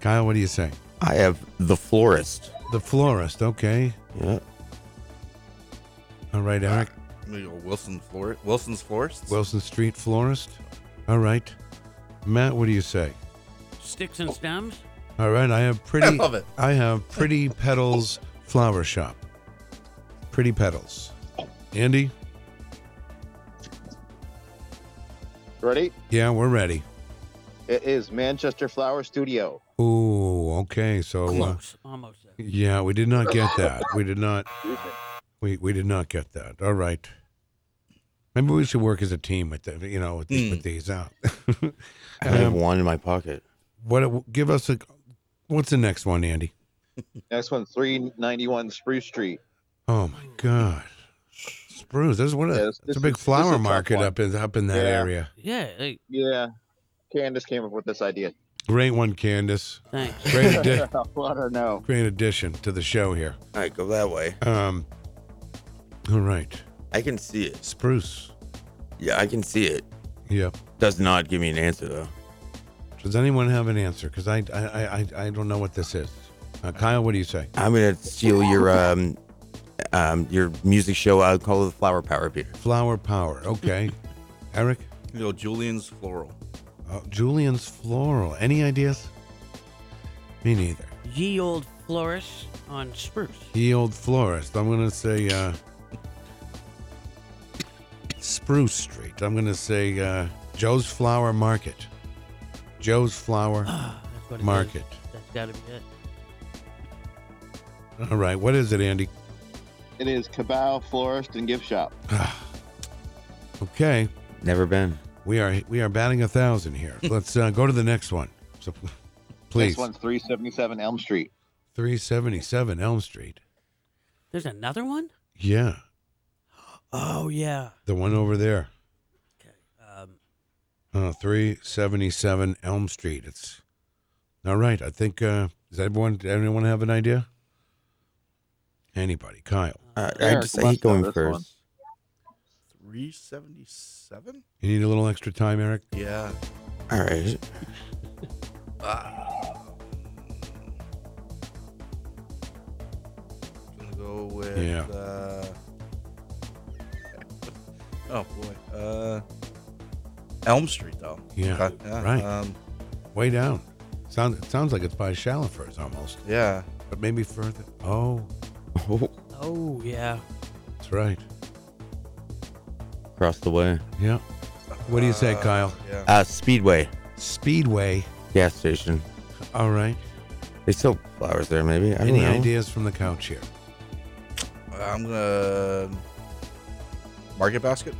Speaker 3: Kyle, what do you say?
Speaker 6: I have the florist.
Speaker 3: The florist, okay.
Speaker 6: Yeah.
Speaker 3: All right, Eric.
Speaker 11: I'm gonna go Wilson Flor- Wilson's florists.
Speaker 3: Wilson Street florist. All right. Matt, what do you say?
Speaker 4: Sticks and stems?
Speaker 3: All right, I have pretty.
Speaker 4: I love it.
Speaker 3: I have pretty petals flower shop. Pretty petals. Andy,
Speaker 15: Ready?
Speaker 3: yeah, we're ready.
Speaker 15: It is Manchester Flower
Speaker 3: [LAUGHS]
Speaker 15: Studio.
Speaker 3: Ooh, okay, so uh,
Speaker 4: Close. Almost there.
Speaker 3: yeah, we did not get that. We did not. We we did not get that. All right. Maybe we should work as a team with the, you know, with, the- with these out.
Speaker 6: Hmm. I have
Speaker 3: Um,
Speaker 6: one in my pocket.
Speaker 3: what? Give us a. What's the next one, Andy?
Speaker 15: Next one, 391 Spruce Street.
Speaker 3: Oh my God, spruce. There's one. Of,
Speaker 15: Yeah,
Speaker 3: it's
Speaker 15: this-
Speaker 3: a
Speaker 15: this
Speaker 3: big
Speaker 15: is- this is a
Speaker 3: flower
Speaker 15: tough
Speaker 3: market
Speaker 15: one.
Speaker 3: up in up in that
Speaker 15: Yeah.
Speaker 3: area.
Speaker 4: Yeah.
Speaker 15: Yeah. Candace came up with this idea.
Speaker 3: Great one, Candace. [LAUGHS]
Speaker 4: Thanks.
Speaker 15: [LAUGHS]
Speaker 3: Great, addi-
Speaker 15: Let her know.
Speaker 3: great addition to the show here.
Speaker 6: All right, go that way.
Speaker 3: Um. All right,
Speaker 6: I can see it.
Speaker 3: spruce.
Speaker 6: Yeah, I can see it.
Speaker 3: Yeah.
Speaker 6: Does not give me an answer though.
Speaker 3: Does anyone have an answer? Because I, I, I, I- I don't know what this is. Uh, Kyle, what do you say?
Speaker 6: I'm gonna steal your um, um, your music show. I'll call it the Flower Power, Peter.
Speaker 3: Flower Power.
Speaker 11: [LAUGHS]
Speaker 3: Okay. Eric?
Speaker 11: You know, Julian's floral.
Speaker 3: Uh, Julian's Floral. Any ideas? Me neither.
Speaker 4: Ye old florist on spruce.
Speaker 3: Ye old florist. I'm gonna say uh, Spruce Street. I'm gonna say uh, Joe's Flower Market. Joe's Flower
Speaker 4: Ah, That's what it is.
Speaker 3: Market.
Speaker 4: That's gotta be it.
Speaker 3: All right. What is it, Andy?
Speaker 15: It is Cabal Florist and Gift Shop.
Speaker 3: Okay.
Speaker 6: Never been.
Speaker 3: We are we are batting a thousand
Speaker 6: [LAUGHS]
Speaker 3: here. Let's uh, go to the next one. So, please,
Speaker 15: This one's 377 Elm Street.
Speaker 3: three seventy seven Elm Street.
Speaker 4: There's another one?
Speaker 3: Yeah,
Speaker 4: Oh yeah.
Speaker 3: the one over there.
Speaker 4: Um,
Speaker 3: Uh, three seventy seven Elm Street. It's all right. I think. Uh, does everyone anyone have an idea? Anybody? Kyle.
Speaker 6: Uh, I
Speaker 11: Eric
Speaker 6: just I
Speaker 11: must
Speaker 6: hate going
Speaker 11: know this
Speaker 6: first.
Speaker 11: one. 377?
Speaker 3: You need a little extra time, Eric.
Speaker 11: Yeah.
Speaker 6: All right.
Speaker 11: I'm gonna go with.
Speaker 3: Yeah.
Speaker 11: Uh, [LAUGHS] oh boy. Uh, Elm Street though.
Speaker 3: Yeah.
Speaker 11: Okay, yeah,
Speaker 3: right.
Speaker 11: Um,
Speaker 3: Way down. Sounds. It sounds like it's by Shalifers almost.
Speaker 11: yeah.
Speaker 3: But maybe further. Oh,
Speaker 6: Oh,
Speaker 4: oh yeah.
Speaker 3: that's right.
Speaker 6: across the way.
Speaker 3: Yeah. What do you say, Kyle?
Speaker 6: Uh, Speedway
Speaker 3: Speedway.
Speaker 6: gas station.
Speaker 3: All right.
Speaker 6: They sell flowers there, maybe. I don't
Speaker 3: Any
Speaker 6: know.
Speaker 3: ideas from the couch here?
Speaker 11: uh, I'm gonna um, Market Basket.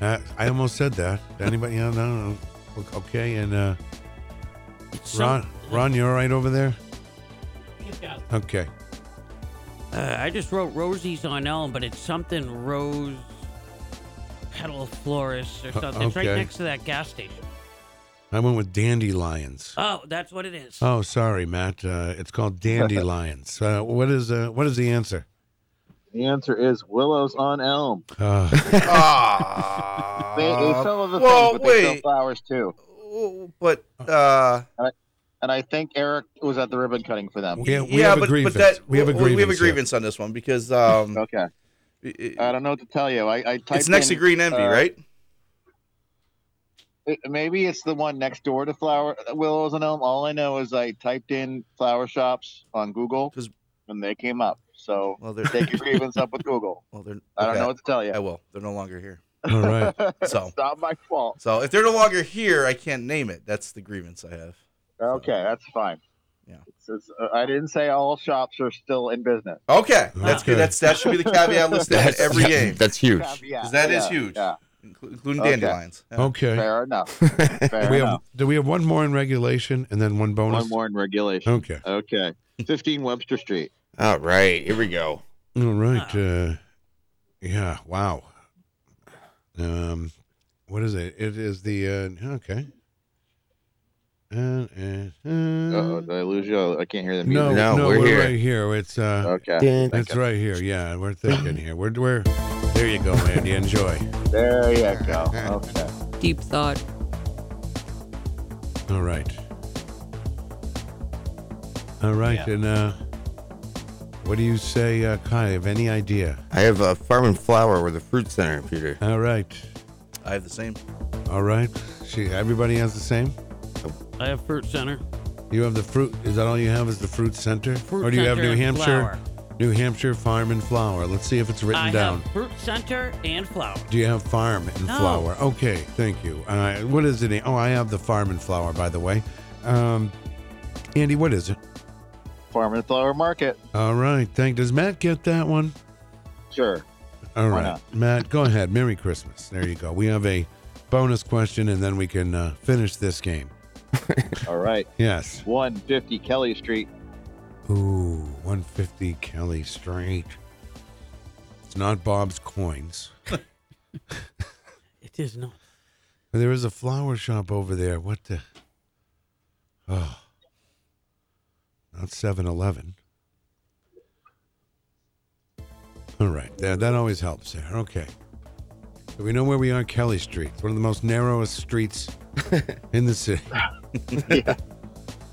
Speaker 3: Uh, I almost said that. Anybody? Yeah, no, no. O- Okay, and uh, Ron, Ron, you all right over there? Okay.
Speaker 4: Uh, I just wrote Rosie's on Elm, but it's something Rose Petal Florist or
Speaker 3: Uh,
Speaker 4: something. It's right
Speaker 3: okay.
Speaker 4: next to that gas station.
Speaker 3: I went with dandelions.
Speaker 4: Oh, that's what it is.
Speaker 3: Oh, sorry, Matt. Uh, it's called dandelions. Uh, what is uh, what is the answer?
Speaker 15: The answer is Willows on
Speaker 3: [LAUGHS]
Speaker 15: Elm.
Speaker 3: Uh,
Speaker 11: Ah.
Speaker 15: They, they sell other
Speaker 11: well,
Speaker 15: things, but they sell
Speaker 11: wait.
Speaker 15: flowers too.
Speaker 11: But uh,
Speaker 15: and, I, and I think Eric was at the ribbon cutting for them.
Speaker 3: Yeah, we have a
Speaker 11: but,
Speaker 3: grievance.
Speaker 11: but that
Speaker 3: we have a
Speaker 11: w-
Speaker 3: grievance.
Speaker 11: We have a
Speaker 3: here.
Speaker 11: grievance on this one because um,
Speaker 15: Okay.
Speaker 11: it-
Speaker 15: I don't know what to tell you. I, I typed
Speaker 11: it's next to
Speaker 15: in,
Speaker 11: Green Envy,
Speaker 15: uh,
Speaker 11: right?
Speaker 15: it- maybe it's the one next door to Flower Willows and Elm. All I know is I typed in flower shops on Google,
Speaker 11: 'Cause-
Speaker 15: and they came up. So
Speaker 11: Well, they're
Speaker 15: take your grievance up with Google.
Speaker 11: well, they're.
Speaker 15: I don't
Speaker 11: okay,
Speaker 15: know what to tell you.
Speaker 11: I will. They're no longer
Speaker 15: [LAUGHS]
Speaker 11: here.
Speaker 3: All right.
Speaker 11: So.
Speaker 15: it's not my fault.
Speaker 11: So if they're no longer here, I can't name it. That's the grievance I have.
Speaker 15: Okay, that's fine.
Speaker 11: Yeah.
Speaker 15: It's, it's, uh, I didn't say all shops are still in business.
Speaker 11: Okay, that's
Speaker 3: Ah.
Speaker 11: good. That's that should be the
Speaker 15: [LAUGHS]
Speaker 11: caveat listed at every game
Speaker 6: That's huge.
Speaker 15: Yeah,
Speaker 11: because that is
Speaker 15: yeah,
Speaker 11: huge,
Speaker 15: Yeah,
Speaker 11: inclu- including
Speaker 15: Okay.
Speaker 11: dandelions. Yeah.
Speaker 3: Okay.
Speaker 15: fair
Speaker 3: [LAUGHS]
Speaker 6: [LAUGHS]
Speaker 15: enough. Fair
Speaker 3: We have,
Speaker 15: enough.
Speaker 3: do we have one more in regulation and then one bonus?
Speaker 15: One more in regulation.
Speaker 3: Okay.
Speaker 15: Okay. 15 Webster Street.
Speaker 6: All right, here we go.
Speaker 3: All right. Uh, yeah. Wow. Um, what is it? It is the uh, okay. Uh, uh,
Speaker 15: Uh-oh,
Speaker 3: uh,
Speaker 15: did I lose you? I can't hear the
Speaker 3: no,
Speaker 15: music.
Speaker 6: No, we're here.
Speaker 3: right here. It's uh,
Speaker 15: Okay.
Speaker 3: it's right here. Yeah, we're thinking here. We're we're there. You go, Andy. Enjoy.
Speaker 15: There you go. Okay.
Speaker 12: [LAUGHS] Deep thought.
Speaker 3: All right. All right, and uh, what do you say, uh, Kai? Have any idea?
Speaker 6: I have a farm and flower with a fruit center, Peter.
Speaker 3: All right,
Speaker 11: I have the same.
Speaker 3: all right. She, everybody has the same.
Speaker 4: I have Fruit Center.
Speaker 3: You have the fruit. Is that all you have? Is the fruit center,
Speaker 4: Fruit
Speaker 3: or do you have
Speaker 4: center
Speaker 3: New
Speaker 4: and
Speaker 3: Hampshire,
Speaker 4: flower.
Speaker 3: New Hampshire farm and flower? Let's see if it's written
Speaker 4: I
Speaker 3: down.
Speaker 4: have Fruit Center and Flower.
Speaker 3: Do you have farm and
Speaker 4: No.
Speaker 3: flower? Okay, thank you. Uh, what is it? Oh, I have the farm and flower, by the way. Um, Andy, what is it?
Speaker 15: Farm and Flower Market.
Speaker 3: All right, thank. Does Matt get that one?
Speaker 15: Sure.
Speaker 3: All
Speaker 15: Why
Speaker 3: right,
Speaker 15: not?
Speaker 3: Matt, go ahead. Merry Christmas. There you go. We have a bonus question, and then we can uh, finish this game.
Speaker 15: [LAUGHS] All right.
Speaker 3: Yes.
Speaker 15: 150 Kelly Street.
Speaker 3: Ooh, 150 Kelly Street. It's not Bob's coins.
Speaker 4: It is not.
Speaker 3: There is a flower shop over there. What the? Oh, not 7 Eleven. All right. That, that always helps there. Okay. So we know where we are, Kelly Street. It's one of the most narrowest streets in the city.
Speaker 15: yeah.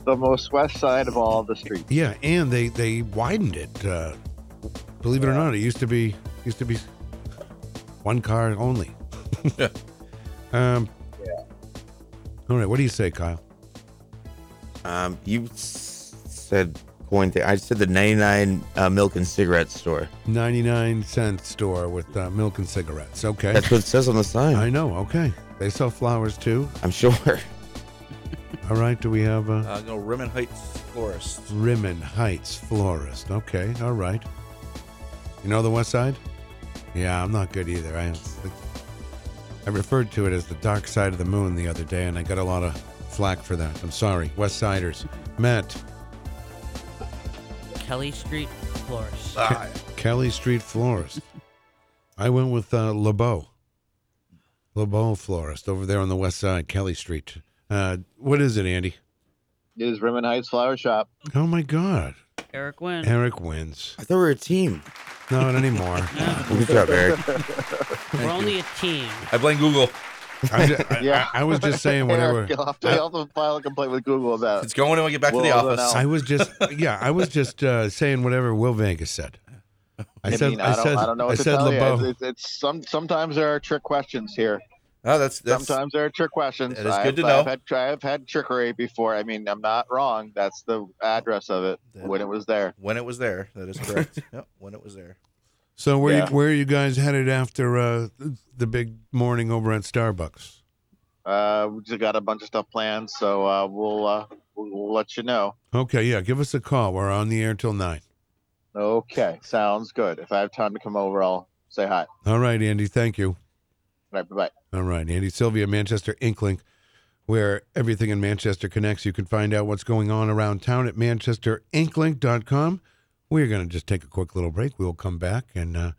Speaker 15: The most west side of all the streets.
Speaker 3: Yeah, and they they widened it. Uh, believe it or not, it used to be used to be one car only. um,
Speaker 15: Yeah.
Speaker 3: all right, what do you say, Kyle?
Speaker 6: Um, you s- said coin thing. I said the 99 uh, milk and cigarette store.
Speaker 3: 99 cent store with uh, milk and cigarettes. Okay.
Speaker 6: That's what it says on the sign.
Speaker 3: I know. Okay. They sell flowers too.
Speaker 6: I'm sure.
Speaker 3: All right. Do we have uh,
Speaker 11: Uh, no, Rimmon Heights Florist.
Speaker 3: Rimmon Heights Florist? Okay. All right. You know the West Side? Yeah, I'm not good either. I, I referred to it as the dark side of the moon the other day, and I got a lot of flack for that. I'm sorry. West Siders. Matt,
Speaker 4: Kelly Street Florist.
Speaker 3: Ke- Kelly Street Florist. I went with uh, LeBeau. LeBeau Florist over there on the west side, Kelly Street. Uh, what is it, Andy?
Speaker 15: It is Rimmon Heights Flower Shop.
Speaker 3: Oh my God.
Speaker 4: Eric wins.
Speaker 3: Eric wins.
Speaker 6: I thought we were a team.
Speaker 3: Not anymore.
Speaker 6: Good
Speaker 15: [LAUGHS]
Speaker 6: job, Eric.
Speaker 4: We're only a team.
Speaker 11: I blame Google.
Speaker 15: [LAUGHS]
Speaker 3: I, ju- I- I, I was just saying whenever.
Speaker 15: Eric, you'll have to, you'll have to file a complaint with Google about it.
Speaker 11: It's going when we get back to the
Speaker 15: Well, then
Speaker 11: office.
Speaker 15: I'll-
Speaker 3: I was just yeah, I was just uh, saying whatever Will Vegas said. I said
Speaker 15: mean,
Speaker 3: I,
Speaker 15: don't,
Speaker 3: said
Speaker 15: I don't know what
Speaker 3: I
Speaker 15: to
Speaker 3: said
Speaker 15: tell you.
Speaker 3: LeBeau.
Speaker 15: It's, it's, it's some, sometimes there are trick questions here.
Speaker 11: Oh, that's, that's
Speaker 15: Sometimes there are trick questions.
Speaker 11: That is
Speaker 15: I've,
Speaker 11: good to
Speaker 15: I've
Speaker 11: know.
Speaker 15: had I've had trickery before. I mean, I'm not wrong. That's the address of it when it was there.
Speaker 11: when it was there. That is
Speaker 15: [LAUGHS]
Speaker 11: correct. yep, when it was there.
Speaker 3: So where
Speaker 15: Yeah.
Speaker 3: you, where are you guys headed after uh, the big morning over at Starbucks?
Speaker 15: Uh, we just got a bunch of stuff planned, so uh, we'll, uh, we'll we'll let you know.
Speaker 3: Okay, yeah, give us a call. We're on the air till nine.
Speaker 15: Okay, sounds good. If I have time to come over, I'll say hi. All
Speaker 3: All right, Andy. Thank you.
Speaker 15: right, bye bye.
Speaker 3: All right, Andy Sylvia, Manchester Inkling, where everything in Manchester connects. You can find out what's going on around town at manchesterinkling.com. We're going to just take a quick little break. We'll come back. And uh,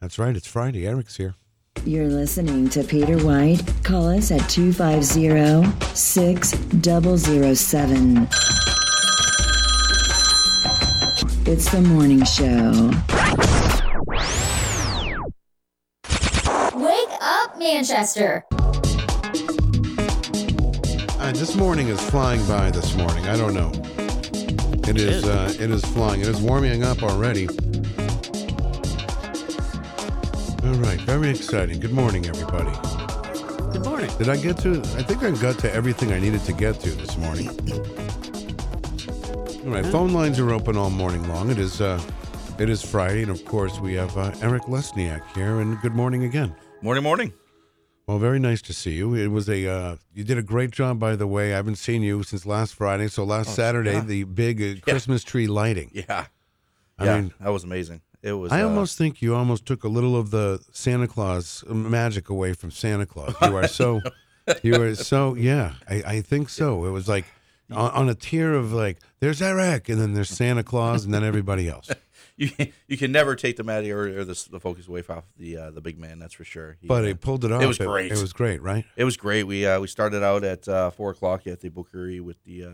Speaker 3: that's right, it's Friday. Eric's here.
Speaker 8: You're listening to Peter White. Call us at 250 6007. It's the morning show.
Speaker 9: Wake up, Manchester.
Speaker 3: Uh, this morning is flying by this morning. I don't know. It is. Uh, it is flying. It is warming up already. All right. Very exciting. Good morning, everybody. Good morning. Did I get to? I think I got to everything I needed to get to this morning. All right. Phone lines are open all morning long. It is. Uh, it is Friday, and of course we have uh, Eric Lesniak here. And good morning again.
Speaker 11: Morning, morning.
Speaker 3: Well, very nice to see you. It was a uh, you did a great job, by the way. I haven't seen you since last Friday, so last
Speaker 11: Oh,
Speaker 3: Saturday
Speaker 11: yeah.
Speaker 3: the big uh, Christmas tree lighting.
Speaker 11: Yeah.
Speaker 3: I
Speaker 11: yeah,
Speaker 3: mean-
Speaker 11: that was amazing. It was.
Speaker 3: I
Speaker 11: uh,
Speaker 3: almost think you almost took a little of the Santa Claus uh, magic away from Santa Claus. You
Speaker 11: [LAUGHS]
Speaker 3: are so, you are so yeah. I, I think so. It was like on, on a tier of like there's Eric, and then there's Santa Claus, and then everybody
Speaker 11: [LAUGHS]
Speaker 3: else.
Speaker 11: you can, you can never take the Matty or, or the, s- the focus away off the uh, the big man. That's for sure. He,
Speaker 3: But
Speaker 11: uh,
Speaker 3: he pulled it off.
Speaker 11: It was great.
Speaker 3: It, was great, right?
Speaker 11: It was great. We uh, we started out at uh, four o'clock at the Bookery with the uh,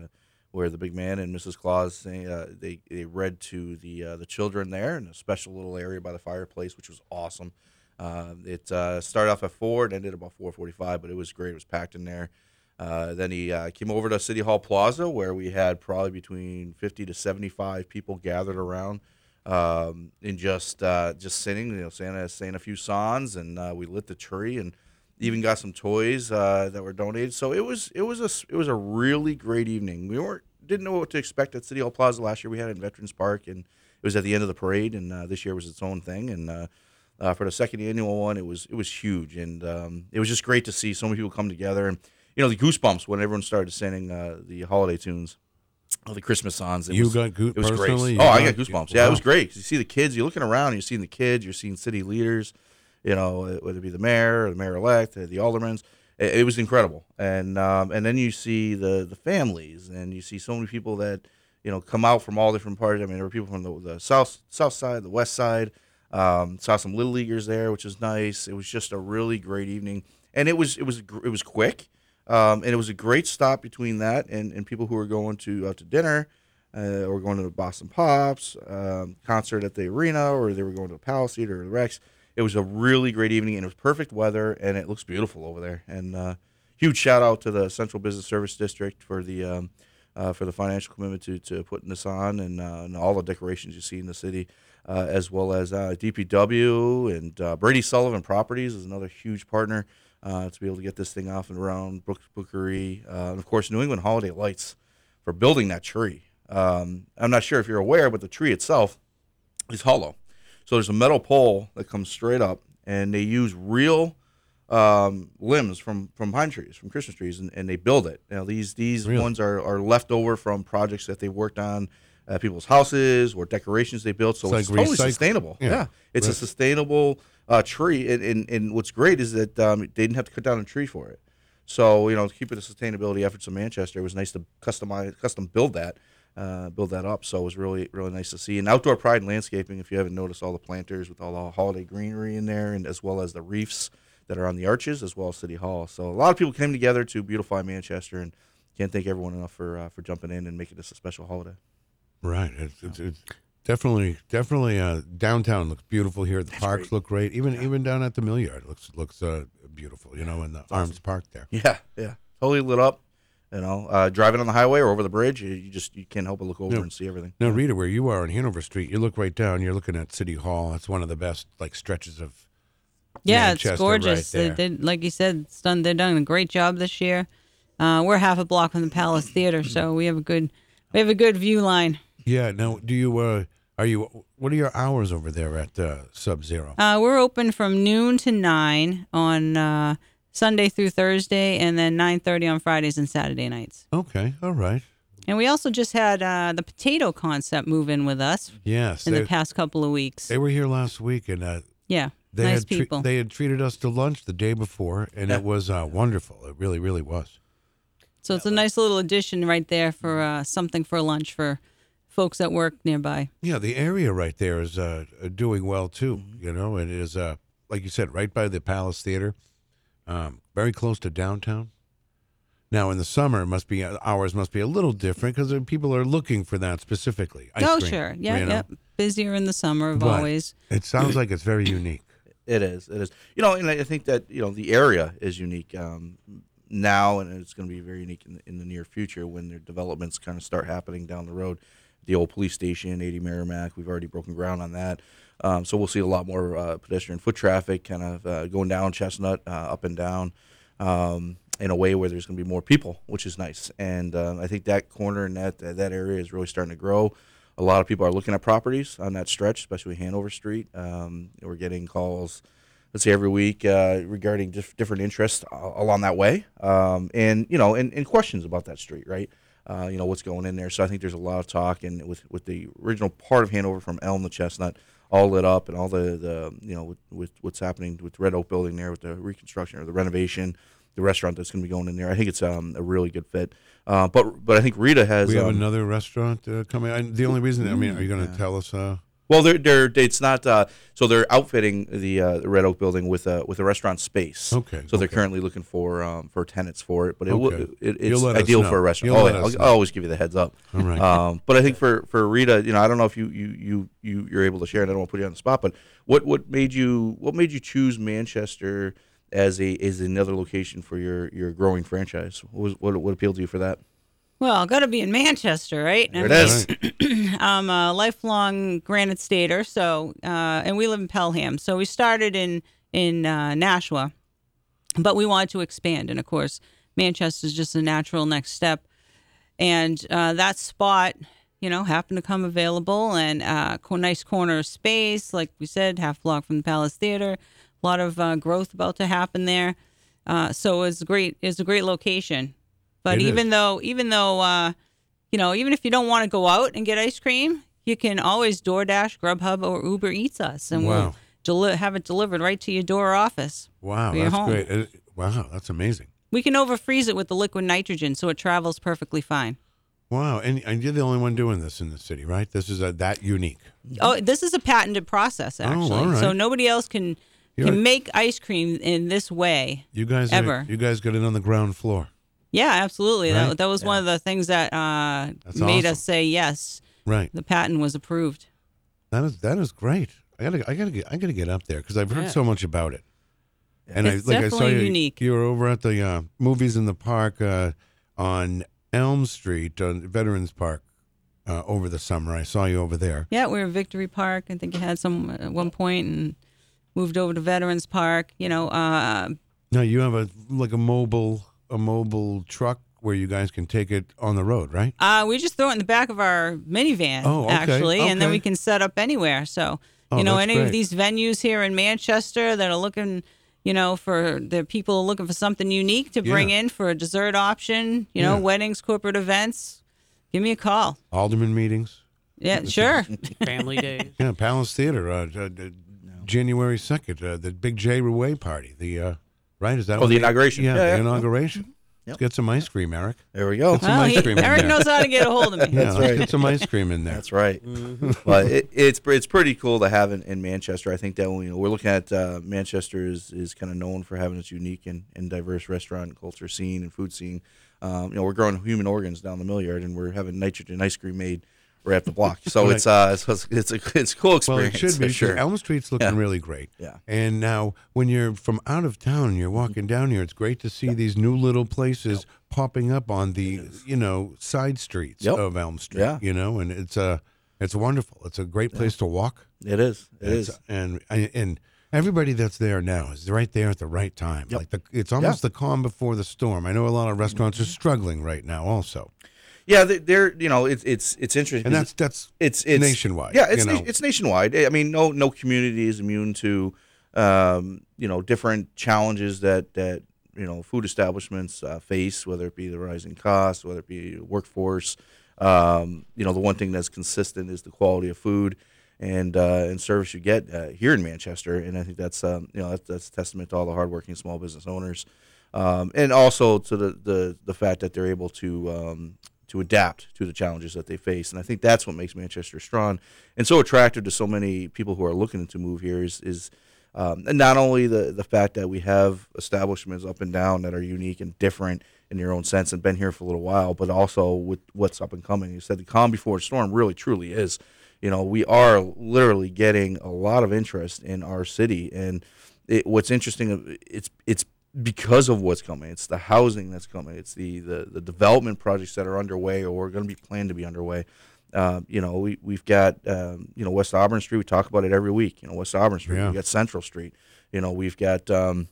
Speaker 11: where the big man and Mrs. Claus they uh, they, they read to the uh, the children there in a special little area by the fireplace, which was awesome. Uh, it uh, started off at four and ended about four forty five, but it was great. It was packed in there. Uh, then he uh, came over to City Hall Plaza where we had probably between fifty to seventy five people gathered around um, and just uh, just singing. You know, Santa sang a few songs, and uh, we lit the tree and even got some toys uh, that were donated. So it was it was a s- it was a really great evening. We weren't didn't know what to expect at City Hall Plaza last year. We had it in Veterans Park, and it was at the end of the parade, and uh, this year was its own thing. And uh, uh, for the second annual one, it was it was huge, and um, it was just great to see so many people come together. And you know, the goosebumps when everyone started singing uh, the holiday tunes. All the Christmas songs. It
Speaker 3: You
Speaker 11: was,
Speaker 3: got goo-
Speaker 11: it was great.
Speaker 3: personally, you
Speaker 11: Oh, I got
Speaker 3: got-
Speaker 11: goosebumps. Yeah, it was
Speaker 3: wow.
Speaker 11: great. 'cause You see the kids. You're looking around. You're seeing the kids. You're seeing city leaders. You know, whether it be the mayor, or the mayor elect, the aldermans. It, it was incredible. And um, and then you see the the families, and you see so many people that you know come out from all different parts. I mean, there were people from the, the south south side, the west side. Um, saw some little leaguers there, which was nice. It was just a really great evening, and it was it was gr- it was quick. Um, and it was a great stop between that and, and people who were going to out to dinner uh, or going to the Boston Pops um, concert at the arena, or they were going to the Palace Theater or the Rex. It was a really great evening, and it was perfect weather, and it looks beautiful over there. And uh, huge shout out to the Central Business Service District for the um, uh, for the financial commitment to, to putting this on, and, uh, and all the decorations you see in the city, uh, as well as uh, DPW and uh, Brady Sullivan Properties is another huge partner uh, to be able to get this thing off and around Brooks Bookery, uh, and of course New England Holiday Lights for building that tree. Um, I'm not sure if you're aware, but the tree itself is hollow. So there's a metal pole that comes straight up, and they use real um, limbs from from pine trees, from Christmas trees, and, and they build it. Now these these
Speaker 14: Really?
Speaker 11: ones are are left over from projects that they worked on at people's houses or decorations they built. So
Speaker 14: It's
Speaker 11: it's,
Speaker 14: like
Speaker 11: totally
Speaker 14: recycle-
Speaker 11: sustainable.
Speaker 14: yeah.
Speaker 11: Yeah, it's a
Speaker 14: Right.
Speaker 11: sustainable uh, tree, and, and and what's great is that um, they didn't have to cut down a tree for it. So you know, keeping the sustainability efforts in Manchester, it was nice to customize, custom build that, uh, build that up. So it was really, really nice to see. And outdoor pride and landscaping, if you haven't noticed, all the planters with all the holiday greenery in there, and as well as the reefs that are on the arches, as well as City Hall. So a lot of people came together to beautify Manchester, and can't thank everyone enough for uh, for jumping in and making this a special holiday.
Speaker 3: Right. It's, it's, it's definitely definitely uh, downtown looks beautiful here. The parks look great. Even even down at the Mill Yard looks looks uh, beautiful. You know, in the Arms Park there.
Speaker 11: Yeah, yeah, totally lit up. You know, uh, driving on the highway or over the bridge, you, you just you can't help but look over
Speaker 3: No.
Speaker 11: and see everything.
Speaker 3: Now, Rita, where you are on Hanover Street, you look right down. You're looking at City Hall. That's one of the best like stretches of
Speaker 12: Yeah,
Speaker 3: Manchester
Speaker 12: it's gorgeous.
Speaker 3: Right
Speaker 12: they
Speaker 3: there.
Speaker 12: did, like you said, it's done. They're doing a great job this year. Uh, we're half a block from the Palace Theater, so we have a good we have a good view line.
Speaker 3: Yeah. Now, do you uh, are you? What are your hours over there at uh, Sub Zero?
Speaker 12: Uh, we're open from noon to nine on uh, Sunday through Thursday, and then nine thirty on Fridays and Saturday nights.
Speaker 3: Okay. All right.
Speaker 12: And we also just had uh, the potato concept move in with us.
Speaker 3: Yes,
Speaker 12: in
Speaker 3: they-
Speaker 12: the past couple of weeks.
Speaker 3: They were here last week, and uh,
Speaker 12: Yeah,
Speaker 3: they
Speaker 12: nice
Speaker 3: had tre-
Speaker 12: people.
Speaker 3: they had treated us to lunch the day before, and it was uh, wonderful. It really, really was.
Speaker 12: so it's a nice little addition right there for uh, something for lunch for folks that work nearby.
Speaker 3: Yeah, the area right there is uh, doing well too.
Speaker 12: Mm-hmm.
Speaker 3: You know, and it is uh, like you said, right by the Palace Theater, um, very close to downtown. Now in the summer, it must be uh, hours must be a little different because people are looking for that specifically. Ice
Speaker 12: oh,
Speaker 3: cream,
Speaker 12: sure. Yeah,
Speaker 3: you know?
Speaker 12: yep. Busier in the summer, of
Speaker 3: But
Speaker 12: always.
Speaker 3: It sounds like it's very unique.
Speaker 11: It is. It is. You know, and I I think that you know the area is unique um, now, and it's going to be very unique in the, in the near future when their developments kind of start happening down the road. The old police station, 80 Merrimack, we've already broken ground on that. Um, so we'll see a lot more uh, pedestrian foot traffic kind of uh, going down Chestnut, uh, up and down um, in a way where there's going to be more people, which is nice. And um, I think that corner and that, that area is really starting to grow a lot of people are looking at properties on that stretch, especially Hanover Street. Um, we're getting calls, let's say every week, uh, regarding dif- different interests a- along that way, um, and you know, and, and questions about that street, right? Uh, you know what's going in there. So I think there's a lot of talk, and with with the original part of Hanover from Elm to Chestnut, all lit up, and all the the you know with, with what's happening with Red Oak Building there, with the reconstruction or the renovation. The restaurant that's going to be going in there, I think it's um, a really good fit. Uh, but but I think Rita has
Speaker 3: we have
Speaker 11: um,
Speaker 3: another restaurant uh, coming. And the only reason, I mean, are you going to tell us? Uh,
Speaker 11: Well, they're, they're it's not uh, so they're outfitting the, uh, the Red Oak building with a with a restaurant space.
Speaker 3: Okay,
Speaker 11: So they're
Speaker 3: okay.
Speaker 11: currently looking for um, for tenants for it, but it, will
Speaker 3: Okay.
Speaker 11: it
Speaker 3: You'll
Speaker 11: it's
Speaker 3: let us
Speaker 11: ideal
Speaker 3: know.
Speaker 11: for a restaurant.
Speaker 3: You'll
Speaker 11: oh,
Speaker 3: let
Speaker 11: yeah,
Speaker 3: us
Speaker 11: I'll,
Speaker 3: know.
Speaker 11: I'll always give you the heads up.
Speaker 3: All right.
Speaker 11: Um, but I think for, for Rita, you know, I don't know if you you you you you're able to share, and I don't want to put you on the spot, but what what made you what made you choose Manchester as a as another location for your your growing franchise? What was, what, what appealed to you for that?
Speaker 12: Well, got to be in Manchester, right?
Speaker 11: There it is.
Speaker 12: [CLEARS THROAT] I'm a lifelong Granite Stater, so uh, and we live in Pelham. So we started in in uh, Nashua, but we wanted to expand, and of course, Manchester is just a natural next step. And uh, that spot, you know, happened to come available, and uh, co- nice corner of space, like we said, half block from the Palace Theater. A lot of uh, growth about to happen there, uh, so it's great. It's a great location. But
Speaker 17: It is.
Speaker 12: even though, even though, uh, you know, even if you don't want to go out and get ice cream, you can always DoorDash, Grubhub, or Uber Eats us, and
Speaker 3: Wow.
Speaker 12: we'll deli- have it delivered right to your door or office.
Speaker 3: wow,
Speaker 12: or your
Speaker 3: that's
Speaker 12: home.
Speaker 3: great. Uh, wow, that's amazing.
Speaker 12: We can overfreeze it with the liquid nitrogen, so it travels perfectly fine.
Speaker 3: Wow, and, and you're the only one doing this in the city, right? This is uh that unique.
Speaker 12: Oh, this is a patented process,
Speaker 3: Oh,
Speaker 12: actually.
Speaker 3: all right.
Speaker 12: So nobody else can
Speaker 3: You're-
Speaker 12: can make ice cream in this way.
Speaker 3: You guys, are-
Speaker 12: ever?
Speaker 3: you guys got it on the ground floor.
Speaker 12: yeah, absolutely.
Speaker 3: Right?
Speaker 12: That, that was one of the things that uh,
Speaker 3: That's
Speaker 12: made
Speaker 3: awesome.
Speaker 12: us say yes.
Speaker 3: Right.
Speaker 12: The patent was approved.
Speaker 3: That is that is great. I gotta, I gotta, get, I gotta get up there because I've heard
Speaker 12: Yeah.
Speaker 3: so much about it. And
Speaker 12: It's
Speaker 3: I, like I saw
Speaker 12: definitely
Speaker 3: you,
Speaker 12: unique.
Speaker 3: you were over at the uh, movies in the park uh, on Elm Street, on Veterans Park, uh, over the summer. I saw you over there.
Speaker 12: Yeah, we were in Victory Park. I think you had some at one point and moved over to Veterans Park. You know, uh,
Speaker 3: Now you have a like a mobile, a mobile truck where you guys can take it on the road, right?
Speaker 12: uh, we just throw it in the back of our minivan,
Speaker 3: Oh, okay,
Speaker 12: actually, and then
Speaker 3: okay.
Speaker 12: we can set up anywhere. So,
Speaker 3: Oh,
Speaker 12: you know,
Speaker 3: that's
Speaker 12: any
Speaker 3: great.
Speaker 12: of these venues here in Manchester that are looking, you know, for the people looking for something unique to bring
Speaker 3: Yeah.
Speaker 12: in for a dessert option, you know,
Speaker 3: Yeah.
Speaker 12: weddings, corporate events, give me a call.
Speaker 3: Alderman meetings.
Speaker 12: Yeah, sure.
Speaker 4: [LAUGHS] Family days.
Speaker 3: Yeah, Palace Theater, uh, uh, uh, January second, uh, the Big J Rouet party. The uh, right is that?
Speaker 11: Oh,
Speaker 3: what
Speaker 11: the
Speaker 3: they-
Speaker 11: inauguration.
Speaker 3: Yeah,
Speaker 11: Yeah,
Speaker 3: the
Speaker 11: yeah.
Speaker 3: inauguration. Let's get some ice cream, Eric.
Speaker 11: There we go.
Speaker 3: Get some
Speaker 12: Well,
Speaker 3: ice
Speaker 12: Oh, he-
Speaker 3: cream in
Speaker 12: Eric
Speaker 3: there.
Speaker 12: knows how to get a hold of
Speaker 3: [LAUGHS]
Speaker 12: me. Mm-hmm.
Speaker 3: Yeah,
Speaker 11: That's
Speaker 3: let's
Speaker 11: right.
Speaker 3: get some ice cream in there.
Speaker 11: That's right. [LAUGHS]
Speaker 3: Mhm.
Speaker 11: but it, it's it's pretty cool to have in, in Manchester. I think that when, you know, we're looking at uh, Manchester is, is kind of known for having its unique and, and diverse restaurant and culture scene and food scene. Um, you know, we're growing human organs down the mill yard, and we're having nitrogen ice cream made right up the block. So
Speaker 3: Right.
Speaker 11: it's uh, so it's it's a it's a cool experience.
Speaker 3: Well, it should
Speaker 11: for
Speaker 3: be. 'cause
Speaker 11: sure.
Speaker 3: Elm Street's looking
Speaker 11: Yeah.
Speaker 3: really great.
Speaker 11: Yeah.
Speaker 3: And now, when you're from out of town and you're walking down here, it's great to see these new little places popping up on the you know side streets
Speaker 11: Yep.
Speaker 3: of Elm Street.
Speaker 11: Yeah.
Speaker 3: You know, and it's a it's wonderful. It's a great place to walk.
Speaker 11: It is. It
Speaker 3: It's-
Speaker 11: is.
Speaker 3: And and everybody that's there now is right there at the right time. Like the, it's almost the calm before the storm. I know a lot of restaurants
Speaker 11: Mm-hmm.
Speaker 3: are struggling right now, also.
Speaker 11: Yeah, they- they're you know it's it's it's interesting.
Speaker 3: And
Speaker 11: 'cause
Speaker 3: that's- that's
Speaker 11: it's it's
Speaker 3: nationwide,
Speaker 11: Yeah, it's
Speaker 3: you
Speaker 11: na-
Speaker 3: know.
Speaker 11: it's nationwide. I mean, no no community is immune to um, you know different challenges that that you know food establishments uh, face, whether it be the rising costs, whether it be workforce. Um, you know, the one thing that's consistent is the quality of food and uh, and service you get uh, here in Manchester, and I think that's um, you know that's, that's a testament to all the hardworking small business owners, um, and also to the, the the fact that they're able to um, to adapt to the challenges that they face, and I think that's what makes Manchester strong and so attractive to so many people who are looking to move here is is um, and not only the the fact that we have establishments up and down that are unique and different in their own sense and been here for a little while, but also with what's up and coming. You said the calm before the storm really truly is. You know, we are literally getting a lot of interest in our city, and it, what's interesting, uh, it's it's because of what's coming. It's the housing that's coming. It's the the, the development projects that are underway or are going to be planned to be underway. Um, you know, we, we've got, um, you know, West Auburn Street. We talk about it every week. You know, West Auburn Street.
Speaker 3: Yeah.
Speaker 11: We've got Central Street. You know, we've got um,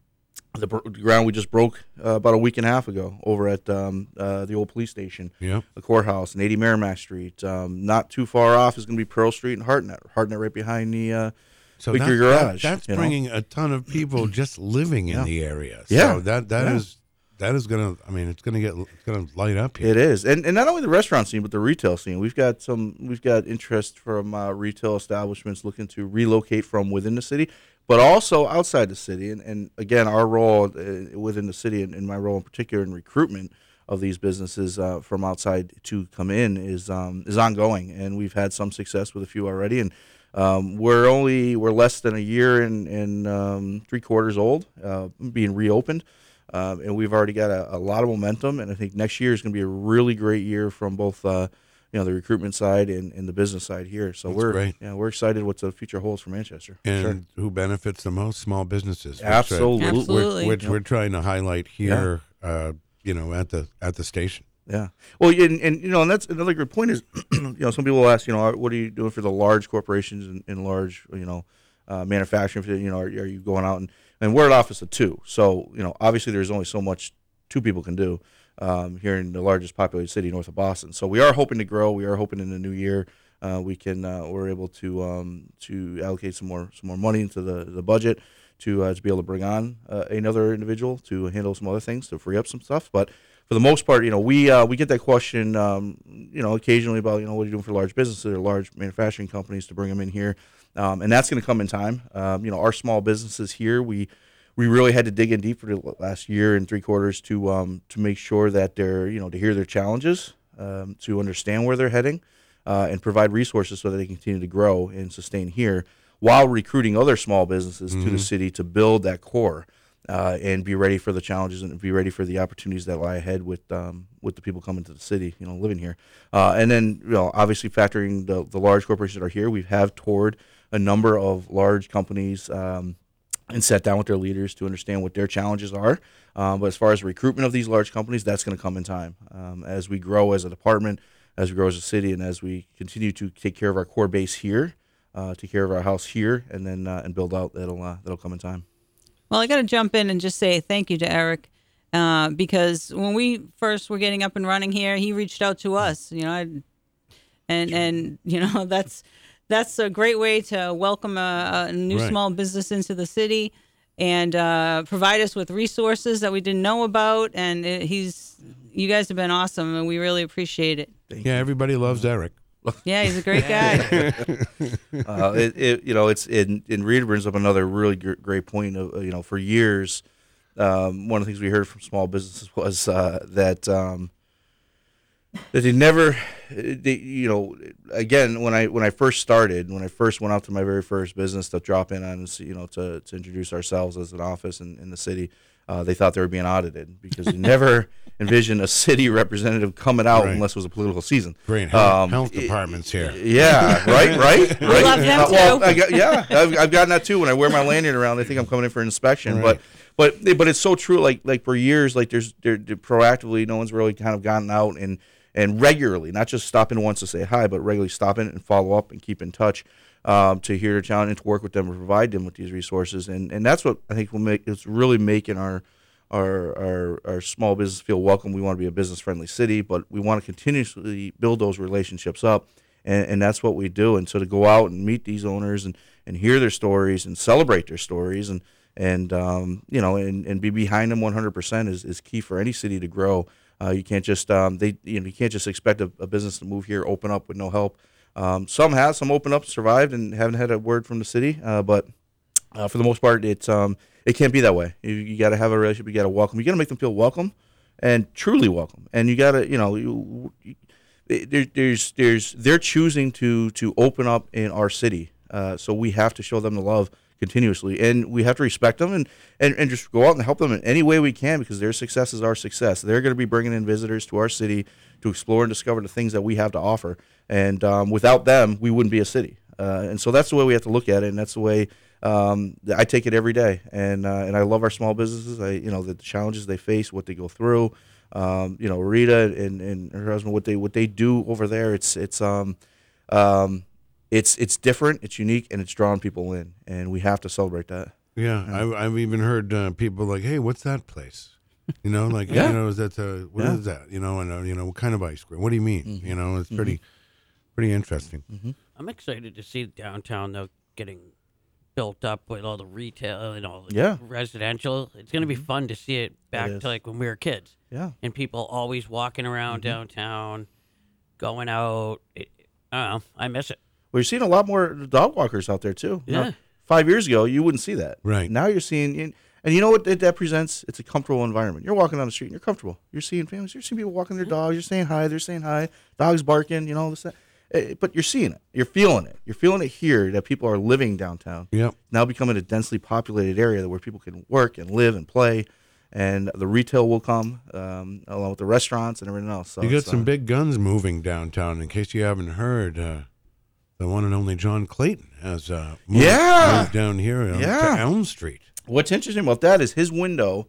Speaker 11: the bro- the ground we just broke uh, about a week and a half ago over at um, uh, the old police station,
Speaker 3: Yeah.
Speaker 11: the courthouse, and 80 Merrimack Street. Um, not too far off is going to be Pearl Street and Hartnett. Hartnett right behind the uh,
Speaker 3: So
Speaker 11: Victory
Speaker 3: that- that-
Speaker 11: Garage.
Speaker 3: that's
Speaker 11: you know?
Speaker 3: bringing a ton
Speaker 11: [CLEARS THROAT]
Speaker 3: of people just living in
Speaker 11: Yeah.
Speaker 3: the area. So
Speaker 11: Yeah.
Speaker 3: that that
Speaker 11: Yeah.
Speaker 3: is- that is gonna. I mean, it's gonna get it's gonna light up here.
Speaker 11: It is, and and not only the restaurant scene, but the retail scene. We've got some, we've got interest from uh, retail establishments looking to relocate from within the city, but also outside the city. And and again, our role uh, within the city, and, and my role in particular in recruitment of these businesses uh, from outside to come in is um, is ongoing, and we've had some success with a few already, and. Um, we're only we're less than a year and, and um, three quarters old, uh, being reopened. Um, and we've already got a, a lot of momentum, and I think next year is going to be a really great year from both, uh, you know, the recruitment side and, and the business side here. So
Speaker 3: That's
Speaker 11: we're
Speaker 3: great.
Speaker 11: yeah, we're excited what the future holds for Manchester.
Speaker 3: And who benefits the most? Small businesses. which, uh,
Speaker 11: Absolutely.
Speaker 3: which-
Speaker 11: Absolutely.
Speaker 3: Which,
Speaker 11: Yep.
Speaker 3: we're trying to highlight here. Uh, you know, at the at the station.
Speaker 11: Yeah. Well, and, and you know, and that's another good point is, [CLEARS THROAT] you know, some people ask, you know, what are you doing for the large corporations and, and large, you know, uh, manufacturing? You know, are, are you going out and and we're an office of two, so you know, obviously there's only so much two people can do um, here in the largest populated city north of Boston. So we are hoping to grow. We are hoping in the new year. Uh, we can uh, we're able to um, to allocate some more some more money into the, the budget to uh, to be able to bring on uh, another individual to handle some other things to free up some stuff. But for the most part, you know, we uh, we get that question, um, you know, occasionally about you know what are you doing for large businesses or large manufacturing companies to bring them in here, um, and that's going to come in time. Um, you know, our small businesses here, we we really had to dig in deep for the last year and three quarters to um, to make sure that they're you know to hear their challenges, um, to understand where they're heading, uh, and provide resources so that they continue to grow and sustain here while recruiting other small businesses to the
Speaker 3: Mhm.
Speaker 11: city to build that core uh, and be ready for the challenges and be ready for the opportunities that lie ahead with um, with the people coming to the city, you know, living here. Uh, and then, you know, obviously factoring the, the large corporations that are here, we have toured a number of large companies um, and sat down with their leaders to understand what their challenges are. Uh, but as far as recruitment of these large companies, that's going to come in time um, as we grow as a department, as we grow as a city, and as we continue to take care of our core base here, uh, take care of our house here, and then uh, and build out. That'll uh, that'll come in time.
Speaker 12: Well, I got to jump in and just say thank you to Eric uh, because when we first were getting up and running here, he reached out to us. You know, I, and and you know [LAUGHS] that's that's a great way to welcome a, a new
Speaker 17: Right.
Speaker 12: small business into the city and uh, provide us with resources that we didn't know about. And it, he's you guys have been awesome, and we really appreciate it.
Speaker 3: yeah, everybody loves Eric.
Speaker 12: Yeah, he's a great
Speaker 3: [LAUGHS]
Speaker 12: guy.
Speaker 11: [LAUGHS] uh, it, it, you know, it's in in Rita brings up another really gr- great point of uh, you know for years, um, one of the things we heard from small businesses [LAUGHS] was uh, that um, that they never, they, you know, again when I when I first started when I first went out to my very first business to drop in on you know to to introduce ourselves as an office in, in the city. Uh, they thought they were being audited because
Speaker 3: [LAUGHS]
Speaker 11: you never envisioned a city representative coming out
Speaker 3: Right.
Speaker 11: unless it was a political season.
Speaker 3: Great. Health,
Speaker 11: Um,
Speaker 3: health department's here.
Speaker 11: yeah, right, right, right.
Speaker 3: [LAUGHS] We love them
Speaker 11: Uh, well,
Speaker 3: too.
Speaker 11: I got, yeah, [LAUGHS] I've, I've gotten that too. When I wear my lanyard around, they think I'm coming in for inspection. But but but it's so true. Like like for years, like there's there, there- proactively, no one's really kind of gotten out and and regularly, not just stopping once to say hi, but regularly stopping and follow up and keep in touch um, to hear their challenge and to work with them and provide them with these resources. And and that's what I think will make it's really making our our, our our small business feel welcome. We want to be a business friendly city, but we want to continuously build those relationships up, and, and that's what we do. And so to go out and meet these owners and, and hear their stories and celebrate their stories and and um, you know and, and be behind them 100% is, is key for any city to grow. Uh, you can't just um, they you know you can't just expect a, a business to move here, open up with no help. Um, some have, some open up, survived, and haven't had a word from the city. Uh, but uh, for the most part, it's um, it can't be that way. You, you got to have a relationship. You got to welcome. You got to make them feel welcome, and truly welcome. And you got to, you know, you, you- there, there's there's they're choosing to to open up in our city. Uh, so we have to show them the love continuously, and we have to respect them, and, and and just go out and help them in any way we can because their success is our success. They're going to be bringing in visitors to our city to explore and discover the things that we have to offer, and um, without them, we wouldn't be a city. Uh, and so that's the way we have to look at it, and that's the way um, that I take it every day. And uh, and I love our small businesses. I you know the challenges they face, what they go through. Um, you know Rita and, and her husband, what they what they do over there. It's it's um, um, it's it's different, it's unique, and it's drawing people in. And we have to celebrate that.
Speaker 3: Yeah, I, I've even heard uh, people like, "Hey, what's that place?" You know, like
Speaker 11: Yeah.
Speaker 3: you know, is that a, what is
Speaker 11: Yeah. Mm-hmm.
Speaker 3: that? You know, and uh, you know, what kind of ice cream? What do you mean? You know, it's
Speaker 4: Mhm.
Speaker 3: pretty, pretty interesting.
Speaker 4: I'm excited to see downtown though getting built up with all the retail and all the
Speaker 3: Yeah.
Speaker 4: residential. It's going to be fun to see it back
Speaker 11: is.
Speaker 4: to like when we were kids.
Speaker 11: Yeah.
Speaker 4: And people always walking around downtown, going out. It, I don't know. I miss it.
Speaker 11: We're seeing a lot more dog walkers out there too. Now,
Speaker 4: Yeah.
Speaker 11: five years ago, you wouldn't see that.
Speaker 3: Right.
Speaker 11: Now you're seeing, and- and you know what that that presents? It's a comfortable environment. You're walking down the street and you're comfortable. You're seeing families. You're seeing people walking their dogs. You're saying hi. They're saying hi. Dogs barking. You know this. That. Eh, But you're seeing it. You're feeling it. You're feeling it here that people are living downtown.
Speaker 3: Yep.
Speaker 11: Now becoming a densely populated area where people can work and live and play, and the retail will come um, along with the restaurants and everything else. So
Speaker 3: you got
Speaker 11: it's, uh,
Speaker 3: some big guns moving downtown. In case you haven't heard, uh, the one and only John Clayton has uh, moved,
Speaker 11: Yeah.
Speaker 3: moved down here uh,
Speaker 11: Yeah.
Speaker 3: to Elm Street.
Speaker 11: What's interesting about that is his window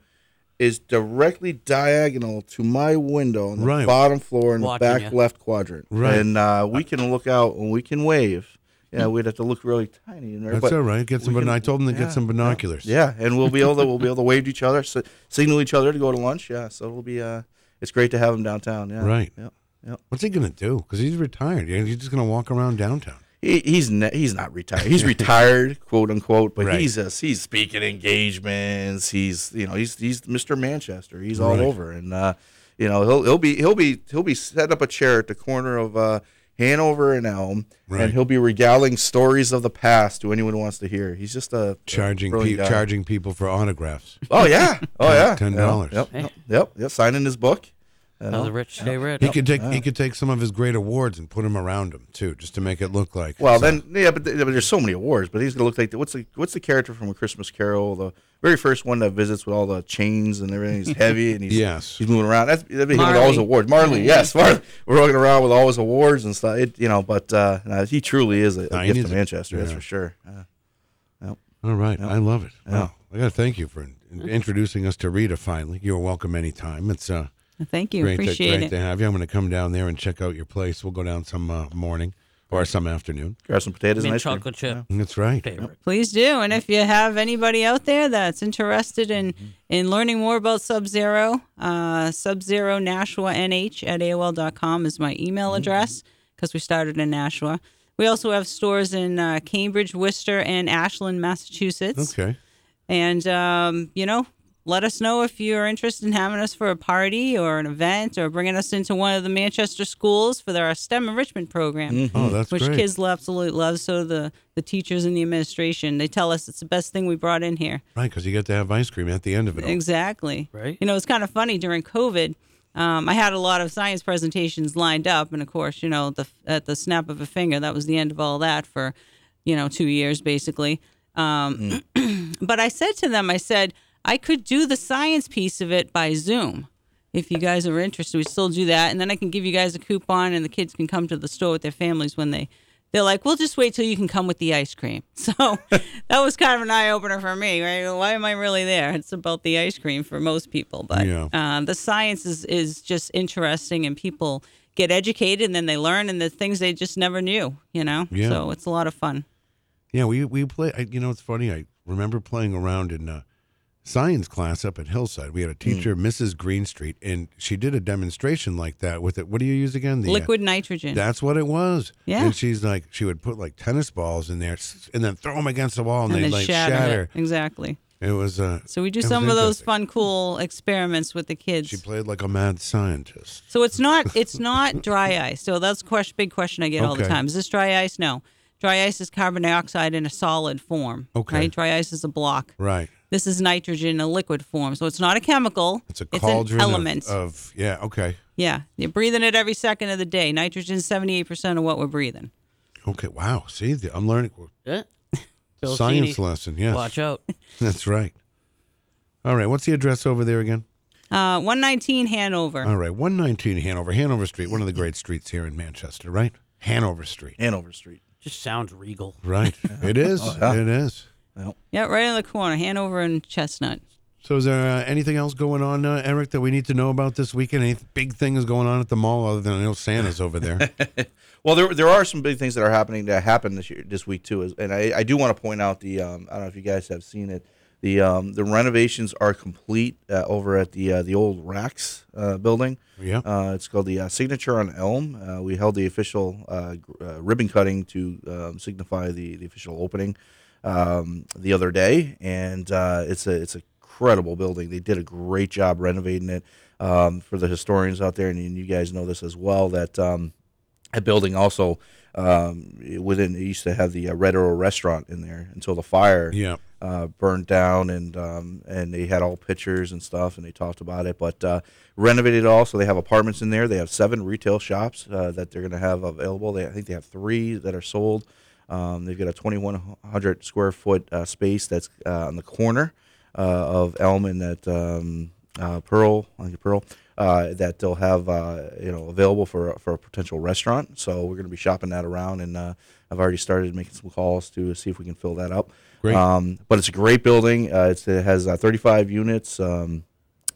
Speaker 11: is directly diagonal to my window on the
Speaker 3: Right.
Speaker 11: bottom floor in
Speaker 3: Watching
Speaker 11: the back
Speaker 3: ya.
Speaker 11: left quadrant.
Speaker 3: Right.
Speaker 11: And uh, we can look out and we can wave. Yeah, we'd have to look really tiny in there.
Speaker 3: That's
Speaker 11: but
Speaker 3: all right. Get
Speaker 11: we
Speaker 3: some.
Speaker 11: can-
Speaker 3: bin- I told him to
Speaker 11: yeah,
Speaker 3: get some binoculars.
Speaker 11: Yeah, and we'll be able to we'll be able to wave to each other, si- signal each other to go to lunch. Yeah, so it'll be uh, it's great to have him downtown. Yeah,
Speaker 3: Right.
Speaker 11: Yeah, yeah.
Speaker 3: What's he gonna do? Because he's retired. Yeah, He's just gonna walk around downtown.
Speaker 11: He, he's ne- he's not retired. He's retired, [LAUGHS] quote unquote. But
Speaker 3: Right.
Speaker 11: he's a, he's speaking engagements. He's you know he's he's Mr. Manchester. He's all
Speaker 3: Right.
Speaker 11: over, and uh, you know he'll he'll be he'll be he'll be set up a chair at the corner of uh, Hanover and Elm,
Speaker 3: Right.
Speaker 11: and he'll be regaling stories of the past to anyone who wants to hear. He's just a
Speaker 3: Charging,
Speaker 11: brilliant
Speaker 3: pe-
Speaker 11: guy.
Speaker 3: charging people for autographs. [LAUGHS]
Speaker 11: Oh yeah, oh yeah,
Speaker 3: Ten dollars.
Speaker 11: Yep, yep, yep. yep. Signing his book.
Speaker 4: How the rich stay rich.
Speaker 3: He could take he could take some of his great awards and put them around him too, just to make it look like.
Speaker 11: Well, then yeah, but, th- but there's so many awards. But he's gonna look like the, what's the what's the character from A Christmas Carol? The very first one that visits with all the chains and everything. He's heavy and he's
Speaker 3: Yes.
Speaker 11: he's moving around. That's that'd be him with all his
Speaker 3: Marley.
Speaker 11: awards. Marley, yes, Marley. We're walking around with all his awards and stuff. It, you know, but uh, no, he truly is a, a
Speaker 3: Nah, he
Speaker 11: gift
Speaker 3: needs
Speaker 11: to
Speaker 3: a-
Speaker 11: Manchester. That's
Speaker 3: yeah.
Speaker 11: for sure. Uh, yep.
Speaker 3: All right,
Speaker 11: Yep.
Speaker 3: I love it.
Speaker 11: Yeah.
Speaker 3: Wow. I got to thank you for in- introducing us to Rita. Finally, you're welcome anytime. It's uh,
Speaker 12: Thank you.
Speaker 3: great
Speaker 12: Appreciate
Speaker 3: to, great
Speaker 12: it.
Speaker 3: to have you. I'm going to come down there and check out your place. We'll go down some uh, morning or some afternoon.
Speaker 11: Grab some potatoes
Speaker 4: Mint chocolate chip.
Speaker 3: That's right.
Speaker 12: Please do. And if you have anybody out there that's interested in in learning more about Sub Zero, uh, Sub Zero Nashua NH at AOL.com is my email address because we started in Nashua. We also have stores in uh, Cambridge, Worcester, and Ashland, Massachusetts.
Speaker 3: Okay.
Speaker 12: And, um, you know, let us know if you're interested in having us for a party or an event or bringing us into one of the Manchester schools for our STEM enrichment program.
Speaker 3: Mhm. Oh, that's
Speaker 12: Which
Speaker 3: great.
Speaker 12: kids lo- absolutely love. So do the, the teachers and the administration, they tell us it's the best thing we brought in here.
Speaker 3: Right, because you get to have ice cream at the end of it. all.
Speaker 12: Exactly.
Speaker 4: Right.
Speaker 12: You know, it's kind of funny during COVID. Um, I had a lot of science presentations lined up, and of course, you know, the, at the snap of a finger, that was the end of all that for, you know, two years basically. Um,
Speaker 3: Mm.
Speaker 12: [CLEARS THROAT] but I said to them, I said I could do the science piece of it by Zoom. If you guys are interested, we still do that, and then I can give you guys a coupon, and the kids can come to the store with their families when they. They're like, we'll just wait till you can come with the ice cream. [LAUGHS]
Speaker 3: [LAUGHS]
Speaker 12: So that was kind of an eye opener for me, right? Why am I really there? It's about the ice cream for most people, but
Speaker 17: Yeah.
Speaker 12: uh, the science is, is just interesting, and people get educated, and then they learn, and the things they just never knew, you know.
Speaker 3: Yeah.
Speaker 12: So it's a lot of fun.
Speaker 3: Yeah, we we play. I, you know, it's funny. I remember playing around in uh, science class up at Hillside.
Speaker 11: Hmm.
Speaker 3: We had a teacher, Mrs. Greenstreet, and she did a demonstration like that with it. What do you use again? uh,
Speaker 12: Liquid nitrogen.
Speaker 3: That's what it was.
Speaker 12: Yeah.
Speaker 3: And she's like, she would put like tennis balls in there s- and then throw them against the wall and,
Speaker 12: And
Speaker 3: they'd
Speaker 12: they
Speaker 3: like
Speaker 12: shatter it.
Speaker 3: shatter.
Speaker 12: Exactly.
Speaker 3: It was. Uh,
Speaker 12: So we do
Speaker 3: it was
Speaker 12: some of those
Speaker 3: interesting.
Speaker 12: fun, cool experiments with the kids.
Speaker 3: She played like a mad scientist.
Speaker 12: So it's not it's not dry ice. So that's a question, big question I get all the
Speaker 3: Okay.
Speaker 12: time. Is this dry ice? No. Dry ice is carbon dioxide in a solid form.
Speaker 3: Okay.
Speaker 12: Right? Dry ice is a block.
Speaker 3: Right.
Speaker 12: This is nitrogen in a liquid form. So it's not a chemical.
Speaker 3: It's a cauldron
Speaker 12: an
Speaker 3: of-
Speaker 12: element.
Speaker 3: of yeah. Okay.
Speaker 12: yeah. You're breathing it every second of the day. Nitrogen's seventy eight percent of what we're breathing.
Speaker 3: Okay. Wow. See, the- I'm learning. [LAUGHS]
Speaker 4: Yeah. Bill
Speaker 3: Science
Speaker 4: Cini,
Speaker 3: lesson, yes.
Speaker 4: Watch out.
Speaker 3: [LAUGHS]
Speaker 4: [LAUGHS]
Speaker 3: That's right. All right. What's the address over there again?
Speaker 12: Uh, one nineteen Hanover.
Speaker 3: All right, 119 Hanover, Hanover Street, one of the great streets here in Manchester, right? Hanover Street.
Speaker 11: Hanover Street.
Speaker 4: Just sounds regal.
Speaker 11: [LAUGHS]
Speaker 3: [LAUGHS] Right. It is.
Speaker 11: Oh, yeah.
Speaker 3: It is.
Speaker 12: Yeah, right in the corner, Hanover and Chestnut.
Speaker 3: So, is there uh, anything else going on, uh, Eric, that we need to know about this weekend? Any big things going on at the mall other than I know Santa's over
Speaker 11: [LAUGHS]
Speaker 3: there?
Speaker 11: Well, there there are some big things that are happening that happened this year, this week too, is- and I, I do want to point out the um, I don't know if you guys have seen it. The um, the renovations are complete uh, over at the uh, the old Rax uh, building.
Speaker 3: Yeah.
Speaker 11: uh, it's called the uh, Signature on Elm. Uh, we held the official uh, gr- uh, ribbon cutting to um, signify the, the official opening um, the other day, and uh, it's a it's a incredible building. They did a great job renovating it. Um, for the historians out there, and you guys know this as well, that um, a building also um, within it used to have the uh, Red Arrow restaurant in there until the fire
Speaker 3: Yeah.
Speaker 11: uh, burned down and um, and they had all pictures and stuff and they talked about it but uh, renovated it all so they have apartments in there they have seven retail shops uh, that they're going to have available they, I think they have three that are sold um, they've got a 2100 square foot uh, space that's uh, on the corner uh, of Elm and that um, uh, Pearl, I think Pearl, uh, that they'll have uh, you know available for for a potential restaurant. So we're going to be shopping that around, and uh, I've already started making some calls to see if we can fill that up.
Speaker 3: Great.
Speaker 11: Um, but it's a great building. Uh, it's, it has uh, 35 units. Um,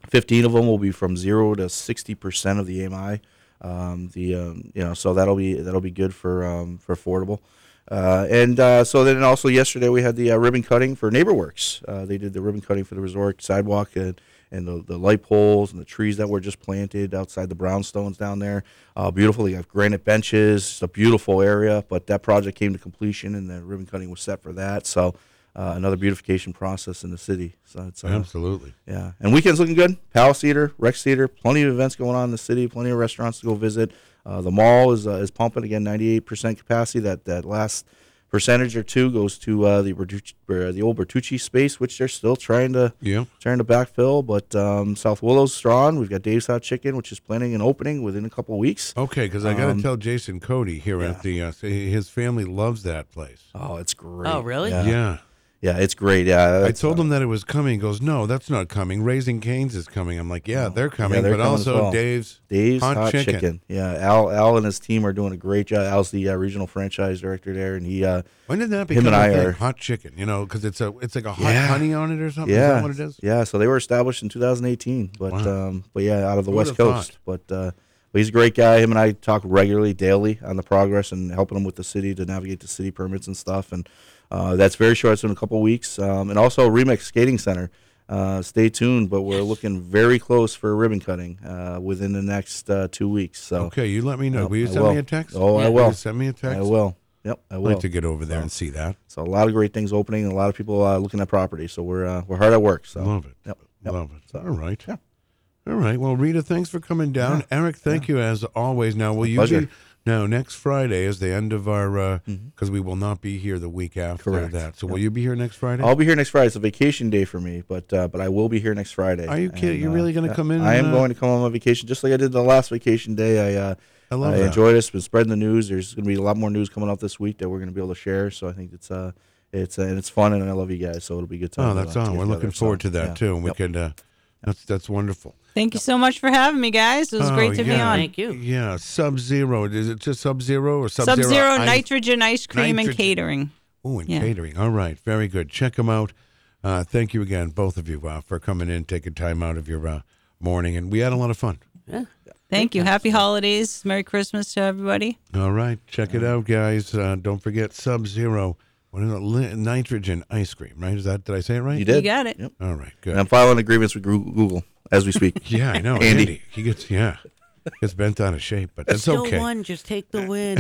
Speaker 11: 15 of them will be from zero to 60 percent of the AMI. Um, the um, you know so that'll be that'll be good for um, for affordable. Uh, and uh, so then also yesterday we had the uh, ribbon cutting for NeighborWorks. Uh, they did the ribbon cutting for the resort sidewalk and, and the, the light poles and the trees that were just planted outside the brownstones down there. Uh, beautiful. They have granite benches. It's a beautiful area. But that project came to completion and the ribbon cutting was set for that. So uh, another beautification process in the city. So it's uh,
Speaker 3: Absolutely.
Speaker 11: yeah. And weekend's looking good. Palace Theater, Rex Theater, plenty of events going on in the city, plenty of restaurants to go visit. Uh, the mall is uh, is pumping again, 98% capacity. That that last percentage or two goes to uh, the Bertucci, or the old Bertucci space, which they're still trying to
Speaker 3: Yeah.
Speaker 11: trying to backfill. But um, South Willow's strong. We've got Dave's Hot Chicken, which is planning an opening within a couple weeks.
Speaker 3: Okay, because I got to
Speaker 11: Um,
Speaker 3: tell Jason Cody here at the uh, his family loves that place.
Speaker 11: Oh, it's great.
Speaker 4: Oh, really?
Speaker 3: Yeah.
Speaker 11: yeah, Yeah, it's great. Yeah,
Speaker 3: I
Speaker 11: that's-
Speaker 3: told him that it was coming. He goes, "No, that's not coming. Raising Canes is coming." I'm like, "Yeah, they're coming,
Speaker 11: Oh. Um, Yeah, they're
Speaker 3: but
Speaker 11: coming as
Speaker 3: also
Speaker 11: well.
Speaker 3: Dave's
Speaker 11: Dave's
Speaker 3: hot, chicken.
Speaker 11: Yeah, Al Al and his team are doing a great job. Al's the uh, regional franchise director there, and he. Uh,
Speaker 3: When did that
Speaker 11: him
Speaker 3: become
Speaker 11: and
Speaker 3: a
Speaker 11: I
Speaker 3: thing?
Speaker 11: are
Speaker 3: hot chicken? You know, because it's a it's like a hot honey on it or something.
Speaker 11: Yeah,
Speaker 3: is that what it is?
Speaker 11: Yeah, so they were established in 2018, but um, but yeah, out of the
Speaker 3: Who
Speaker 11: West
Speaker 3: would've
Speaker 11: Coast. But uh, but he's a great guy. Him and I talk regularly, daily, on the progress and helping him with the city to navigate the city permits and stuff. And uh, that's very short. It's in a couple weeks. Um, and also Remix Skating Center. Uh, stay tuned, but we're looking very close for ribbon cutting uh, within the next uh, two weeks. So
Speaker 3: Okay, you let me know.
Speaker 11: Yep,
Speaker 3: Will
Speaker 11: I
Speaker 3: you send me a text?
Speaker 11: Oh,
Speaker 3: Yeah.
Speaker 11: I
Speaker 3: Will you
Speaker 11: will.
Speaker 3: send me a text?
Speaker 11: I will. Yep, I
Speaker 3: I'd
Speaker 11: will.
Speaker 3: like to get over there and see that.
Speaker 11: So a lot of great things opening, and a lot of people uh, looking at property. So we're uh, we're hard at work. So
Speaker 3: Love it.
Speaker 11: Yep.
Speaker 3: Love it. All right. All right. Well, Rita, thanks for coming down. Eric, thank you as always. Now, will you
Speaker 11: pleasure. Mm-hmm.
Speaker 3: be? Now, next Friday is the end of our because we will not be here the week after
Speaker 11: Correct.
Speaker 3: that. So,
Speaker 11: Yep.
Speaker 3: will you be here next Friday?
Speaker 11: I'll be here next Friday. It's a vacation day for me, but uh, but I will be here next Friday.
Speaker 3: Are you kidding? You're really gonna
Speaker 11: yeah,
Speaker 3: come in
Speaker 11: I am
Speaker 3: and, uh,
Speaker 11: going to come on my vacation, just like I did the last vacation day. I uh,
Speaker 3: I love
Speaker 11: I
Speaker 3: that.
Speaker 11: enjoyed us. Been spreading the news. There's going to be a lot more news coming out this week that we're going to be able to share. So I think it's uh it's uh, and it's fun, and I love you guys. So it'll be a good time.
Speaker 3: Oh, that's
Speaker 11: uh, to
Speaker 3: on.
Speaker 11: get
Speaker 3: We're
Speaker 11: together.
Speaker 3: looking
Speaker 11: So,
Speaker 3: forward to that
Speaker 11: yeah.
Speaker 3: too. And we
Speaker 11: Yep.
Speaker 3: could. Uh, that's that's wonderful.
Speaker 12: Thank you so much for having me, guys. It was
Speaker 3: Oh,
Speaker 12: great to be
Speaker 3: yeah.
Speaker 12: on.
Speaker 3: Yeah, Sub Zero. Is it just Sub Zero or Sub
Speaker 12: Sub
Speaker 3: Zero?
Speaker 12: Zero nitrogen ice cream and
Speaker 3: nitrogen.
Speaker 12: catering.
Speaker 3: Oh, and
Speaker 12: Yeah.
Speaker 3: catering. All right, very good. Check them out. Uh, thank you again, both of you, uh, for coming in, taking time out of your uh, morning, and we had a lot of fun.
Speaker 12: Thank you. Happy holidays. Merry Christmas to everybody.
Speaker 3: All right, check it out, guys. Uh, don't forget Sub Zero. What is it? Li- Nitrogen ice cream, right? Is that? Did I say it right?
Speaker 11: You did. You
Speaker 12: got it.
Speaker 11: Yep.
Speaker 3: All right, good.
Speaker 11: And I'm filing agreements with Gru- Google as we speak.
Speaker 3: [LAUGHS] Yeah, I know.
Speaker 11: Andy.
Speaker 3: Andy, he gets yeah, gets bent out of shape, but that's
Speaker 4: Still
Speaker 3: okay.
Speaker 4: one, just take the win.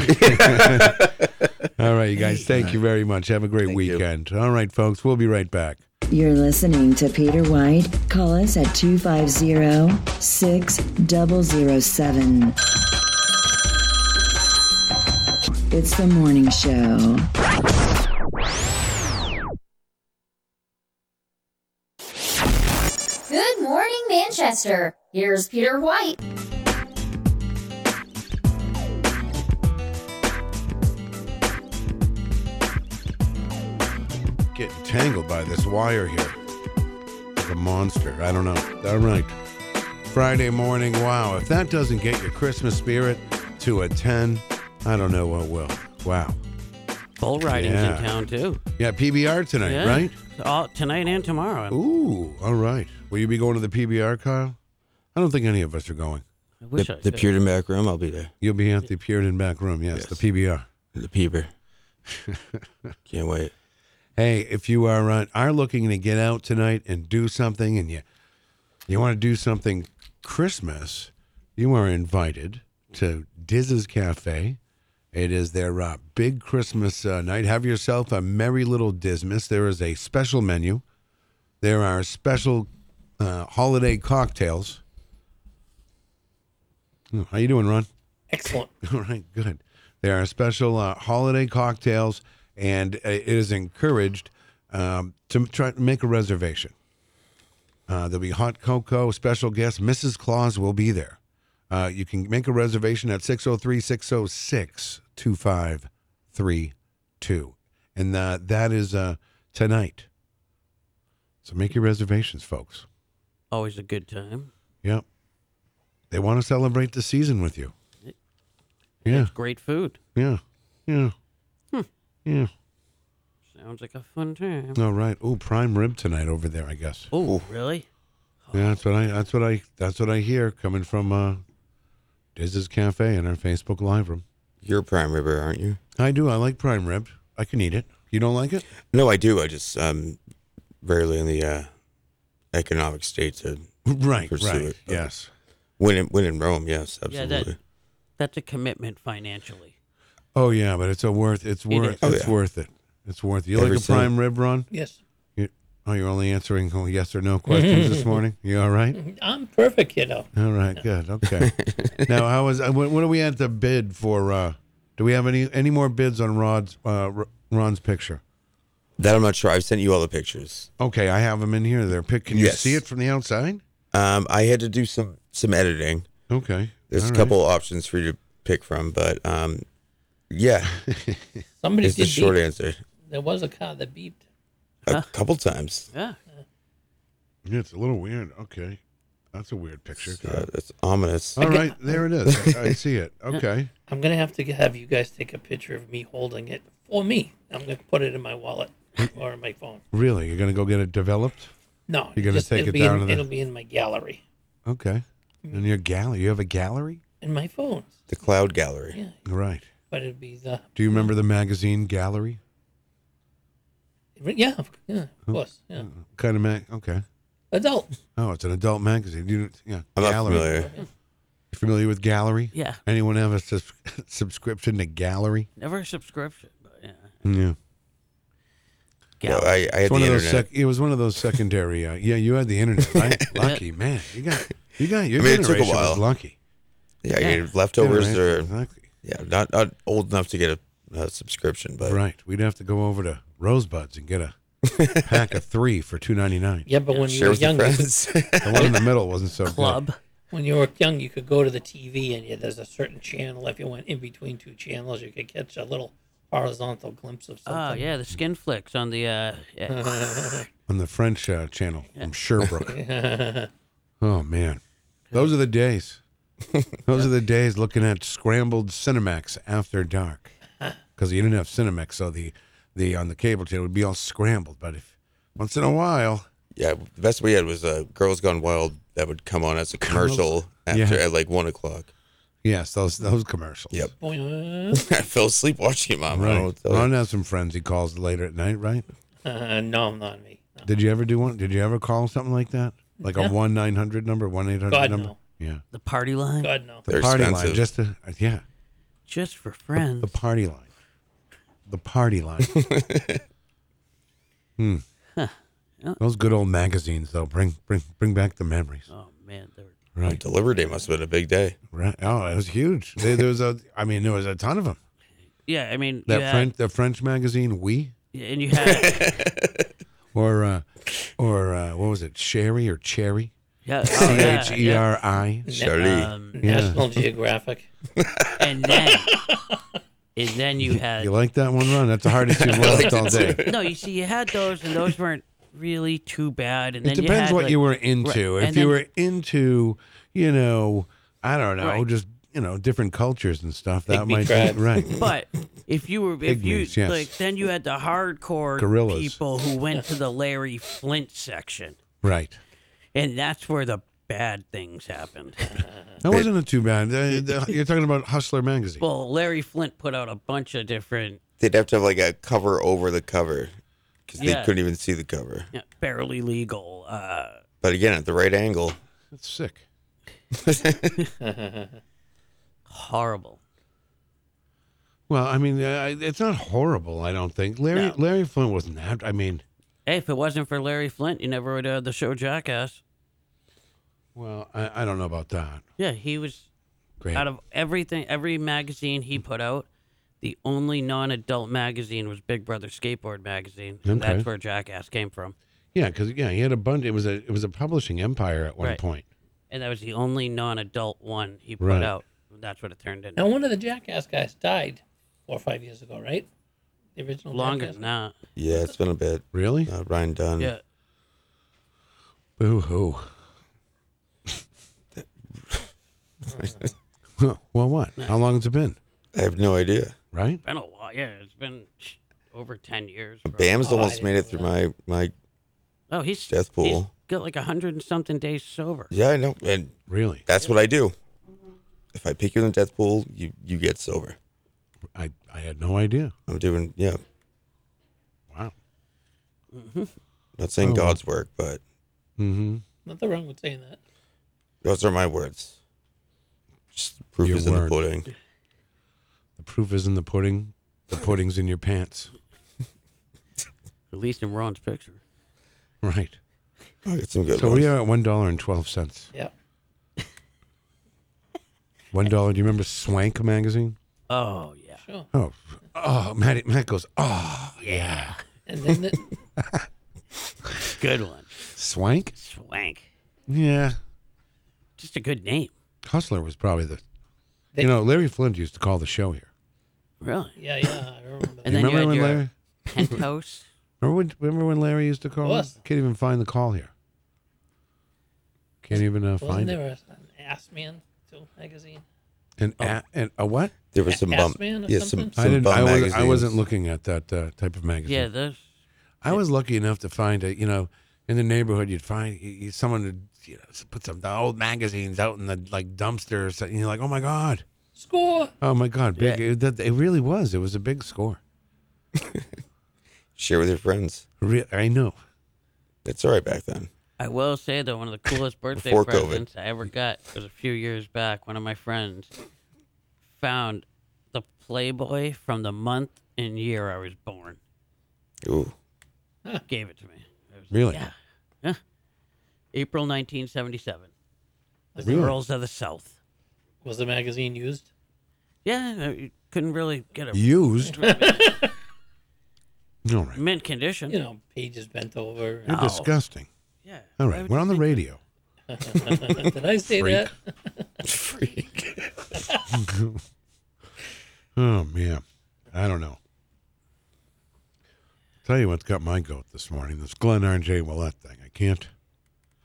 Speaker 3: [LAUGHS] All right, you guys. Thank you very much. Have a great weekend. All right, folks. We'll be right back.
Speaker 8: You're listening to Peter White. Call us at 250 6007. It's the morning show.
Speaker 9: Good morning, Manchester. Here's Peter White.
Speaker 3: Getting tangled by this wire here. Like a monster. I don't know. All right. Friday morning. Wow. If that doesn't get your Christmas spirit to a 10, I don't know what will. Wow.
Speaker 4: Bull riding's
Speaker 3: Yeah.
Speaker 4: in town too.
Speaker 3: Yeah, PBR tonight,
Speaker 4: Yeah.
Speaker 3: right?
Speaker 4: All, tonight and tomorrow. I
Speaker 3: Ooh, all right. Will you be going to the PBR, Kyle? I don't think any of us are going.
Speaker 4: I wish I
Speaker 6: the
Speaker 4: could.
Speaker 6: Puritan back room, I'll be there.
Speaker 3: You'll be at the Puritan back room. Yes, the PBR.
Speaker 6: The Peeber.
Speaker 3: [LAUGHS]
Speaker 6: Can't wait.
Speaker 3: Hey, if you are uh, are looking to get out tonight and do something, and you you want to do something Christmas, you are invited to Diz's Cafe. It is their uh, big Christmas uh, night. Have yourself a merry little Dismas. There is a special menu. There are special uh, holiday cocktails. Oh, How you doing, Ron?
Speaker 5: Excellent.
Speaker 3: All right, good. There are special uh, holiday cocktails, and uh, it is encouraged um, to try to make a reservation. Uh, there'll be hot cocoa, special guest Mrs. Claus will be there. Uh, you can make a reservation at 603 606 2532. And uh, that is uh, tonight. So make your reservations, folks.
Speaker 4: Always a good time.
Speaker 3: Yep. They want to celebrate the season with you. Yeah.
Speaker 4: It's great food.
Speaker 3: Yeah. Yeah.
Speaker 4: Hmm.
Speaker 3: Yeah.
Speaker 4: Sounds like a fun time.
Speaker 3: All right. Oh, prime rib tonight over there, I guess.
Speaker 4: Oh, really?
Speaker 3: Yeah, that's what I that's what I that's what I hear coming from uh Diz's Cafe in our Facebook live room.
Speaker 6: You're a prime ribber, aren't you?
Speaker 3: I do. I like prime rib. I can eat it. You don't like it?
Speaker 6: No, I do. I just um rarely in the uh economic state to
Speaker 3: Right,
Speaker 6: pursue
Speaker 3: right,
Speaker 6: it.
Speaker 3: yes.
Speaker 6: When in, when in Rome, yes, absolutely.
Speaker 4: Yeah, that that's a commitment financially.
Speaker 3: Oh yeah, but it's a worth it's
Speaker 4: It
Speaker 3: worth
Speaker 4: is.
Speaker 6: Oh,
Speaker 3: it's
Speaker 6: yeah.
Speaker 3: worth it. It's worth it. You
Speaker 6: Every
Speaker 3: like a prime
Speaker 6: cent.
Speaker 3: rib run?
Speaker 5: Yes.
Speaker 3: You, oh, you're only answering oh, yes or no
Speaker 5: [LAUGHS]
Speaker 3: questions
Speaker 6: [LAUGHS]
Speaker 3: this morning. You all right?
Speaker 5: I'm perfect, kiddo.
Speaker 3: All right, good.
Speaker 6: [LAUGHS]
Speaker 3: Okay. now, how is uh, what, what are we at the bid for? uh Do we have any any more bids on Rod's uh, R- Ron's picture?
Speaker 6: That I'm not sure. I've sent you all the pictures.
Speaker 3: Okay, I have them in here. They're pic. Can you
Speaker 6: Yes.
Speaker 3: see it from the outside?
Speaker 6: Um, I had to do some some editing.
Speaker 3: Okay,
Speaker 6: There's
Speaker 3: all
Speaker 6: a
Speaker 3: right.
Speaker 6: couple options for you to pick from, but um, yeah.
Speaker 5: [LAUGHS] Somebody
Speaker 6: is
Speaker 5: did
Speaker 6: the short
Speaker 5: beep.
Speaker 6: answer.
Speaker 5: There was a car that beeped. Uh,
Speaker 6: A couple times.
Speaker 4: Yeah.
Speaker 3: Yeah, it's a little weird. Okay, that's a weird picture.
Speaker 6: Uh, that's ominous.
Speaker 3: All right, there it is. I, I see it.
Speaker 5: [LAUGHS]
Speaker 3: Okay.
Speaker 5: I'm gonna have to have you guys take a picture of me holding it for me. I'm gonna put it in my wallet [LAUGHS] or in my phone.
Speaker 3: Really, you're gonna go get it developed?
Speaker 5: No,
Speaker 3: You're gonna
Speaker 5: just-
Speaker 3: take
Speaker 5: it'll
Speaker 3: it
Speaker 5: be
Speaker 3: down
Speaker 5: In,
Speaker 3: to
Speaker 5: It'll
Speaker 3: the.
Speaker 5: be in my gallery,
Speaker 3: Okay. In your gallery, you have a gallery.
Speaker 5: in my phone.
Speaker 6: The cloud gallery.
Speaker 5: Yeah,
Speaker 3: Right.
Speaker 5: but it'd be the
Speaker 3: Do you remember the magazine gallery?
Speaker 5: yeah, yeah, of course, yeah.
Speaker 3: Kind of mag. Uh, Okay.
Speaker 5: Adult.
Speaker 3: Oh, it's an adult magazine. You yeah.
Speaker 6: I'm not familiar.
Speaker 3: You familiar with gallery?
Speaker 4: Yeah.
Speaker 3: Anyone have a subs- [LAUGHS] subscription to gallery?
Speaker 4: Never a subscription, but yeah.
Speaker 3: Yeah.
Speaker 6: Well, I, I
Speaker 3: It's
Speaker 6: had
Speaker 3: one
Speaker 6: the
Speaker 3: of those
Speaker 6: internet.
Speaker 3: sec- it was one of those secondary. Uh, yeah, you had the
Speaker 6: [LAUGHS]
Speaker 3: internet, right? Lucky man, you got you got your
Speaker 6: I mean, it took a
Speaker 3: generation was
Speaker 6: while.
Speaker 3: lucky.
Speaker 6: yeah,
Speaker 3: Yeah.
Speaker 6: your leftovers
Speaker 3: Yeah,
Speaker 6: are.
Speaker 3: exactly.
Speaker 6: Yeah, not, not old enough to get a, a subscription, but
Speaker 3: Right, we'd have to go over to Rosebuds and get
Speaker 6: [LAUGHS]
Speaker 3: a pack of three for two ninety nine.
Speaker 5: Yeah, but when you
Speaker 6: Share
Speaker 5: were
Speaker 6: with your
Speaker 5: young, you could- [LAUGHS]
Speaker 3: [LAUGHS]
Speaker 6: friends.
Speaker 3: The one in the middle wasn't so
Speaker 4: Club.
Speaker 5: when you were young, you could go to the TV and you, there's a certain channel. If you went in between two channels, you could catch a little horizontal glimpse of something.
Speaker 4: Oh yeah, the skin flicks on the uh
Speaker 3: [LAUGHS]
Speaker 5: [LAUGHS]
Speaker 4: yeah.
Speaker 3: on the French uh, channel from Sherbrooke.
Speaker 5: Yeah.
Speaker 3: oh man, those are
Speaker 5: [LAUGHS]
Speaker 3: the days. Those are the days looking at scrambled Cinemax
Speaker 5: [LAUGHS]
Speaker 3: after dark, because you didn't have Cinemax, so the the on the cable channel would be all scrambled. But if once in a while,
Speaker 6: yeah, the best we had was uh, Girls Gone Wild that would come on as a commercial after
Speaker 3: Yeah.
Speaker 6: at like one o'clock. [LAUGHS]
Speaker 3: yes, those those commercials.
Speaker 6: Yep.
Speaker 5: Boing.
Speaker 6: I fell asleep watching it, Mom. I don't know
Speaker 3: Right.
Speaker 6: what to tell you.
Speaker 3: Ron has some friends he calls later at night, right?
Speaker 5: Uh, [LAUGHS] no, not me.
Speaker 3: Did you ever do one? Did you ever call something like that? Like
Speaker 5: Yeah.
Speaker 3: a one nine hundred number, one eight hundred
Speaker 5: God,
Speaker 3: number?
Speaker 5: no.
Speaker 3: Yeah.
Speaker 4: The party line.
Speaker 5: God no.
Speaker 3: The
Speaker 6: They're
Speaker 3: party
Speaker 6: expensive.
Speaker 3: line, just to, yeah.
Speaker 4: Just for
Speaker 3: The- [LAUGHS]
Speaker 4: friends.
Speaker 3: The, party line. The party
Speaker 6: [LAUGHS]
Speaker 3: line. hmm.
Speaker 4: Huh. Oh. Yeah.
Speaker 3: Those good old magazines, though, bring bring bring back the memories.
Speaker 4: Oh man, they were
Speaker 3: Right.
Speaker 6: Delivery day must have been a big day.
Speaker 3: Right. Oh, it was huge. There, there was a. I mean, there was a ton of them.
Speaker 4: Yeah, I mean you
Speaker 3: That
Speaker 4: had-
Speaker 3: French, the French magazine, We,
Speaker 4: yeah, and you had
Speaker 3: [LAUGHS] or uh, or uh, what was it, Sherry or Cherry? [LAUGHS]
Speaker 4: Yeah.
Speaker 3: C
Speaker 4: Oh, yeah,
Speaker 3: H E R I.
Speaker 5: yeah.
Speaker 6: Charlie.
Speaker 4: Um,
Speaker 5: National Geographic.
Speaker 4: and then and then you had
Speaker 3: You like that one, Ron? That's the hardest
Speaker 4: [LAUGHS]
Speaker 3: you've left
Speaker 6: liked it
Speaker 3: all day.
Speaker 6: too.
Speaker 4: no, you see, you had those, and those weren't really too bad. And
Speaker 3: It
Speaker 4: then
Speaker 3: depends
Speaker 4: you had,
Speaker 3: what
Speaker 4: like-
Speaker 3: you were
Speaker 4: Right,
Speaker 3: into. If
Speaker 4: and
Speaker 3: you
Speaker 4: then-
Speaker 3: were into, you know, I don't know,
Speaker 4: Right.
Speaker 3: just you know, different cultures and stuff, that
Speaker 5: Pygmy
Speaker 3: might
Speaker 5: tribes.
Speaker 3: be [LAUGHS] right.
Speaker 4: [LAUGHS] but if you were, if
Speaker 3: Ignorance,
Speaker 4: you
Speaker 3: yes.
Speaker 4: like, then you had the hardcore
Speaker 3: Gorillas.
Speaker 4: people who went to the Larry Flint section,
Speaker 3: Right.
Speaker 4: and that's where the bad
Speaker 3: [LAUGHS]
Speaker 4: things happened.
Speaker 3: That wasn't a too bad. The- the- You're talking about Hustler magazine.
Speaker 4: well, Larry Flint put out a bunch of different,
Speaker 6: They'd have to have like a cover over the cover because
Speaker 4: Yeah.
Speaker 6: they couldn't even see the cover.
Speaker 4: you know, barely legal. Uh,
Speaker 6: But again, at the right angle.
Speaker 3: That's sick.
Speaker 4: [LAUGHS] horrible.
Speaker 3: Well, I mean, uh, it's not horrible. I don't think Larry
Speaker 4: No.
Speaker 3: Larry Flint wasn't that. I mean,
Speaker 4: Hey, if it wasn't for Larry Flint, you never would have had the show Jackass.
Speaker 3: well, I, I don't know about that.
Speaker 4: Yeah, he was
Speaker 3: Great.
Speaker 4: out of everything, every magazine he put out. The only non-adult magazine was Big Brother Skateboard magazine. and
Speaker 3: Okay.
Speaker 4: That's where Jackass came from,
Speaker 3: Yeah, because yeah, he had a bunch. It was a it was a publishing empire at one
Speaker 4: Right.
Speaker 3: point.
Speaker 4: and that was the only non-adult one he put
Speaker 3: Right.
Speaker 4: out. That's what it turned into.
Speaker 5: Now, one of the Jackass guys died four or five years ago, right? The original
Speaker 4: Longer
Speaker 5: Jackass.
Speaker 4: than that.
Speaker 6: Yeah, it's been a bit.
Speaker 3: Really?
Speaker 6: Uh, Ryan
Speaker 3: Um,
Speaker 6: Dunn.
Speaker 4: Yeah.
Speaker 3: Boo hoo. [LAUGHS] well, what? How long has it been?
Speaker 6: I have no idea.
Speaker 3: Right?
Speaker 4: Been a while. Yeah, it's been over 10 years. bro.
Speaker 6: Bam's
Speaker 5: Oh, I
Speaker 6: almost made it through my my.
Speaker 4: Oh, he's
Speaker 6: Death
Speaker 4: He's
Speaker 6: pool.
Speaker 4: got like 100 and something days sober.
Speaker 6: Yeah, I know, and
Speaker 3: Really?
Speaker 6: that's what I do. If I pick you in the death pool, you you get sober.
Speaker 3: I I had no idea.
Speaker 6: I'm doing yeah.
Speaker 3: Wow.
Speaker 5: Mm-hmm.
Speaker 6: Not saying
Speaker 3: Oh.
Speaker 6: God's work, but
Speaker 3: Mm-hmm.
Speaker 5: Nothing wrong with saying that.
Speaker 6: those are my words. Just the proof
Speaker 3: Your
Speaker 6: is in
Speaker 3: word.
Speaker 6: the pudding.
Speaker 3: The proof is in the pudding. The pudding's in your pants. [LAUGHS]
Speaker 4: At least in Ron's picture.
Speaker 3: Right.
Speaker 6: I got some good
Speaker 3: so
Speaker 6: ones.
Speaker 3: we are at one dollar and twelve cents.
Speaker 5: Yeah.
Speaker 3: One dollar. Do you remember Swank magazine?
Speaker 4: Oh yeah.
Speaker 5: Sure.
Speaker 3: Oh, oh, Matt, Matt goes, oh yeah.
Speaker 5: And then the,
Speaker 3: [LAUGHS]
Speaker 4: Good one.
Speaker 3: Swank?
Speaker 4: Swank.
Speaker 3: Yeah.
Speaker 4: Just a good name.
Speaker 3: Hustler was probably the. you know, Larry Flint used to call the show here.
Speaker 4: Really?
Speaker 5: Yeah, yeah. I remember.
Speaker 4: And then you,
Speaker 3: remember
Speaker 4: had
Speaker 3: when
Speaker 4: your
Speaker 3: Larry- [LAUGHS]
Speaker 4: penthouse.
Speaker 3: Remember when, remember when Larry used to call?
Speaker 5: Yes.
Speaker 3: Can't even find the call here. Can't even uh,
Speaker 5: wasn't
Speaker 3: find it.
Speaker 5: there a, an Ass Man too magazine?
Speaker 3: An a, and a what?
Speaker 6: There was some
Speaker 5: Oh. Ass
Speaker 6: bum.
Speaker 5: Man or
Speaker 6: Yeah, some, some
Speaker 5: something?
Speaker 3: I didn't.
Speaker 6: bum
Speaker 3: I, was, I
Speaker 6: magazines.
Speaker 3: wasn't looking at that uh, type of magazine.
Speaker 4: yeah, those.
Speaker 3: I was lucky enough to find a, you know, in the neighborhood, you'd find you- you- someone who, you know, s- put some the old magazines out in the like dumpster or something. You're like, oh my God.
Speaker 5: Score.
Speaker 3: Oh my God. Big. It, that, it really was. It was a big score.
Speaker 6: Share with your friends.
Speaker 3: Re- I know.
Speaker 6: That's all right back then.
Speaker 4: I will say that one of the coolest birthday
Speaker 6: Before COVID.
Speaker 4: presents I ever got was a few years back. One of my friends found the Playboy from the month and year I was born.
Speaker 6: Ooh.
Speaker 4: Gave it to me. I was like,
Speaker 3: Really?
Speaker 4: yeah. Yeah. April 1977. The
Speaker 5: Really?
Speaker 4: Girls of the South.
Speaker 5: Was the magazine used?
Speaker 4: Yeah, you couldn't really get it [LAUGHS]
Speaker 3: Used? All right.
Speaker 4: mint condition.
Speaker 5: You know, pages bent over.
Speaker 3: You're disgusting.
Speaker 4: Yeah.
Speaker 3: All
Speaker 4: Why
Speaker 3: right.
Speaker 4: would
Speaker 3: We're on the radio.
Speaker 5: [LAUGHS] Did I say
Speaker 3: Freak. [LAUGHS]
Speaker 5: that?
Speaker 6: Freak.
Speaker 3: oh man, I don't know. Tell you what's got my goat this morning. This Glenn R. J. Willett thing. I can't.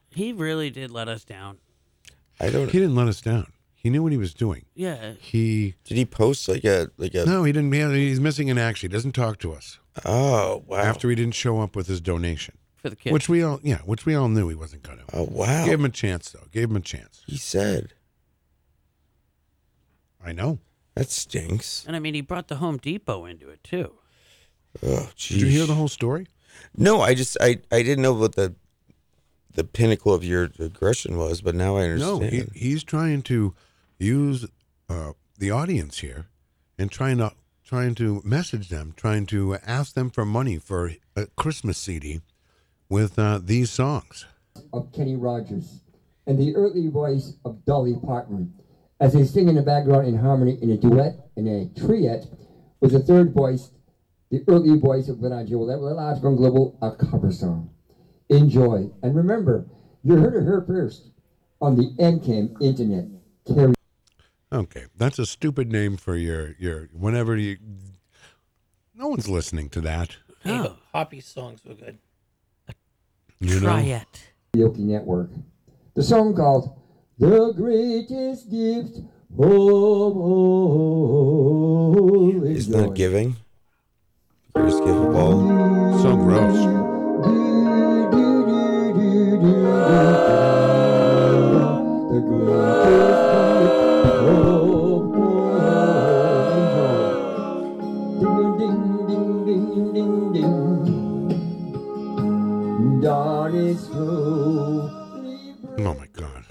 Speaker 4: He really did let us down.
Speaker 6: I don't.
Speaker 3: He didn't let us down. He knew what he was doing.
Speaker 4: Yeah.
Speaker 3: He
Speaker 6: Did he post like a like a?
Speaker 3: no, he didn't. he- He's missing an action. He doesn't talk to us
Speaker 6: Oh wow.
Speaker 3: after he didn't show up with his donation,
Speaker 4: For the kids.
Speaker 3: which we all yeah, which we all knew he wasn't going to.
Speaker 6: Oh wow.
Speaker 3: Gave him a chance though. Gave him a chance.
Speaker 6: He said
Speaker 3: I know.
Speaker 6: that stinks.
Speaker 4: and I mean, he brought the Home Depot into it too.
Speaker 6: Oh geez.
Speaker 3: Did you hear the whole story?
Speaker 6: No, I just I I didn't know what the the pinnacle of your aggression was, but now I
Speaker 3: No,
Speaker 6: understand.
Speaker 3: he, he's trying to use uh, the audience here and trying to trying to message them, trying to ask them for money for a Christmas CD with uh, these songs.
Speaker 1: of Kenny Rogers and the early voice of Dolly Parton. As they sing in the background in harmony in a duet and a triet with the third voice, the early voice of Glenn Angelo, that will allow us to go global a cover song. Enjoy. And remember, you heard it here first on the NCAM internet. Carry
Speaker 3: Okay, that's a stupid name for your your whenever you. No one's listening to that.
Speaker 5: Hey, but Poppy songs were good.
Speaker 3: You know?
Speaker 4: it.
Speaker 1: Karaoke Network. The song called The Greatest Gift of All.
Speaker 6: It's not giving. Just give a ball.
Speaker 3: So gross.
Speaker 1: The greatest Dawn is
Speaker 3: Oh my god.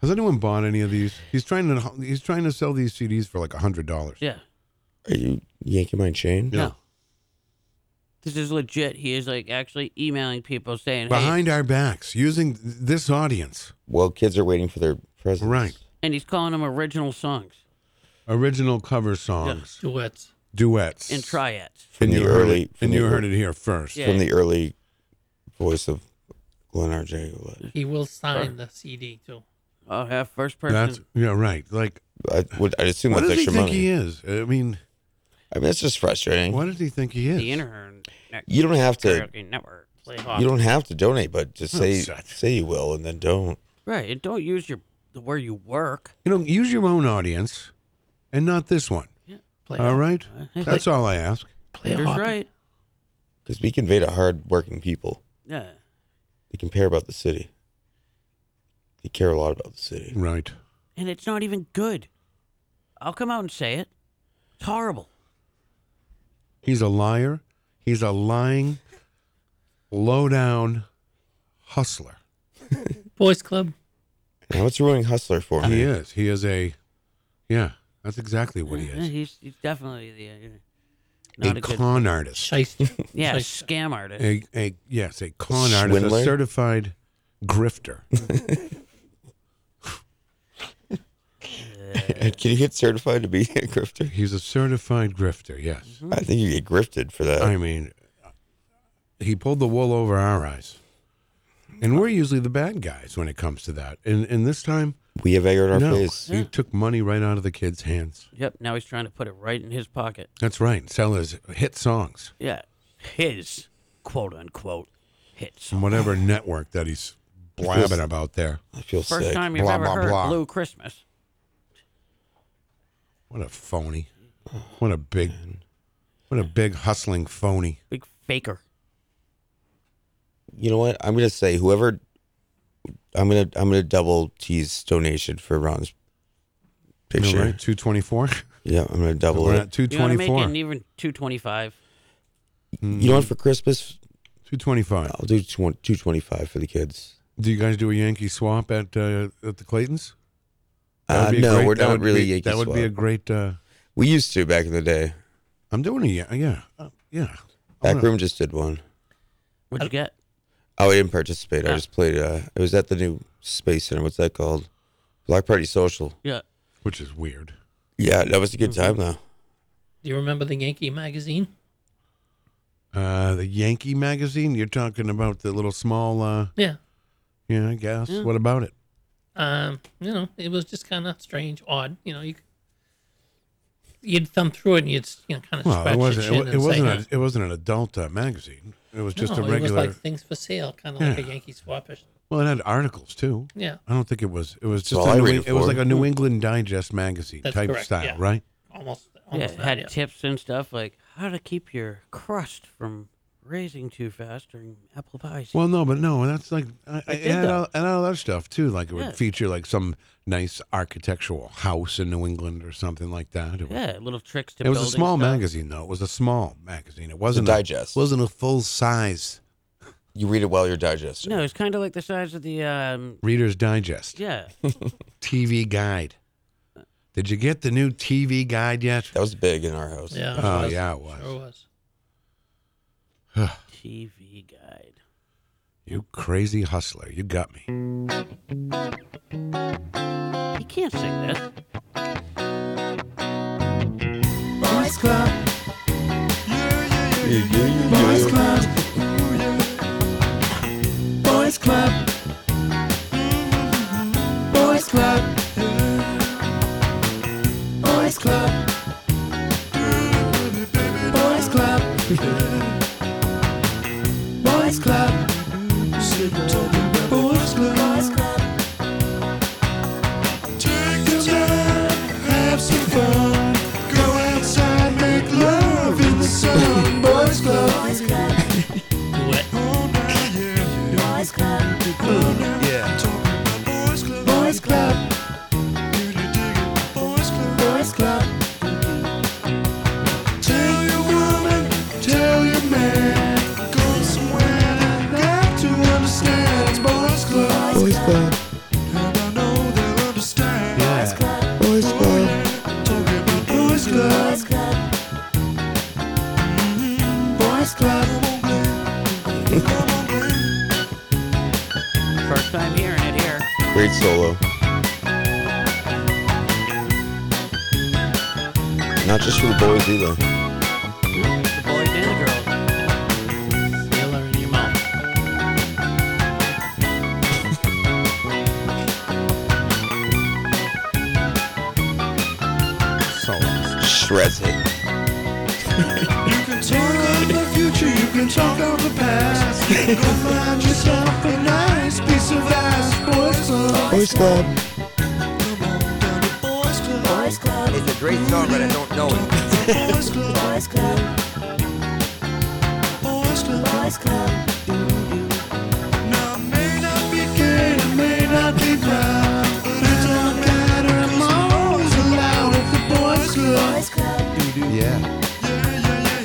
Speaker 3: Has anyone bought any of these? He's trying to he's trying to sell these CDs for like a hundred dollars.
Speaker 4: Yeah.
Speaker 6: Are you yanking my chain?
Speaker 4: No. This is legit. He is like actually emailing people saying, hey,
Speaker 3: Behind our backs, using th- this audience.
Speaker 6: Well, kids are waiting for their presents.
Speaker 3: Right.
Speaker 4: and he's calling them original songs
Speaker 3: Original cover songs,
Speaker 5: Duets.
Speaker 3: duets,
Speaker 4: and triads.
Speaker 6: From
Speaker 3: And
Speaker 6: the
Speaker 3: you heard
Speaker 6: early-
Speaker 3: it,
Speaker 6: from
Speaker 3: and
Speaker 6: the
Speaker 3: you
Speaker 6: ear-
Speaker 3: heard it here first.
Speaker 4: Yeah.
Speaker 6: From the early voice of Glenn R. J. Willett.
Speaker 5: He will sign the CD too.
Speaker 4: I'll have first person.
Speaker 3: That's yeah, right. Like,
Speaker 6: I would I'd assume
Speaker 3: what
Speaker 6: that's
Speaker 3: does he
Speaker 6: extra
Speaker 3: think
Speaker 6: money.
Speaker 3: he is? I mean,
Speaker 6: I mean, that's just frustrating.
Speaker 3: what does he think he is?
Speaker 4: The intern.
Speaker 6: You don't have to-
Speaker 4: Karaoke Network.
Speaker 5: Play hard.
Speaker 6: You don't have to donate, but just
Speaker 3: Oh,
Speaker 6: say
Speaker 3: suck.
Speaker 6: say you will, and then don't.
Speaker 4: Right. And don't use your the where you work.
Speaker 3: You know, use your own audience, and not this one.
Speaker 5: Play
Speaker 3: All
Speaker 5: hard.
Speaker 3: right,
Speaker 4: Uh,
Speaker 3: that's all I ask.
Speaker 5: Play
Speaker 4: That's
Speaker 5: hard.
Speaker 4: right.
Speaker 6: Because we convey to hard-working people.
Speaker 4: Yeah.
Speaker 6: They can care about the city. They care a lot about the city.
Speaker 3: Right.
Speaker 4: And it's not even good. I'll come out and say it. It's horrible.
Speaker 3: He's a liar. He's a lying, low down hustler.
Speaker 5: Boys Club.
Speaker 6: Now it's ruining Hustler for me.
Speaker 3: He is. He is a. Yeah, that's exactly what he
Speaker 4: Yeah,
Speaker 3: is.
Speaker 4: He's, he's definitely the uh, not
Speaker 3: A
Speaker 4: a good
Speaker 3: con artist.
Speaker 5: Shiesty.
Speaker 4: yeah
Speaker 5: Shiesty.
Speaker 4: scam artist.
Speaker 3: a, a yes, a con artist, a
Speaker 6: Swindler?
Speaker 3: certified
Speaker 6: [LAUGHS]
Speaker 3: grifter.
Speaker 6: Can you get certified to be [LAUGHS] a grifter? Mm-hmm.
Speaker 3: He's a certified grifter, yes.
Speaker 6: I think you get grifted for that.
Speaker 3: I mean, he pulled the wool over our eyes. And we're usually the bad guys when it comes to that. And and this time
Speaker 6: we have egg on our
Speaker 3: no,
Speaker 6: face.
Speaker 3: He took money right out of the kid's hands.
Speaker 4: Yep. Now he's trying to put it right in his pocket.
Speaker 3: That's right. Sell his hit songs
Speaker 4: Yeah. His quote unquote hits.
Speaker 3: on whatever network that he's blabbing
Speaker 6: feels-
Speaker 3: about there.
Speaker 6: I feel
Speaker 4: First time you've
Speaker 3: Blah,
Speaker 4: ever
Speaker 3: blah,
Speaker 4: heard
Speaker 3: blah.
Speaker 4: Blue Christmas.
Speaker 3: What a phony. What a big what a big hustling phony.
Speaker 4: Big faker.
Speaker 6: You know what? I'm gonna say whoever. I'm gonna I'm gonna double tease donation for Ron's picture.
Speaker 3: All right, 224.
Speaker 6: [LAUGHS] Yeah, I'm gonna double
Speaker 3: We're
Speaker 6: it.
Speaker 3: at
Speaker 4: You want to make
Speaker 3: 224.
Speaker 4: it even 225.
Speaker 6: You know what? For Christmas,
Speaker 3: 225.
Speaker 6: I'll do two, 225 for the kids.
Speaker 3: Do you guys do a Yankee swap at uh, at the Claytons? That
Speaker 6: Uh,
Speaker 3: would be a
Speaker 6: no,
Speaker 3: great-
Speaker 6: we're
Speaker 3: that
Speaker 6: not
Speaker 3: would
Speaker 6: really
Speaker 3: be-
Speaker 6: Yankee
Speaker 3: That would be a
Speaker 6: swap.
Speaker 3: great. Uh,
Speaker 6: We used to back in the day.
Speaker 3: I'm doing a yeah, yeah, uh, yeah. I wanna-
Speaker 6: Backroom just did one.
Speaker 4: What'd you get?
Speaker 6: Oh, I didn't participate. I just played. Uh, it was at the new Space Center. What's that called? Block Party Social.
Speaker 4: Yeah.
Speaker 3: Which is weird.
Speaker 6: Yeah, that was a good time though.
Speaker 5: Do you remember the Yankee magazine?
Speaker 3: Uh, the Yankee magazine. You're talking about the little small. Uh,
Speaker 5: Yeah.
Speaker 3: Yeah, I guess.
Speaker 5: Yeah.
Speaker 3: What about it?
Speaker 5: Um, you know, it was just kind of strange, odd. You know, you you'd thumb through it and you'd you know, kind of
Speaker 3: Well,
Speaker 5: scratch
Speaker 3: it
Speaker 5: your
Speaker 3: wasn't. It,
Speaker 5: chin
Speaker 3: wa-
Speaker 5: and
Speaker 3: it wasn't.
Speaker 5: say, huh.
Speaker 3: A, it wasn't an adult uh, magazine. It was just
Speaker 5: no,
Speaker 3: a regular.
Speaker 5: It was like things for sale, kind of like
Speaker 3: Yeah.
Speaker 5: a Yankee swapish.
Speaker 3: well, it had articles too.
Speaker 5: Yeah.
Speaker 3: I don't think it was. It was
Speaker 6: That's
Speaker 3: just.
Speaker 6: all
Speaker 3: A
Speaker 6: I
Speaker 3: New,
Speaker 6: read
Speaker 3: Eng-
Speaker 6: it
Speaker 3: it was
Speaker 6: for.
Speaker 3: like a New England Digest magazine
Speaker 5: That's
Speaker 3: type
Speaker 5: correct,
Speaker 3: style,
Speaker 5: yeah.
Speaker 3: right?
Speaker 5: Almost.
Speaker 4: Yeah,
Speaker 5: almost
Speaker 4: it
Speaker 5: that,
Speaker 4: had
Speaker 5: yeah.
Speaker 4: tips and stuff like how to keep your crust from raising too fast during apple pies.
Speaker 3: Well, no, but no, that's like I, I,
Speaker 4: It
Speaker 3: it
Speaker 4: did,
Speaker 3: had
Speaker 4: though.
Speaker 3: all, and all that stuff too. Like it would
Speaker 4: Yeah.
Speaker 3: feature like some nice architectural house in New England or something like that. It was,
Speaker 4: Yeah, little tricks to
Speaker 3: It was a
Speaker 4: building
Speaker 3: small
Speaker 4: stuff.
Speaker 3: magazine though. It was a small magazine. It wasn't
Speaker 6: digest.
Speaker 3: A, wasn't a full size
Speaker 6: You read it while you're digesting.
Speaker 4: No, it's kind of like the size of the um.
Speaker 3: Reader's Digest [LAUGHS]
Speaker 4: Yeah,
Speaker 3: TV guide. Did you get the new TV guide yet?
Speaker 6: That was big in our house.
Speaker 5: Yeah.
Speaker 3: Oh
Speaker 5: was.
Speaker 3: yeah, it was.
Speaker 5: Sure was.
Speaker 3: [SIGHS]
Speaker 4: TV guide.
Speaker 3: You crazy hustler, you got me.
Speaker 4: You can't sing this.
Speaker 17: [LAUGHS] Boys Club. Boys Club. Boys Club. Boys Club. Boys Club. Boys Club. Boys Club. Boys Club. Take a time, have some fun. Go outside, make love in the sun. Boys Club. Boys Club. Boys Club. Boys Club. Boys Club. Tell your woman, tell your man. Go somewhere that not to understand. It's Boys Club. Boys Club. And I know they'll understand. Boys Club. Boys Club. Talking about Boys Club. Boys Club. Boys Club.
Speaker 4: First time hearing it here.
Speaker 6: Great solo. Not just for the boys either.
Speaker 4: The boys and the girls. Sailor in your mouth.
Speaker 3: So
Speaker 6: Shreds it.
Speaker 17: You can talk of the future, you can talk of the past. Go find yourself a nice piece of ass. Boys Club.
Speaker 6: Boys Club.
Speaker 17: Boys Club. Boys Club.
Speaker 18: It's a great song, but I don't know it.
Speaker 17: Boys Club. Boys Club. Boys Club. Boys Club. Now, I may not be gay, I may not be proud, but it don't matter. I'm always allowed at the Boys Club. Boys Club.
Speaker 3: Yeah.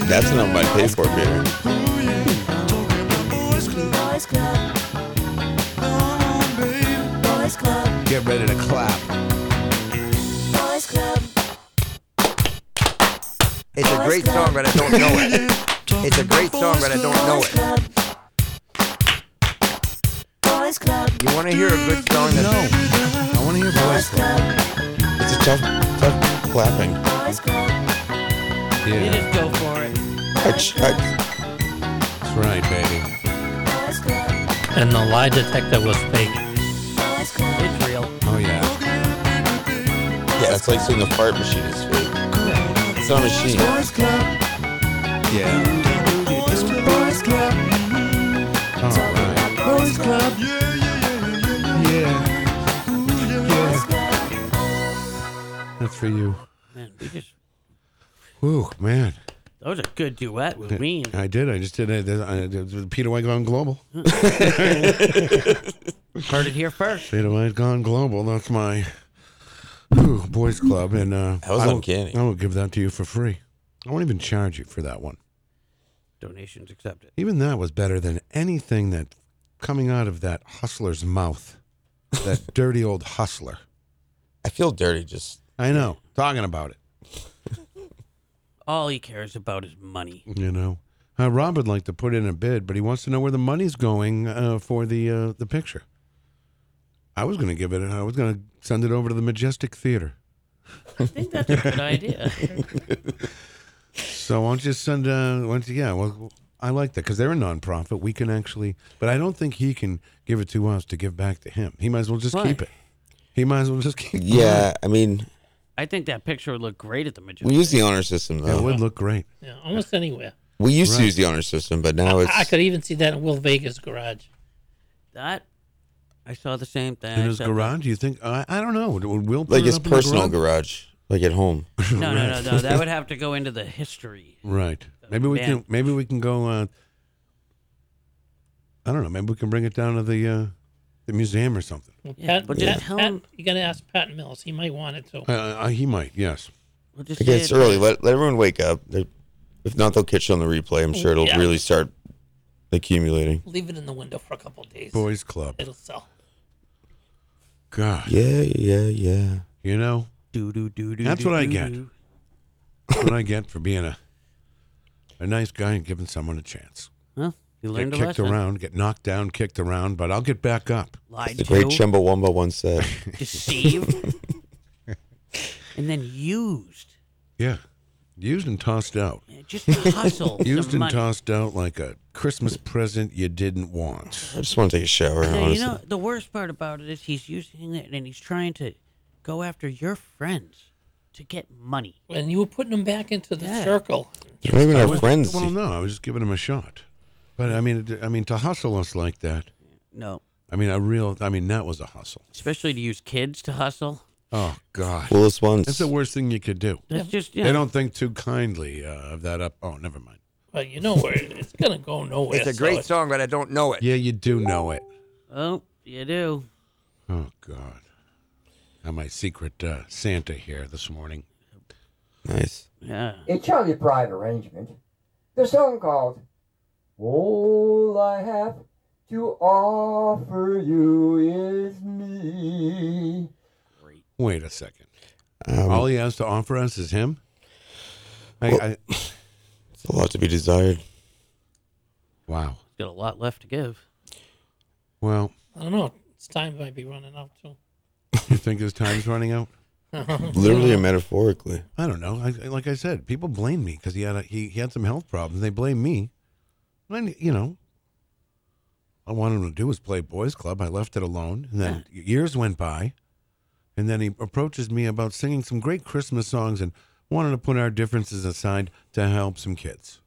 Speaker 6: That's not my pay for beer.
Speaker 17: Boys Club. Boys Club. Oh, babe. Boys Club.
Speaker 3: Get ready to clap.
Speaker 17: Boys Club.
Speaker 18: It's a great song, but I don't know it. It's a great song, but I don't know it.
Speaker 17: Boys Club.
Speaker 18: You want to hear a good song? That's
Speaker 3: No. I want to hear
Speaker 17: Boys
Speaker 3: boys.
Speaker 17: Club.
Speaker 6: It's a Stop, stop clapping.
Speaker 4: You just go for it.
Speaker 6: That's
Speaker 3: right, baby.
Speaker 5: And the lie detector was fake.
Speaker 4: It's real.
Speaker 3: Oh yeah.
Speaker 6: Yeah, that's like saying the fart machine is fake. It's not a machine.
Speaker 3: Yeah. All right.
Speaker 17: Boys Club. Yeah.
Speaker 3: That's for you.
Speaker 4: Man, we just
Speaker 3: Whew, man.
Speaker 4: that was a good
Speaker 3: [LAUGHS]
Speaker 4: duet with Ween.
Speaker 3: I did. I just did it. I did with Peter White Gone Global.
Speaker 18: [LAUGHS]
Speaker 3: [LAUGHS]
Speaker 4: Heard it here first.
Speaker 3: Peter White Gone Global. That's my whew, boys club, and uh,
Speaker 6: That was
Speaker 3: I will-
Speaker 6: uncanny.
Speaker 3: I will give that to you for free. I won't even charge you for that one.
Speaker 4: Donations accepted.
Speaker 3: Even that was better than anything that coming out of that hustler's mouth.
Speaker 6: [LAUGHS]
Speaker 3: That dirty old hustler.
Speaker 6: I feel dirty just.
Speaker 3: I know. Talking about it.
Speaker 4: All he cares about is money.
Speaker 3: You know, uh, Rob would like to put in a bid, but he wants to know where the money's going uh, for the uh, the picture. I was going to give it. I was going to send it over to the Majestic Theater. I
Speaker 4: think that's a good idea.
Speaker 3: so why don't you send? Uh, why don't you, yeah, well, I like that because they're a nonprofit. We can actually, but I don't think he can give it to us to give back to him. He might as well just
Speaker 4: Why?
Speaker 3: keep it. He might as well just keep.
Speaker 6: Yeah, I mean,
Speaker 4: I think that picture would look great at the Majestic.
Speaker 6: we use the honor system
Speaker 3: it
Speaker 6: though.
Speaker 3: would look great.
Speaker 5: Yeah, almost anywhere.
Speaker 6: We used to
Speaker 3: Right.
Speaker 6: use the honor system, but now
Speaker 5: I, [LAUGHS] I
Speaker 6: it's
Speaker 5: could even see that in Will Vegas' garage.
Speaker 4: That I saw the same thing.
Speaker 3: in his
Speaker 4: except-
Speaker 3: garage. Do you think? I, I don't know. Will put
Speaker 6: like
Speaker 3: it
Speaker 6: his
Speaker 3: up in the
Speaker 6: personal
Speaker 3: garage?
Speaker 6: garage, like
Speaker 3: [LAUGHS]
Speaker 6: at home.
Speaker 4: No, no, no, no. That would have to go into the history.
Speaker 3: Right. Maybe we can.
Speaker 4: band.
Speaker 3: Maybe we can go. Uh, I don't know. Maybe we can bring it down to the uh, the museum or something.
Speaker 5: Well,
Speaker 4: Yeah,
Speaker 5: Pat,
Speaker 4: but just
Speaker 5: Pat-
Speaker 4: tell
Speaker 5: Pat-
Speaker 4: him-
Speaker 5: you got to ask Pat Mills. He might want it too.
Speaker 3: Uh, uh, he might. Yes.
Speaker 4: We'll just
Speaker 6: Again,
Speaker 4: say
Speaker 6: it's
Speaker 4: it-
Speaker 6: early. Let, let everyone wake up. They- If not, they'll catch you on the replay. I'm sure it'll
Speaker 5: Yeah.
Speaker 6: really start accumulating.
Speaker 5: Leave it in the window for a couple days.
Speaker 3: Boys Club.
Speaker 5: It'll sell.
Speaker 3: God.
Speaker 6: Yeah, yeah, yeah.
Speaker 3: You know.
Speaker 4: Do do do do.
Speaker 3: That's
Speaker 4: do,
Speaker 3: what I
Speaker 4: do,
Speaker 3: get.
Speaker 4: do.
Speaker 3: That's what I get for being a a nice guy and giving someone a chance.
Speaker 4: Well, you
Speaker 3: Get
Speaker 4: learned a
Speaker 3: kicked
Speaker 4: lesson.
Speaker 3: around, get knocked down, kicked around, but I'll get back up.
Speaker 4: Lied
Speaker 6: The great
Speaker 4: to,
Speaker 6: Chumbawamba once
Speaker 4: [LAUGHS]
Speaker 6: said,
Speaker 4: deceived, and then used.
Speaker 3: Yeah. Used and tossed out.
Speaker 4: Yeah, Just hustle.
Speaker 3: Used
Speaker 4: some
Speaker 3: and
Speaker 4: money.
Speaker 3: tossed out like a Christmas present you didn't want.
Speaker 6: "I just want to take a shower."
Speaker 4: Now,
Speaker 6: honestly,
Speaker 4: you know, the worst part about it is he's using it and he's trying to go after your friends to get money.
Speaker 5: And you were putting them back into the
Speaker 4: Yeah.
Speaker 5: circle.
Speaker 6: They're not even
Speaker 3: I
Speaker 6: our
Speaker 3: was-
Speaker 6: friends.
Speaker 3: Well, no, I was just giving him a shot. But I mean, it- I mean, to hustle us like that.
Speaker 4: No,
Speaker 3: I mean, a real. I mean, that was a hustle.
Speaker 4: especially to use kids to hustle.
Speaker 3: Oh God,
Speaker 6: Willis once.
Speaker 3: that's the worst thing you could do.
Speaker 4: That's just yeah.
Speaker 3: They don't think too kindly uh, of that. Up. Oh, never mind.
Speaker 5: But you know where it's gonna go nowhere.
Speaker 18: Oh, It's a
Speaker 5: so
Speaker 18: great
Speaker 5: it's-
Speaker 18: song, but I don't know it.
Speaker 3: Yeah, you do know it.
Speaker 4: Oh, you do.
Speaker 3: Oh God, I'm my secret uh, Santa here this morning.
Speaker 6: nice.
Speaker 4: Yeah.
Speaker 1: A Charlie Pride arrangement. The song called All I Have to Offer You Is Me.
Speaker 3: Wait a second.
Speaker 6: Um,
Speaker 3: All he has to offer us is him. I,
Speaker 6: Well-
Speaker 3: I,
Speaker 6: It's a lot to be desired.
Speaker 3: wow.
Speaker 4: He's got a lot left to give.
Speaker 3: Well,
Speaker 5: I don't know. It's time might be running out too.
Speaker 3: you think his time's running out?
Speaker 6: [LAUGHS]
Speaker 5: Uh-huh.
Speaker 6: Literally and metaphorically.
Speaker 3: I don't know. I, I- like I said, people blame me because he had a, he, he had some health problems. They blame me. And you know, all I wanted him to do was play boys' club. I left it alone, and then years went by, and then he approaches me about singing some great Christmas songs and wanted to put our differences aside to help some kids.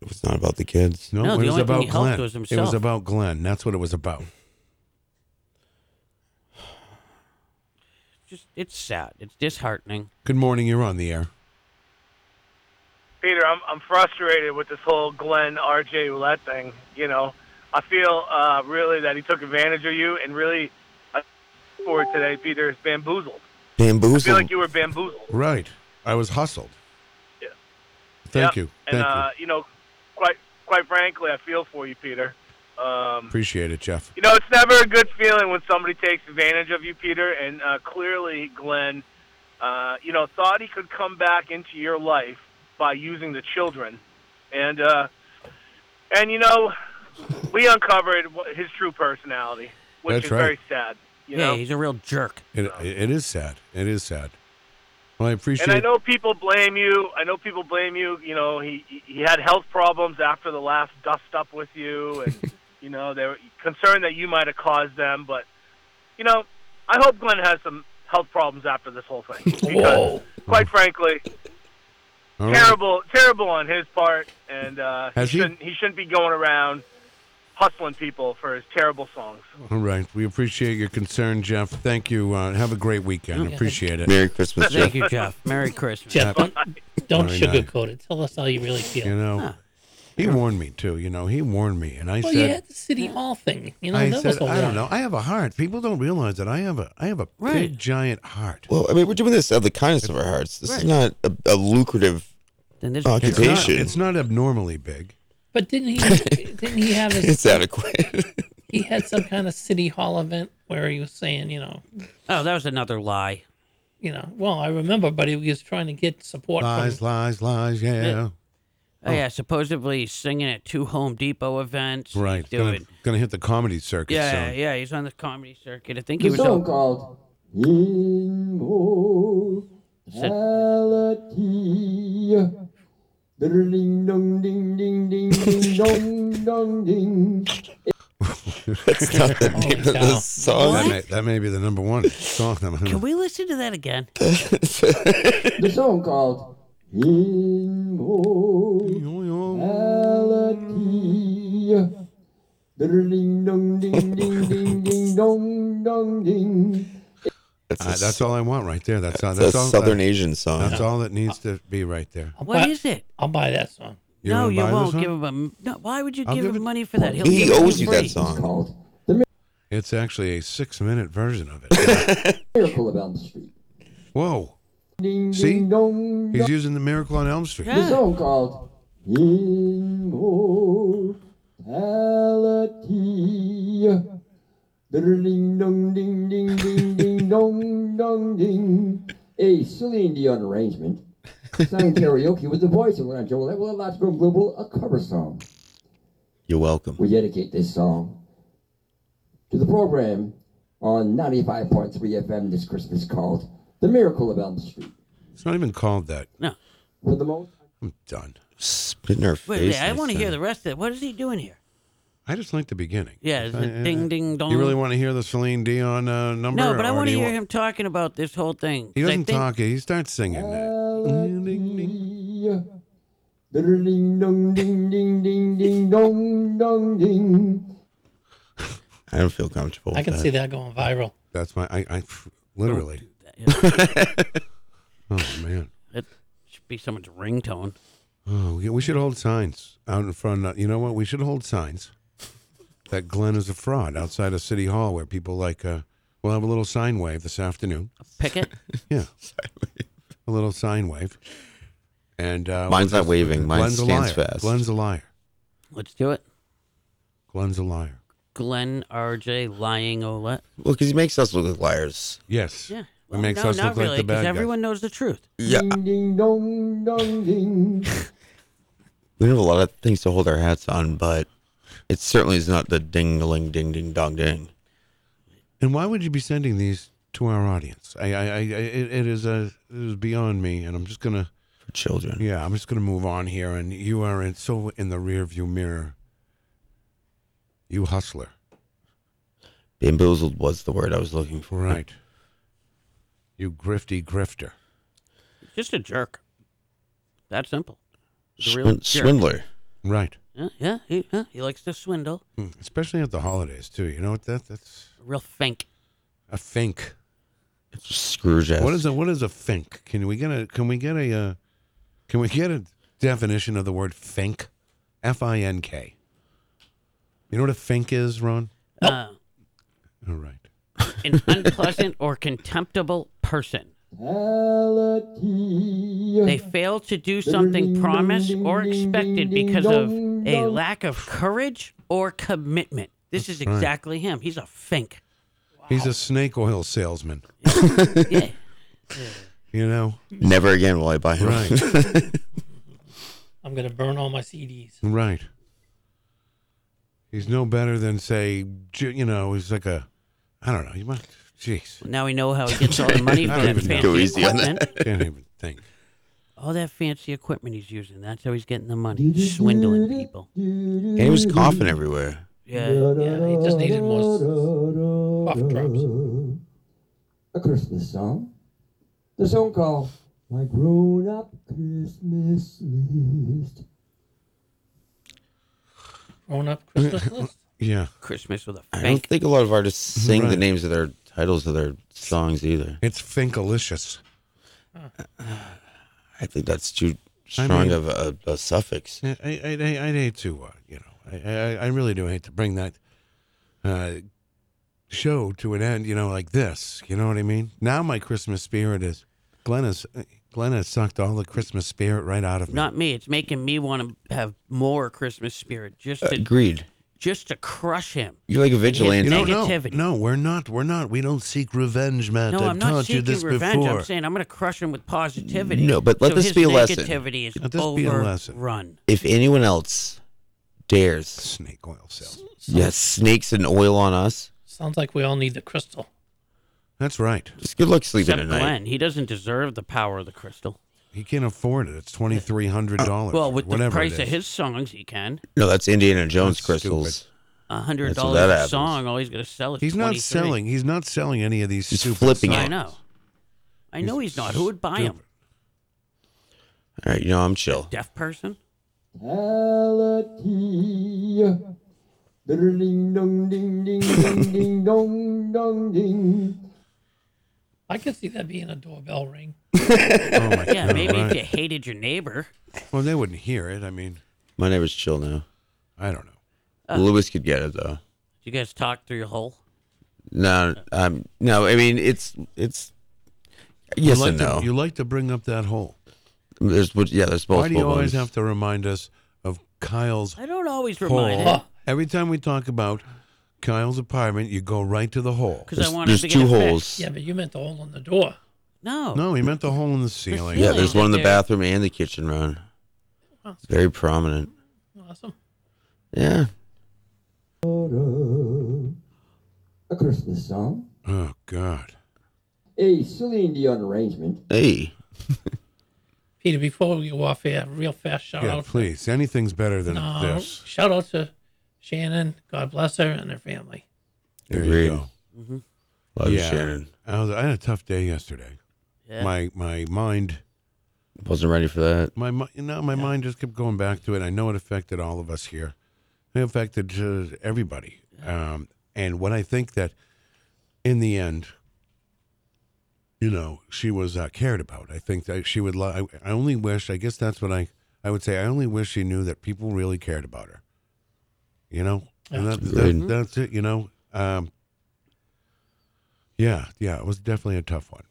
Speaker 6: It was not about the kids.
Speaker 3: No,
Speaker 4: No,
Speaker 3: it
Speaker 4: the
Speaker 3: was
Speaker 4: only thing
Speaker 3: about
Speaker 4: he helped
Speaker 3: Glenn.
Speaker 4: was
Speaker 3: it was
Speaker 4: himself.
Speaker 3: about Glenn. That's what it was about.
Speaker 4: Just it's sad. It's disheartening.
Speaker 3: Good morning. You're on the air.
Speaker 19: Peter, I'm I'm frustrated with this whole Glenn RJ Roulette thing. You know, I feel uh, really that he took advantage of you, and really, I for it today, Peter is bamboozled. I feel
Speaker 6: Bamboozled.
Speaker 19: like you were bamboozled.
Speaker 3: Right. I was hustled. Thank
Speaker 19: Yeah.
Speaker 3: you.
Speaker 19: And
Speaker 3: Thank
Speaker 19: uh, you know, quite quite frankly, I feel for you, Peter. Um,
Speaker 3: you. Appreciate it, Jeff.
Speaker 19: You know, it's never a good feeling when somebody takes advantage of you, Peter. And uh, clearly, Glenn, uh, you know, thought he could come back into your life by using the children, and uh, and you know, we uncovered wh- his true personality, which
Speaker 3: That's
Speaker 19: is
Speaker 3: right.
Speaker 19: very sad. You
Speaker 4: yeah,
Speaker 19: know?
Speaker 4: he's a real jerk.
Speaker 3: It, it is sad. It is sad. Well, I appreciate.
Speaker 19: And I know people blame you. I know people blame you. You know, he he had health problems after the last dust up with you,
Speaker 3: [LAUGHS]
Speaker 19: and you know they were concerned that you might have caused them. But you know, I hope Glenn has some health problems after this whole
Speaker 3: [LAUGHS]
Speaker 19: thing because, quite frankly,
Speaker 3: All right.
Speaker 19: terrible, terrible on his part, and uh, he,
Speaker 3: Has he?
Speaker 19: shouldn't he shouldn't be going around hustling people for his terrible songs.
Speaker 3: All right. We appreciate your concern, Jeff. Thank you. Uh, have a great weekend.
Speaker 5: Yeah.
Speaker 3: Appreciate it.
Speaker 6: Merry Christmas,
Speaker 4: Thank you, Jeff. Merry Christmas.
Speaker 5: Jeff, don't, don't
Speaker 3: Very nice.
Speaker 5: sugarcoat it. Tell us how you really feel.
Speaker 3: You know, he warned me too. You know, he warned me, and I
Speaker 5: well,
Speaker 3: said,
Speaker 5: you had the city hall thing. You know,
Speaker 3: I
Speaker 5: that
Speaker 3: said,
Speaker 5: was the
Speaker 3: I don't
Speaker 5: warning.
Speaker 3: know. I have a heart. People don't realize that I have a, I have a big giant heart.
Speaker 6: Well, I mean, we're doing this out of the kindness of our hearts. This is not a, a lucrative
Speaker 3: It's not,
Speaker 6: occupation.
Speaker 3: it's not abnormally big.
Speaker 5: But didn't he? didn't he
Speaker 6: [LAUGHS]
Speaker 5: have his?
Speaker 6: It's adequate.
Speaker 5: [LAUGHS] He had some kind of city hall event where he was saying, you know,
Speaker 4: Oh, that was another lie.
Speaker 5: you know. Well, I remember, but he was trying to get support
Speaker 3: Lies,
Speaker 5: from.
Speaker 3: lies, lies. Yeah.
Speaker 5: Yeah.
Speaker 4: Oh, yeah, supposedly singing at two Home Depot events.
Speaker 3: Right. Gonna,
Speaker 4: Doing.
Speaker 3: gonna hit the comedy circuit.
Speaker 4: Yeah,
Speaker 3: soon.
Speaker 4: yeah, he's on the comedy circuit. I think he
Speaker 1: The
Speaker 4: was
Speaker 1: song
Speaker 4: on
Speaker 1: called Immortality. Ding dong ding ding ding ding dong dong ding.
Speaker 4: [LAUGHS]
Speaker 6: That's not the
Speaker 4: Oh,
Speaker 6: name of the song.
Speaker 3: That may, that may be the number one song.
Speaker 4: Can we listen to
Speaker 6: [LAUGHS]
Speaker 4: that again?
Speaker 1: The song called Immortality. Ding dong ding ding ding ding dong dong ding.
Speaker 6: That's,
Speaker 3: uh, that's all I want right there. That's, uh,
Speaker 6: It's
Speaker 3: that's
Speaker 6: a
Speaker 3: all,
Speaker 6: Southern
Speaker 3: that-
Speaker 6: Asian song.
Speaker 3: That's all that needs to be right there.
Speaker 5: I'll
Speaker 4: What
Speaker 5: buy-
Speaker 4: is it?
Speaker 5: I'll buy that song.
Speaker 3: You
Speaker 4: no,
Speaker 3: wanna
Speaker 4: you
Speaker 3: buy this
Speaker 4: won't
Speaker 3: one?
Speaker 4: give him. A, m- no, why would you
Speaker 3: I'll
Speaker 4: give,
Speaker 3: give
Speaker 4: him
Speaker 3: it-
Speaker 4: money for that? He'll
Speaker 6: He
Speaker 4: give it
Speaker 6: owes
Speaker 4: for
Speaker 6: you that
Speaker 4: free.
Speaker 6: song.
Speaker 3: It's actually a six-minute version of it.
Speaker 1: Miracle of Elm Street.
Speaker 3: Whoa!
Speaker 1: Ding,
Speaker 3: See,
Speaker 1: ding, dong,
Speaker 3: he's
Speaker 1: dong.
Speaker 3: using the Miracle on Elm Street.
Speaker 1: The song called Immortality. Ding dong ding ding ding ding dong dong ding. A Celine Dion arrangement. Sang karaoke with the voice of Leonard Joel. That will allow us to go global a cover song.
Speaker 6: You're welcome.
Speaker 1: We dedicate this song to the program on 95.3 FM this Christmas called The Miracle of Elm Street.
Speaker 3: It's not even called that.
Speaker 4: No.
Speaker 1: For the most
Speaker 3: I'm done.
Speaker 6: Spit in her face.
Speaker 4: Wait, wait, I
Speaker 6: next
Speaker 4: want to hear
Speaker 6: time.
Speaker 4: the rest of it. What is he doing here?
Speaker 3: I just like the beginning.
Speaker 4: Yeah, it's the
Speaker 3: I- I-
Speaker 4: ding, ding, dong.
Speaker 3: You really want to hear the Celine Dion uh, number?
Speaker 4: No, but I
Speaker 3: or
Speaker 4: want
Speaker 3: do
Speaker 4: to
Speaker 3: you
Speaker 4: hear him talking about this whole thing.
Speaker 3: He
Speaker 4: 'cause I
Speaker 3: doesn't
Speaker 4: think-
Speaker 3: talk. He starts singing.
Speaker 1: Ding dong ding ding ding ding dong dong ding.
Speaker 6: I don't feel comfortable.
Speaker 5: I
Speaker 6: with
Speaker 5: can
Speaker 6: that.
Speaker 5: see that going viral.
Speaker 3: That's my. I. I literally. [LAUGHS] oh man.
Speaker 4: It should be someone's ringtone.
Speaker 3: Oh, yeah, we should hold signs out in front. Of, you know what? We should hold signs that Glenn is a fraud outside of City Hall, where people like. Uh, we'll have a little sign wave this afternoon.
Speaker 4: Picket.
Speaker 3: [LAUGHS] Yeah. A little sign wave. And uh,
Speaker 6: Mine's
Speaker 3: we'll
Speaker 6: not waving. Mine
Speaker 3: Glenn's
Speaker 6: stands
Speaker 3: a liar.
Speaker 6: fast.
Speaker 3: Glenn's a liar.
Speaker 4: Let's do it.
Speaker 3: Glenn's a liar.
Speaker 4: Glenn RJ lying Olet.
Speaker 6: Well, because he makes us look like liars.
Speaker 3: Yes.
Speaker 4: Yeah.
Speaker 3: It makes
Speaker 4: no,
Speaker 3: us
Speaker 4: not
Speaker 3: look
Speaker 4: really,
Speaker 3: like the
Speaker 4: 'cause
Speaker 3: bad guys.
Speaker 4: everyone knows the truth.
Speaker 6: Yeah.
Speaker 1: Ding ding dong dong ding.
Speaker 6: We have a lot of things to hold our hats on, but it certainly is not the ding ling ding ding dong ding.
Speaker 3: And why would you be sending these to our audience? I, I, I it, it is a, it is beyond me, and I'm just gonna,
Speaker 6: For children.
Speaker 3: yeah, I'm just gonna move on here. And you are in, so in the rearview mirror. You hustler,
Speaker 6: Bamboozled was the word I was looking for.
Speaker 3: right? You grifty grifter.
Speaker 4: Just a jerk. That simple. He's a real
Speaker 6: Swin-
Speaker 4: jerk.
Speaker 6: swindler.
Speaker 3: Right.
Speaker 4: Yeah, yeah, he, yeah, he likes to swindle.
Speaker 3: Hmm. Especially at the holidays too. You know what that that's
Speaker 4: A real fink.
Speaker 3: a fink.
Speaker 6: It's a Scrooge ass.
Speaker 3: What is a what is a fink? Can we get a can we get a uh, can we get a definition of the word fink? F I N K. You know what a fink is, Ron? All right.
Speaker 4: Uh, an unpleasant or contemptible person. They fail to do something promised or expected because of a lack of courage or commitment. This is
Speaker 3: That's right.
Speaker 4: exactly him. He's a fink.
Speaker 3: He's a snake oil salesman.
Speaker 4: [LAUGHS] Yeah.
Speaker 3: You know?
Speaker 6: Never again will I buy him.
Speaker 3: Right. [LAUGHS]
Speaker 5: I'm gonna burn all my CDs.
Speaker 3: Right. He's no better than say, J- you know, he's like a, I don't know. He might Jeez.
Speaker 4: Now we know how he gets all the money
Speaker 3: [LAUGHS]
Speaker 4: for
Speaker 3: I don't
Speaker 4: that
Speaker 3: even know.
Speaker 4: fancy equipment.
Speaker 3: Can't even think.
Speaker 4: All that fancy equipment he's using. That's how he's getting the money. Swindling people.
Speaker 6: [LAUGHS] And he was coughing everywhere.
Speaker 4: Yeah, yeah. He just needed more
Speaker 5: s- cough drops.
Speaker 1: A Christmas song. The song called My Grown Up Christmas List.
Speaker 5: Grown up
Speaker 3: [LAUGHS]
Speaker 5: Christmas list.
Speaker 3: Yeah.
Speaker 4: Christmas with a
Speaker 6: I don't
Speaker 4: fink.
Speaker 6: think a lot of artists sing the
Speaker 3: Right.
Speaker 6: names of their titles of their songs either.
Speaker 3: It's finkalicious.
Speaker 6: I think that's too
Speaker 3: I
Speaker 6: strong
Speaker 3: mean-
Speaker 6: of a, a suffix.
Speaker 3: I, I, I, I'd hate to, uh, you know, I, I, I really do hate to bring that uh, show to an end, you know, like this. You know what I mean? Now my Christmas spirit is, Glenn has, Glenn has sucked all the Christmas spirit right out of me.
Speaker 4: Not me. It's making me want to have more Christmas spirit just to
Speaker 6: Agreed.
Speaker 4: just to crush him.
Speaker 6: You're like a
Speaker 4: And his
Speaker 3: You
Speaker 6: vigilante.
Speaker 3: know,
Speaker 4: negativity.
Speaker 3: No, no, we're not. We're not. We don't seek revenge, Matt.
Speaker 4: No,
Speaker 3: I've
Speaker 4: I'm not
Speaker 3: taught you
Speaker 4: seeking
Speaker 3: this
Speaker 4: revenge.
Speaker 3: before.
Speaker 4: I'm saying I'm going to crush him with positivity.
Speaker 6: No, but let
Speaker 4: So
Speaker 6: this
Speaker 4: his
Speaker 6: be a lesson.
Speaker 4: negativity Is
Speaker 3: Let this be a lesson.
Speaker 4: overrun.
Speaker 6: If anyone else dares
Speaker 3: snake oil sales,
Speaker 6: yes, snakes and oil on us.
Speaker 5: Sounds like we all need the crystal.
Speaker 3: That's right.
Speaker 6: Just good luck sleeping
Speaker 4: Except
Speaker 6: at night.
Speaker 4: Glenn, he doesn't deserve the power of the crystal.
Speaker 3: He can't afford it. It's twenty three hundred dollars.
Speaker 4: Well, with the
Speaker 3: whatever it
Speaker 4: price of
Speaker 3: is.
Speaker 4: his songs, he can.
Speaker 6: No, that's Indiana Jones crystals.
Speaker 4: A
Speaker 6: That's
Speaker 4: hundred
Speaker 6: what that
Speaker 4: dollars a
Speaker 6: happens.
Speaker 4: song. All he's going to sell is
Speaker 3: He's not
Speaker 4: 23.
Speaker 3: selling. He's not selling any of these.
Speaker 6: He's
Speaker 3: stupid
Speaker 6: flipping it.
Speaker 4: I
Speaker 3: songs.
Speaker 4: know. I know he's not. Who would buy him?
Speaker 6: All right, you know I'm chill.
Speaker 4: Deaf person?
Speaker 1: Reality. Ding dong ding ding ding ding [LAUGHS] dong dong ding.
Speaker 5: I could see that being a doorbell ring.
Speaker 3: [LAUGHS] Oh my
Speaker 4: Yeah,
Speaker 3: God,
Speaker 4: maybe if
Speaker 3: right.
Speaker 4: you hated your neighbor.
Speaker 3: Well, they wouldn't hear it. I mean,
Speaker 6: My neighbor's chill now.
Speaker 3: I don't know.
Speaker 4: Uh.
Speaker 6: Lewis could get it though.
Speaker 4: You guys talk through your hole.
Speaker 6: No, um, no. I mean, it's it's
Speaker 3: you
Speaker 6: yes
Speaker 3: like
Speaker 6: and
Speaker 3: to-
Speaker 6: no.
Speaker 3: you like to bring up that hole.
Speaker 6: There's yeah, there's multiple
Speaker 3: Why do you always
Speaker 6: ones.
Speaker 3: have to remind us of Kyle's
Speaker 4: I don't always remind him.
Speaker 3: hole? Every time we talk about Kyle's apartment, you go right to the hole.
Speaker 4: 'Cause I There's-
Speaker 6: wanted there's to get two it fixed. holes.
Speaker 5: Yeah, but you meant the hole in the door.
Speaker 4: No.
Speaker 3: No, he meant the hole in the ceiling.
Speaker 6: yeah, there's one in the
Speaker 5: there.
Speaker 6: bathroom and the kitchen, Ron. It's very prominent.
Speaker 5: Awesome.
Speaker 6: Yeah.
Speaker 1: A Christmas song.
Speaker 3: Oh God.
Speaker 1: A Celine Dion arrangement.
Speaker 6: Hey.
Speaker 5: Peter, before we go off air, real fast
Speaker 4: Oh,
Speaker 5: shout
Speaker 3: Yeah,
Speaker 5: out.
Speaker 3: please. Anything's better than
Speaker 5: No,
Speaker 3: this.
Speaker 5: shout out to Shannon. God bless her and her family.
Speaker 3: There
Speaker 6: Agreed.
Speaker 3: you go.
Speaker 4: Mhm.
Speaker 6: Love you, Shannon.
Speaker 3: I, was, I had a tough day yesterday.
Speaker 4: Yeah.
Speaker 3: My my mind
Speaker 6: Wasn't ready for that.
Speaker 3: my mi- you know my mind just kept going back to it. I know it affected all of us here. It affected uh, everybody. Um, and what I think that in the end, you know, she was uh, cared about. I think that she would. Li- I, I only wish. I guess that's what I I would say. I only wish she knew that people really cared about her. You know, and that, that,
Speaker 6: Agreed.
Speaker 3: that's it. You know, um, yeah, yeah. It was definitely a tough one.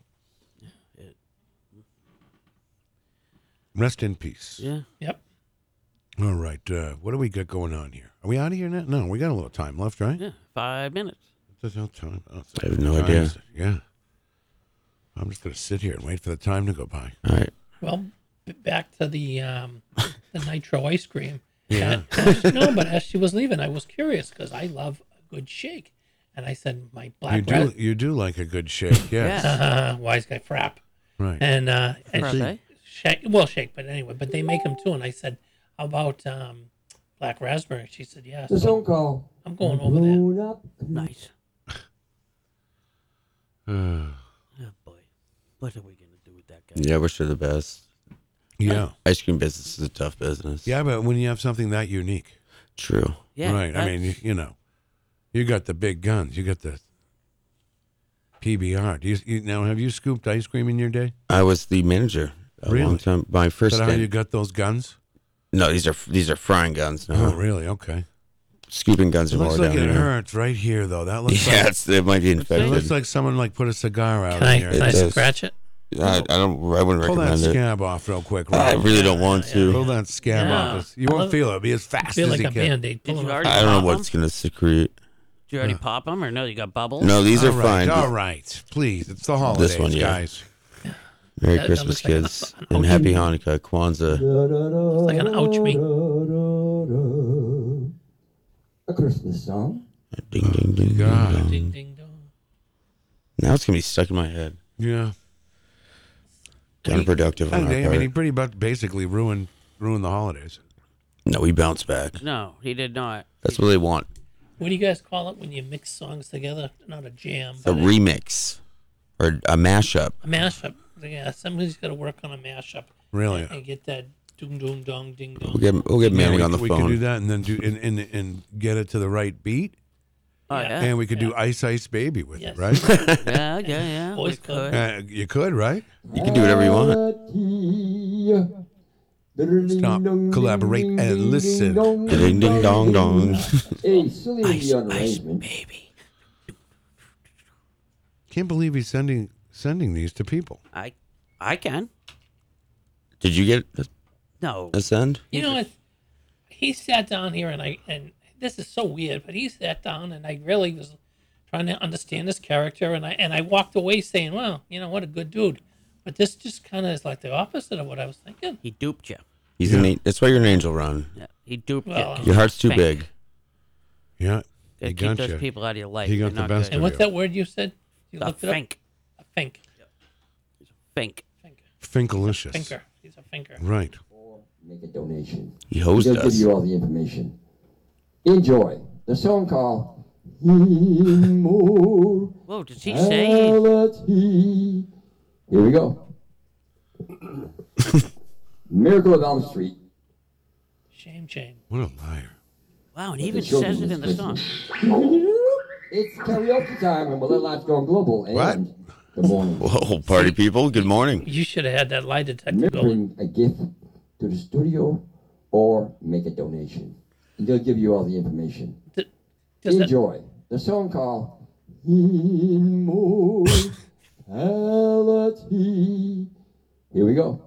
Speaker 3: Rest in peace.
Speaker 4: Yeah.
Speaker 5: Yep.
Speaker 3: All right. Uh, what do we got going on here? Are we out of here now? No, we got a little time left, right?
Speaker 4: Yeah. Five minutes.
Speaker 3: That's how time. oh, it's-
Speaker 6: I have no
Speaker 3: time
Speaker 6: idea.
Speaker 3: is- Yeah. I'm just going to sit here and wait for the time to go by.
Speaker 6: All right.
Speaker 5: Well, b- back to the um, the nitro ice cream.
Speaker 3: Yeah.
Speaker 5: And- no, but as she was leaving, I was curious because I love a good shake, and I said my black
Speaker 3: you do
Speaker 5: raspberry-
Speaker 3: you do like a good
Speaker 4: [LAUGHS]
Speaker 3: shake, yes.
Speaker 5: wise guy frap.
Speaker 3: Right.
Speaker 5: And uh, and
Speaker 4: Frappe?
Speaker 5: she- shake, well, shake, but anyway, but they make them too. And I said, how about um, black raspberry? She said, yes.
Speaker 1: The song called
Speaker 5: I'm going
Speaker 1: My
Speaker 5: over there.
Speaker 1: Grown Up
Speaker 4: Nice.
Speaker 3: Uh,
Speaker 4: Oh boy. What are we gonna do with that guy?
Speaker 6: Yeah, wish her the best.
Speaker 3: yeah.
Speaker 6: Ice cream business is a tough business.
Speaker 3: Yeah, but when you have something that unique,
Speaker 6: True.
Speaker 4: Yeah,
Speaker 3: right? I mean, you, you know, you got the big guns. You got the PBR. Do you, you now have you scooped ice cream in your day?
Speaker 6: I was the manager a
Speaker 3: Really?
Speaker 6: long time. My first
Speaker 3: Is that how
Speaker 6: stint-
Speaker 3: you got those guns?
Speaker 6: No, these are these are frying guns. No,
Speaker 3: Oh, really? Okay.
Speaker 6: scooping guns
Speaker 3: It
Speaker 6: are more
Speaker 3: looks like
Speaker 6: down
Speaker 3: it
Speaker 6: here.
Speaker 3: hurts right here, though. That looks
Speaker 6: [LAUGHS] yeah,
Speaker 3: like
Speaker 6: it's, it might be
Speaker 3: it looks
Speaker 6: infected.
Speaker 3: like someone like put a cigar out
Speaker 5: Can I,
Speaker 3: in there.
Speaker 5: can I
Speaker 6: It does.
Speaker 5: scratch it?
Speaker 6: I, I don't. I wouldn't
Speaker 3: Pull that
Speaker 6: recommend it.
Speaker 3: scab off real quick,
Speaker 6: I
Speaker 3: right?
Speaker 6: really don't want to.
Speaker 3: Pull that scab
Speaker 5: Yeah.
Speaker 3: off. You won't
Speaker 5: Love-
Speaker 3: feel it. It'll Be as fast
Speaker 5: feel
Speaker 3: as
Speaker 5: like
Speaker 3: you
Speaker 5: a
Speaker 3: can.
Speaker 5: band-aid.
Speaker 4: Uh, Did
Speaker 5: pulling
Speaker 4: you
Speaker 5: off.
Speaker 4: already
Speaker 6: I don't
Speaker 4: pop
Speaker 6: know
Speaker 4: him?
Speaker 6: what's gonna secrete.
Speaker 4: Did you already pop him or no? You got bubbles?
Speaker 6: No, these are
Speaker 3: All right,
Speaker 6: fine.
Speaker 3: All right, please. It's the holidays,
Speaker 6: This one, yeah.
Speaker 3: guys.
Speaker 6: Merry
Speaker 5: That- that
Speaker 6: Christmas,
Speaker 5: looks like a-
Speaker 6: kids, and Happy Hanukkah, Kwanzaa.
Speaker 5: It's like an ouch me.
Speaker 1: A Christmas song.
Speaker 6: Ding ding ding.
Speaker 3: God.
Speaker 6: ding, dong.
Speaker 5: Ding ding dong.
Speaker 6: Now it's gonna be stuck in my head.
Speaker 3: Yeah.
Speaker 6: Counterproductive
Speaker 3: I,
Speaker 6: on our
Speaker 3: I
Speaker 6: part.
Speaker 3: mean, he pretty much basically ruined ruined the holidays.
Speaker 6: no, we bounce back.
Speaker 4: No, he did not.
Speaker 6: That's what they want.
Speaker 5: What do you guys call it when you mix songs together? Not a jam.
Speaker 6: A
Speaker 5: but
Speaker 6: remix or a mashup.
Speaker 5: A mashup. Yeah, somebody's got to work on a mashup.
Speaker 3: Really?
Speaker 5: And, and get that doom, doom, dong, ding, dong.
Speaker 6: We'll get we'll get
Speaker 3: Yeah,
Speaker 6: Manning
Speaker 3: we-
Speaker 6: on the
Speaker 3: we
Speaker 6: phone.
Speaker 3: could do that, and then do and and, and get it to the right beat.
Speaker 4: Oh, yeah.
Speaker 3: And we could do Ice Ice Baby with
Speaker 4: Yes.
Speaker 5: [LAUGHS]
Speaker 3: it, right?
Speaker 4: Yeah, yeah, yeah, we Boys club. could.
Speaker 3: Uh, you could, right?
Speaker 6: You can do whatever you want.
Speaker 3: Stop, collaborate, and listen.
Speaker 6: Ding ding dong dong.
Speaker 1: A silly arrangement.
Speaker 3: Can't believe he's sending sending these to people.
Speaker 4: I I can.
Speaker 6: Did you get a-
Speaker 4: No.
Speaker 6: a send?
Speaker 5: You know what? He sat down here and I and this is so weird, but he sat down and I really was trying to understand his character and I and I walked away saying, "Wow, you know what a good dude." But this just kind of is like the opposite of what I was thinking.
Speaker 4: He duped you.
Speaker 6: He's an. an. That's why you're an angel, Ron.
Speaker 4: Yeah, he duped
Speaker 5: Well,
Speaker 4: you.
Speaker 6: Your heart's too
Speaker 4: Thank-
Speaker 6: big.
Speaker 3: Yeah.
Speaker 4: Yeah,
Speaker 3: he
Speaker 4: keep
Speaker 3: got
Speaker 4: those
Speaker 3: you.
Speaker 4: people out of your life.
Speaker 3: He got
Speaker 4: They're
Speaker 3: the
Speaker 4: not
Speaker 3: best of
Speaker 4: good.
Speaker 5: And what's
Speaker 3: you.
Speaker 5: that word you said? You
Speaker 4: A
Speaker 5: looked it up?
Speaker 4: fink.
Speaker 5: A fink.
Speaker 4: Fink.
Speaker 3: Finkalicious.
Speaker 5: Finker. He's a finker.
Speaker 3: Right.
Speaker 1: Make a donation.
Speaker 6: He hosed
Speaker 1: They'll
Speaker 6: us.
Speaker 1: give you all the information. Enjoy the song called Whoa,
Speaker 4: Whoa, does he say?
Speaker 1: Ah, Here we
Speaker 4: [COUGHS]
Speaker 1: go. Miracle of Elm Street.
Speaker 5: Shame, shame.
Speaker 3: What a liar.
Speaker 4: Wow, and
Speaker 1: But
Speaker 4: he even
Speaker 1: the children
Speaker 4: says it in the
Speaker 1: is
Speaker 4: song.
Speaker 1: It's karaoke time, and we'll let life go global. And
Speaker 6: What?
Speaker 1: Good morning.
Speaker 6: Whoa, party people. Good morning.
Speaker 5: You should have had that lie detector going.
Speaker 1: bring a gift to the studio or make a donation. And they'll give you all the information.
Speaker 5: does that-
Speaker 1: Enjoy the song called Immortality. Here we go.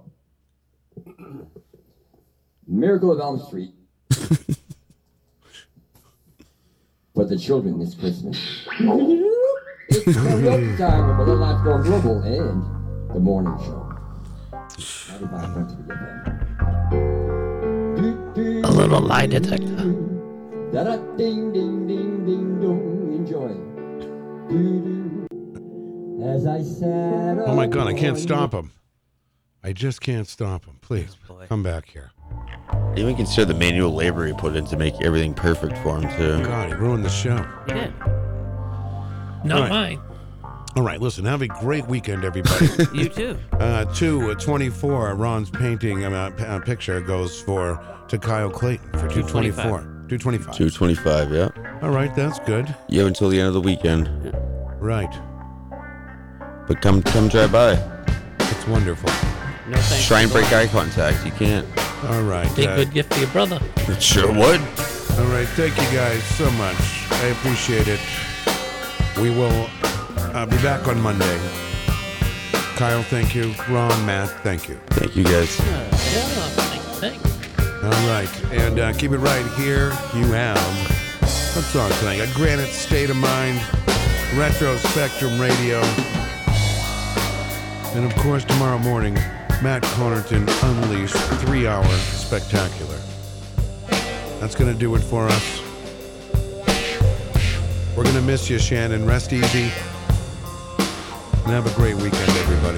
Speaker 1: Miracle of Elm Street. For the children this Christmas. It's karaoke time and we'll let life go global and the morning show. 95.3 FM.
Speaker 5: A little lie detector.
Speaker 1: Da-da, ding, ding, ding, ding, dong. Enjoy. Doo-doo. As I sat
Speaker 3: Oh my God, I can't
Speaker 1: on
Speaker 3: stop him. I just can't stop him. Please come back here.
Speaker 6: Even consider the manual labor he put in to make everything perfect for him too.
Speaker 3: Oh God, he ruined the show.
Speaker 4: He did.
Speaker 5: Not
Speaker 3: All right.
Speaker 5: mine.
Speaker 3: All right, listen, have a great weekend, everybody.
Speaker 4: You too.
Speaker 3: uh, two, uh, 24, Ron's painting uh, p- uh, picture goes for to Kyle Clayton for 224. 225.
Speaker 6: Two twenty five. Yeah.
Speaker 3: All right, that's good.
Speaker 6: You have until the end of the weekend,
Speaker 3: Right.
Speaker 6: but come come drive by.
Speaker 3: It's wonderful.
Speaker 4: No thanks.
Speaker 6: Try and break eye contact. You can't.
Speaker 3: All right.
Speaker 5: Be a
Speaker 3: uh,
Speaker 5: good gift for your brother.
Speaker 6: It sure would.
Speaker 3: All right, thank you guys so much. I appreciate it. We will uh, be back on Monday. Kyle, thank you. Ron, Matt, thank you.
Speaker 6: Thank you guys.
Speaker 5: Yeah, thanks, thanks.
Speaker 3: All right, and uh, keep it right here. You have what song tonight? A Granite State of Mind, Retro Spectrum Radio, and of course tomorrow morning, Matt Connerton Unleashed three-hour spectacular. That's gonna do it for us. We're gonna miss you, Shannon. Rest easy, and have a great weekend, everybody.